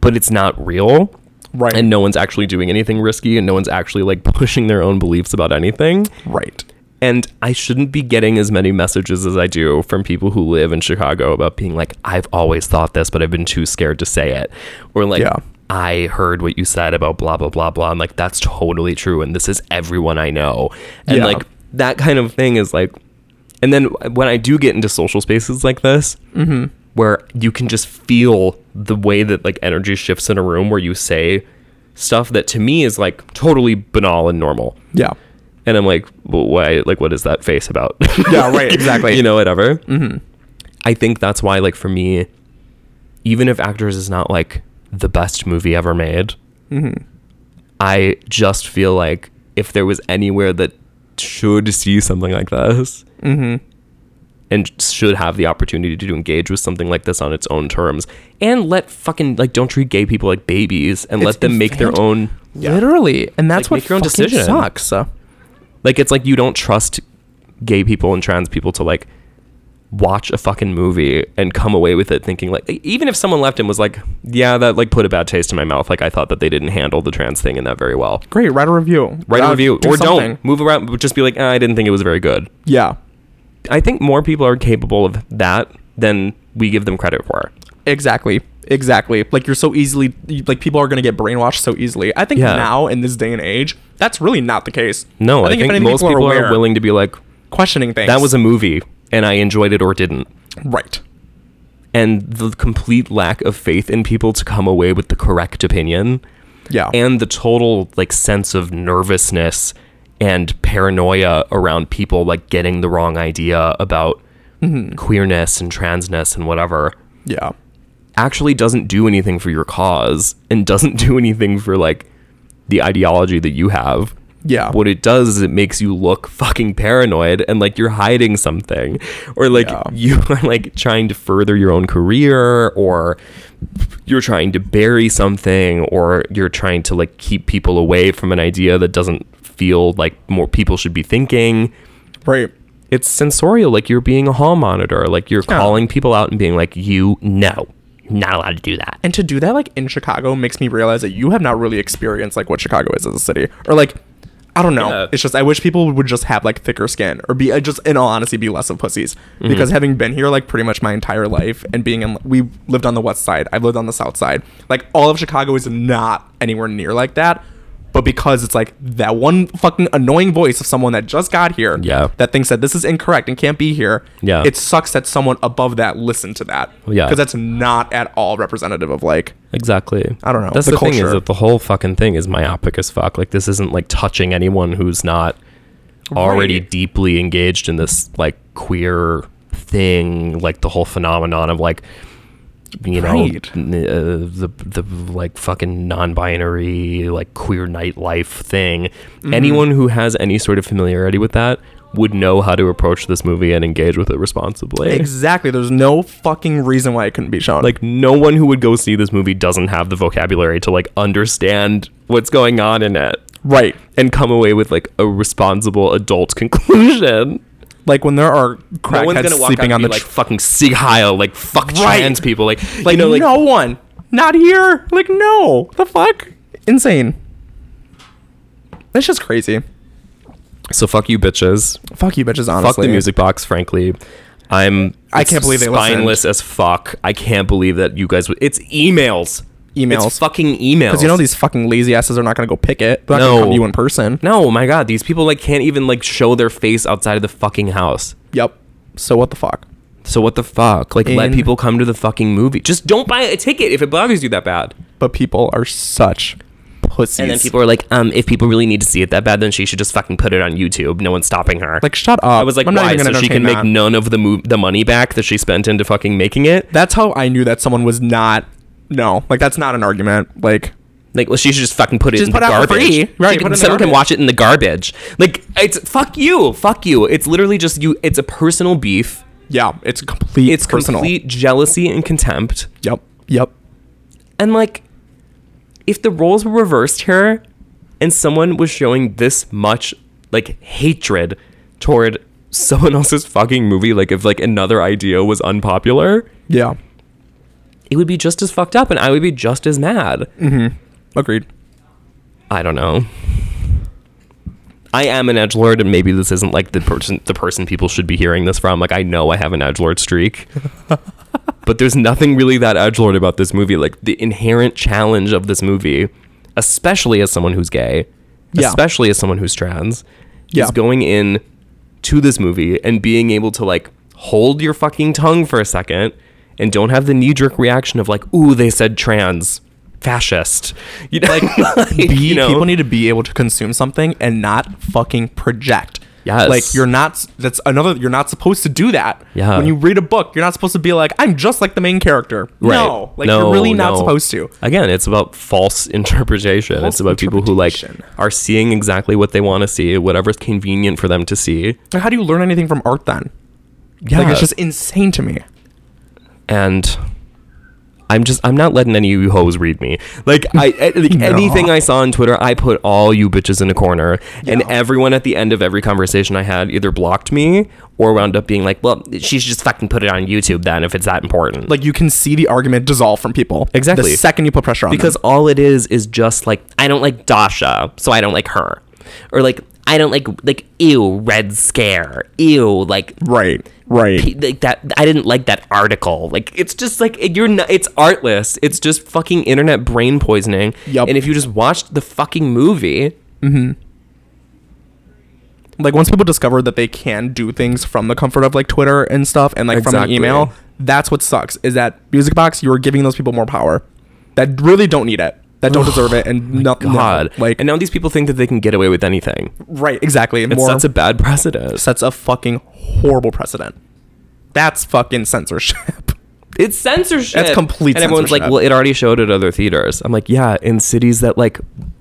but it's not real,
right,
and no one's actually doing anything risky, and no one's actually like pushing their own beliefs about anything.
right.
And I shouldn't be getting as many messages as I do from people who live in Chicago about being like, I've always thought this, but I've been too scared to say it. Or like,
Yeah.
I heard what you said about blah, blah, blah, blah. I'm like, that's totally true. And this is everyone I know. And
Yeah.
like, that kind of thing is like, and then when I do get into social spaces like this,
Mm-hmm.
where you can just feel the way that like energy shifts in a room where you say stuff that to me is like totally banal and normal
Yeah.
and I'm like, well, why? Like, what is that face about?
Yeah, right, exactly.
you know, whatever. Mm-hmm. I think that's why, like, for me, even if Actors is not like the best movie ever made,
Mm-hmm.
I just feel like if there was anywhere that should see something like this
Mm-hmm.
and should have the opportunity to engage with something like this on its own terms and let fucking, like, don't treat gay people like babies and
It's
let them make their
infant-
own.
Literally, and that's
Like,
what
make your own
fucking
decision.
sucks. uh,
Like it's like you don't trust gay people and trans people to like watch a fucking movie and come away with it thinking like e-, even if someone left and was like, yeah, that like put a bad taste in my mouth. Like I thought that they didn't handle the trans thing in that very well.
Great, write a review.
Write
Uh,
a review
do
or
something.
don't move around. but Just be like, "Ah, I didn't think it was very good.
Yeah,
I think more people are capable of that than we give them credit for.
exactly, exactly. Like you're so easily, you- like people are gonna get brainwashed so easily. I think
Yeah.
now in this day and age, that's really not the case.
No, I
if
think,
anything,
most people are,
aware,
willing to be like,
questioning things.
that was a movie and I enjoyed it or didn't.
right.
And the complete lack of faith in people to come away with the correct opinion.
Yeah,
and the total like sense of nervousness and paranoia around people like getting the wrong idea about queerness and transness and whatever
yeah,
actually doesn't do anything for your cause and doesn't do anything for like the ideology that you have.
Yeah.
What it does is it makes you look fucking paranoid and like you're hiding something or like
Yeah.
you are like trying to further your own career or you're trying to bury something or you're trying to like keep people away from an idea that doesn't feel like more people should be thinking
right.
it's sensorial. Like you're being a hall monitor. Like you're calling people out and being like, you know, you're not allowed to do that.
And to do that, like in Chicago, makes me realize that you have not really experienced like what Chicago is as a city, or like. I don't know.
Yeah.
It's just I wish people would just have like thicker skin or be uh, just in all honesty be less of pussies
Mm-hmm.
because having been here like pretty much my entire life and being in we lived on the west side, I've lived on the south side. Like all of Chicago is not anywhere near like that. But because it's like that one fucking annoying voice of someone that just got here
Yeah.
that thinks that this is incorrect and can't be here.
Yeah.
It sucks that someone above that listened to that.
Yeah.
Cuz that's not at all representative of like
Exactly.
I don't know.
That's
The
the, thing is
culture.
that the whole fucking thing is myopic as fuck. Like this isn't like touching anyone who's not already
Right.
deeply engaged in this like queer thing, like the whole phenomenon of like you know
Right.
n- uh, the the like fucking
Mm-hmm.
non-binary like queer nightlife thing. Anyone who has any sort of familiarity with that would know how to approach this movie and engage with it responsibly.
Exactly. There's no fucking reason why it couldn't be shown.
like no one who would go see this movie doesn't have the vocabulary to like understand what's going on in it
right.
and come away with like a responsible adult conclusion.
Like when there are
no one's
crackheads
gonna walk
sleeping
out
on
and
the
be like
tr-
fucking Sig Heil, like fuck
Right.
trans people, like
like
you know, like
no one. Not here. Like no. The fuck? Insane. That's just crazy.
so fuck you bitches,
Fuck you bitches honestly.
fuck the music box. Frankly, I'm
I can't believe they listened.
spineless as fuck. I can't believe that you guys. Would, it's emails,
Emails.
it's fucking emails.
Cuz you know these fucking lazy asses are not going to go pick it. They're not going
No.
to come to you in person.
No, my god, these people like can't even like show their face outside of the fucking house.
Yep. So what the fuck?
So what the fuck? Like let
In-
people come to the fucking movie. Just don't buy a ticket if it bothers you that bad.
But people are such pussies.
And then people are like, um, if people really need to see it that bad, then she should just fucking put it on YouTube. No one's stopping her.
like shut up.
I was like, why? So she can make none of the mo- the money back that she spent into fucking making it.
That's how I knew that someone was not no. Like that's not an argument. Like
Like, well, she should just fucking put it
Just
in
put
the
it out for
garbage.
free. Right,
She
put it in
can,
the
someone can
garbage.
watch it in the garbage. Like, it's fuck you, fuck you. It's literally just you. It's a personal beef.
yeah, it's complete
It's
personal.
complete jealousy and contempt.
Yep. Yep.
And like, if the roles were reversed here and someone was showing this much like hatred toward someone else's fucking movie, like if like another idea was unpopular,
Yeah.
it would be just as fucked up and I would be just as mad.
Agreed.
I don't know. I am an edge lord, and maybe this isn't like the person the person people should be hearing this from. Like I know I have an edge lord streak. but there's nothing really that edge lord about this movie. Like the inherent challenge of this movie, especially as someone who's gay,
Yeah.
especially as someone who's trans,
Yeah.
is going in to this movie and being able to like hold your fucking tongue for a second and don't have the knee jerk reaction of like, ooh, they said trans fascist. You know, like,
be,
you know?
people need to be able to consume something and not fucking project.
Yes.
Like you're not that's another you're not supposed to do that.
Yeah.
When you read a book, you're not supposed to be like, I'm just like the main character.
Right.
No. Like you're really not
no.
supposed to.
Again, it's about false interpretation.
False
it's about people who like
interpretation.
are seeing exactly what they want to see, whatever's convenient for them to see.
Like, how do you learn anything from art then?
Yeah.
Like it's just insane to me.
and I'm just I'm not letting any of you hoes read me. Like I, I- like,
No.
anything I saw on Twitter, I put all you bitches in a corner, and everyone at the end of every conversation I had either blocked me or wound up being like, "Well, she should just fucking put it on YouTube then if it's that important."
Like you can see the argument dissolve from people.
Exactly.
The second you put pressure on them.
because all it is is just like I don't like Dasha, so I don't like her, or like I don't like like ew Red Scare, ew like
Right. Right.
pe- like that I didn't like that article. Like it's just like you're not it's artless. It's just fucking internet brain poisoning.
Yup.
And if you just watched the fucking movie,
like once people discover that they can do things from the comfort of like Twitter and stuff and like from an
Exactly.
email, that's what sucks. Is that music box? You are giving those people more power that really don't need it, that don't deserve it, and not no,
Oh God.
like
and now these people think that they can get away with anything.
right exactly.
It
more
sets a bad precedent.
sets a fucking horrible precedent. That's fucking censorship.
It's censorship.
That's complete
And everyone's like,
censorship.
well, it already showed at other theaters. I'm like, yeah, in cities that like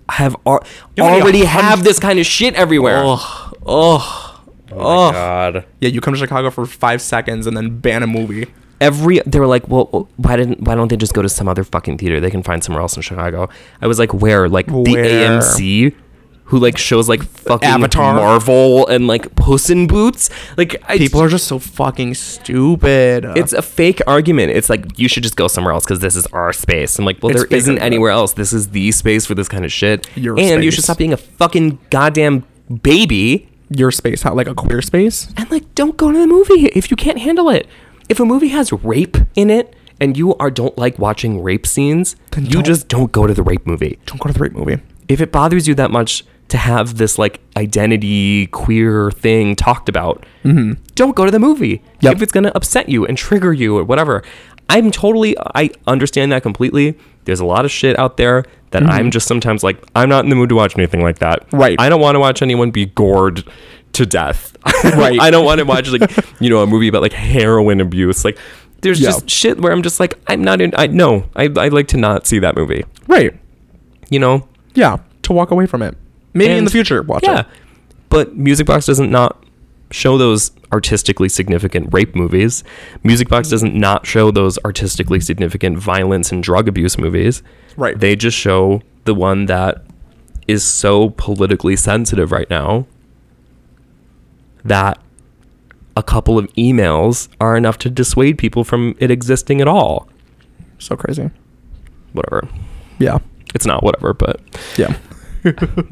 have ar-
know how many
already
hundred-
have this kind of shit everywhere. Oh, oh, oh, God.
yeah, you come to Chicago for five seconds and then ban a movie.
every they were like, well, why didn't why don't they just go to some other fucking theater? They can find somewhere else in Chicago. I was like, where? Like the
Where?
AMC, who like shows like fucking
Avatar?
Marvel and like Puss in Boots. Like I,
People are just so fucking stupid.
It's a fake argument. It's like you should just go somewhere else because this is our space. I'm like, well,
It's
there
fake
isn't
argument.
anywhere else. This is the space for this kind of shit.
Your
and you should
space.
stop being a fucking goddamn baby
your space, how like a queer space.
and like don't go to the movie if you can't handle it. If a movie has rape in it and you are don't like watching rape scenes,
Then
you
don't.
just don't go to the rape movie.
Don't go to the rape movie.
If it bothers you that much to have this like identity queer thing talked about, don't go to the movie.
Mm-hmm. Yep.
If it's going to upset you and trigger you or whatever. I'm totally I understand that completely. There's a lot of shit out there that I'm just sometimes like I'm not in the mood to watch anything like that.
Mm-hmm. Right.
I don't want to watch anyone be gored to death.
Right.
I don't want to watch like you know a movie about like heroin abuse. Like there's
Yeah.
just shit where I'm just like I'm not in. I no. I I like to not see that movie.
Right.
You know.
Yeah. To walk away from it. Maybe in
And-
the future, watch
yeah.
it.
But Music Box doesn't not show those artistically significant rape movies. Music Box doesn't not show those artistically significant violence and drug abuse movies.
Right.
They just show the one that is so politically sensitive right now that a couple of emails are enough to dissuade people from it existing at all.
So crazy.
Whatever.
Yeah.
It's not whatever, but
Yeah.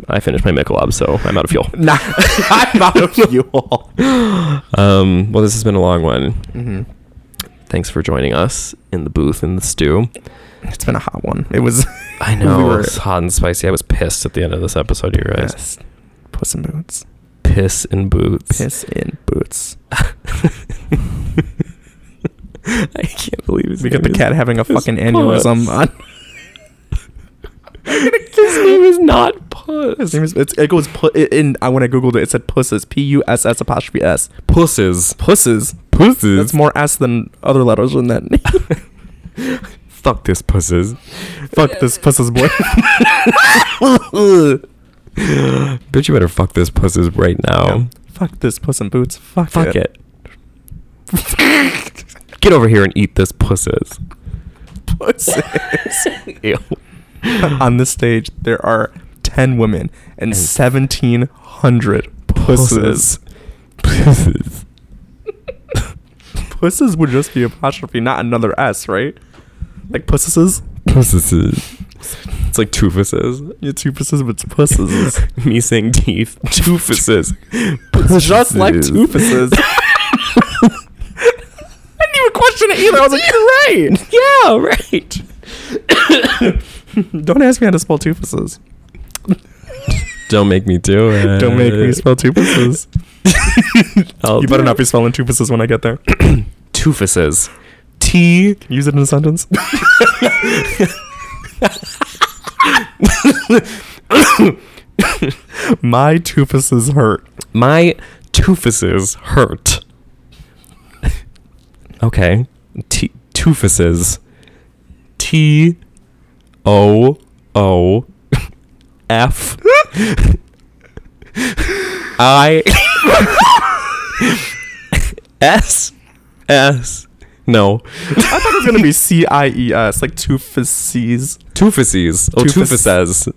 I finished my Michelob, so I'm out of fuel.
Nah, I'm out of fuel.
Um, well, this has been a long one. Thanks for joining us in the booth in the stew.
It's been a hot one. It was.
I know
We were-
it's hot and spicy. I was pissed at the end of this episode, you guys.
Yes. Puss in Boots.
Piss in boots.
Piss in Boots.
I can't believe his
We got the
name is-
cat having a fucking
Puss.
aneurysm on.
His name is not
His
puss.
name is, it's, it goes pu- it, in. I when I googled it, it said pusses. P U S S apostrophe S.
Pusses.
Pusses.
Pusses.
That's more S than other letters in that name.
Fuck this pusses.
Fuck this pusses boy.
Bitch, you better fuck this pusses right now.
Fuck this puss in boots. Oh. Fuck,
Fuck it. Get over here and eat this pusses.
Pusses.
Ew.
on this stage, there are 10 women and 1,700 pusses.
Pusses.
Pusses would just be apostrophe, not another S, right? Like pusses?
Pusses. It's like toofuses.
Yeah, two pusses, but it's pusses.
Me saying teeth. Toofuses.
just like two pusses. I didn't even question it either. I was like, you're
Yeah, right.
right. Don't ask me how to spell two pusses.
Don't make me do it.
Don't make me spell two pusses.
I'll
You better not be spelling two pusses when I get there.
toofuses.
T. Use it in a sentence. My tufuses hurt.
My toofuses hurt. Okay. T- toofuses. T O O F I S S No.
I thought it was gonna be C I E S, like tufuses.
Toofuses. Oh,
Toofus-
toofuses.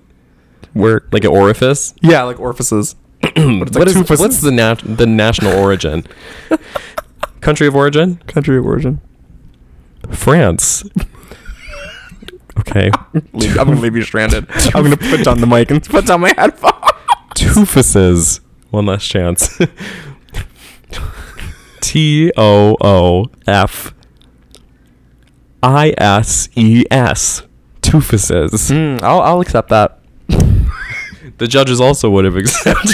Work.
Like an orifice?
Yeah, like orifices. it's
What
like
is
two pussies.
what's the nat- the national origin? Country of origin?
Country of origin.
France. Okay.
Leave- I'm gonna leave you stranded. I'm gonna put down the mic and put down my headphone.
Toofuses. One last chance. T O O F I S E S. Toofuses.
Mm, I'll, I'll accept that.
The judges also would have accepted.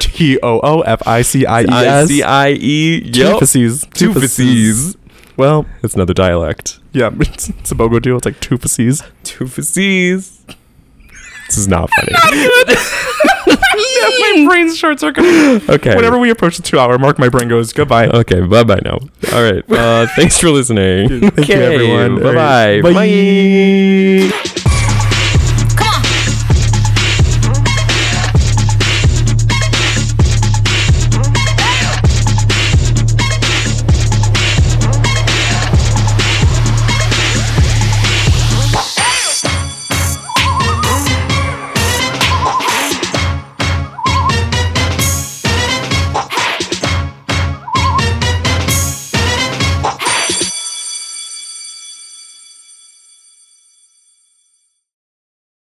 T O O F I C I E
I
S.
C I E. Yup.
Tufuses.
Toofuses.
Well,
It's another dialect.
yeah, it's, it's a bogo deal. It's like tufuses.
Toofuses. This is not funny.
my brain's short circuit.
Okay.
Whenever we approach the two hour mark, my brain goes goodbye.
Okay, bye bye now. All right. Uh, thanks for listening.
Thank you, everyone.
Bye bye.
Bye.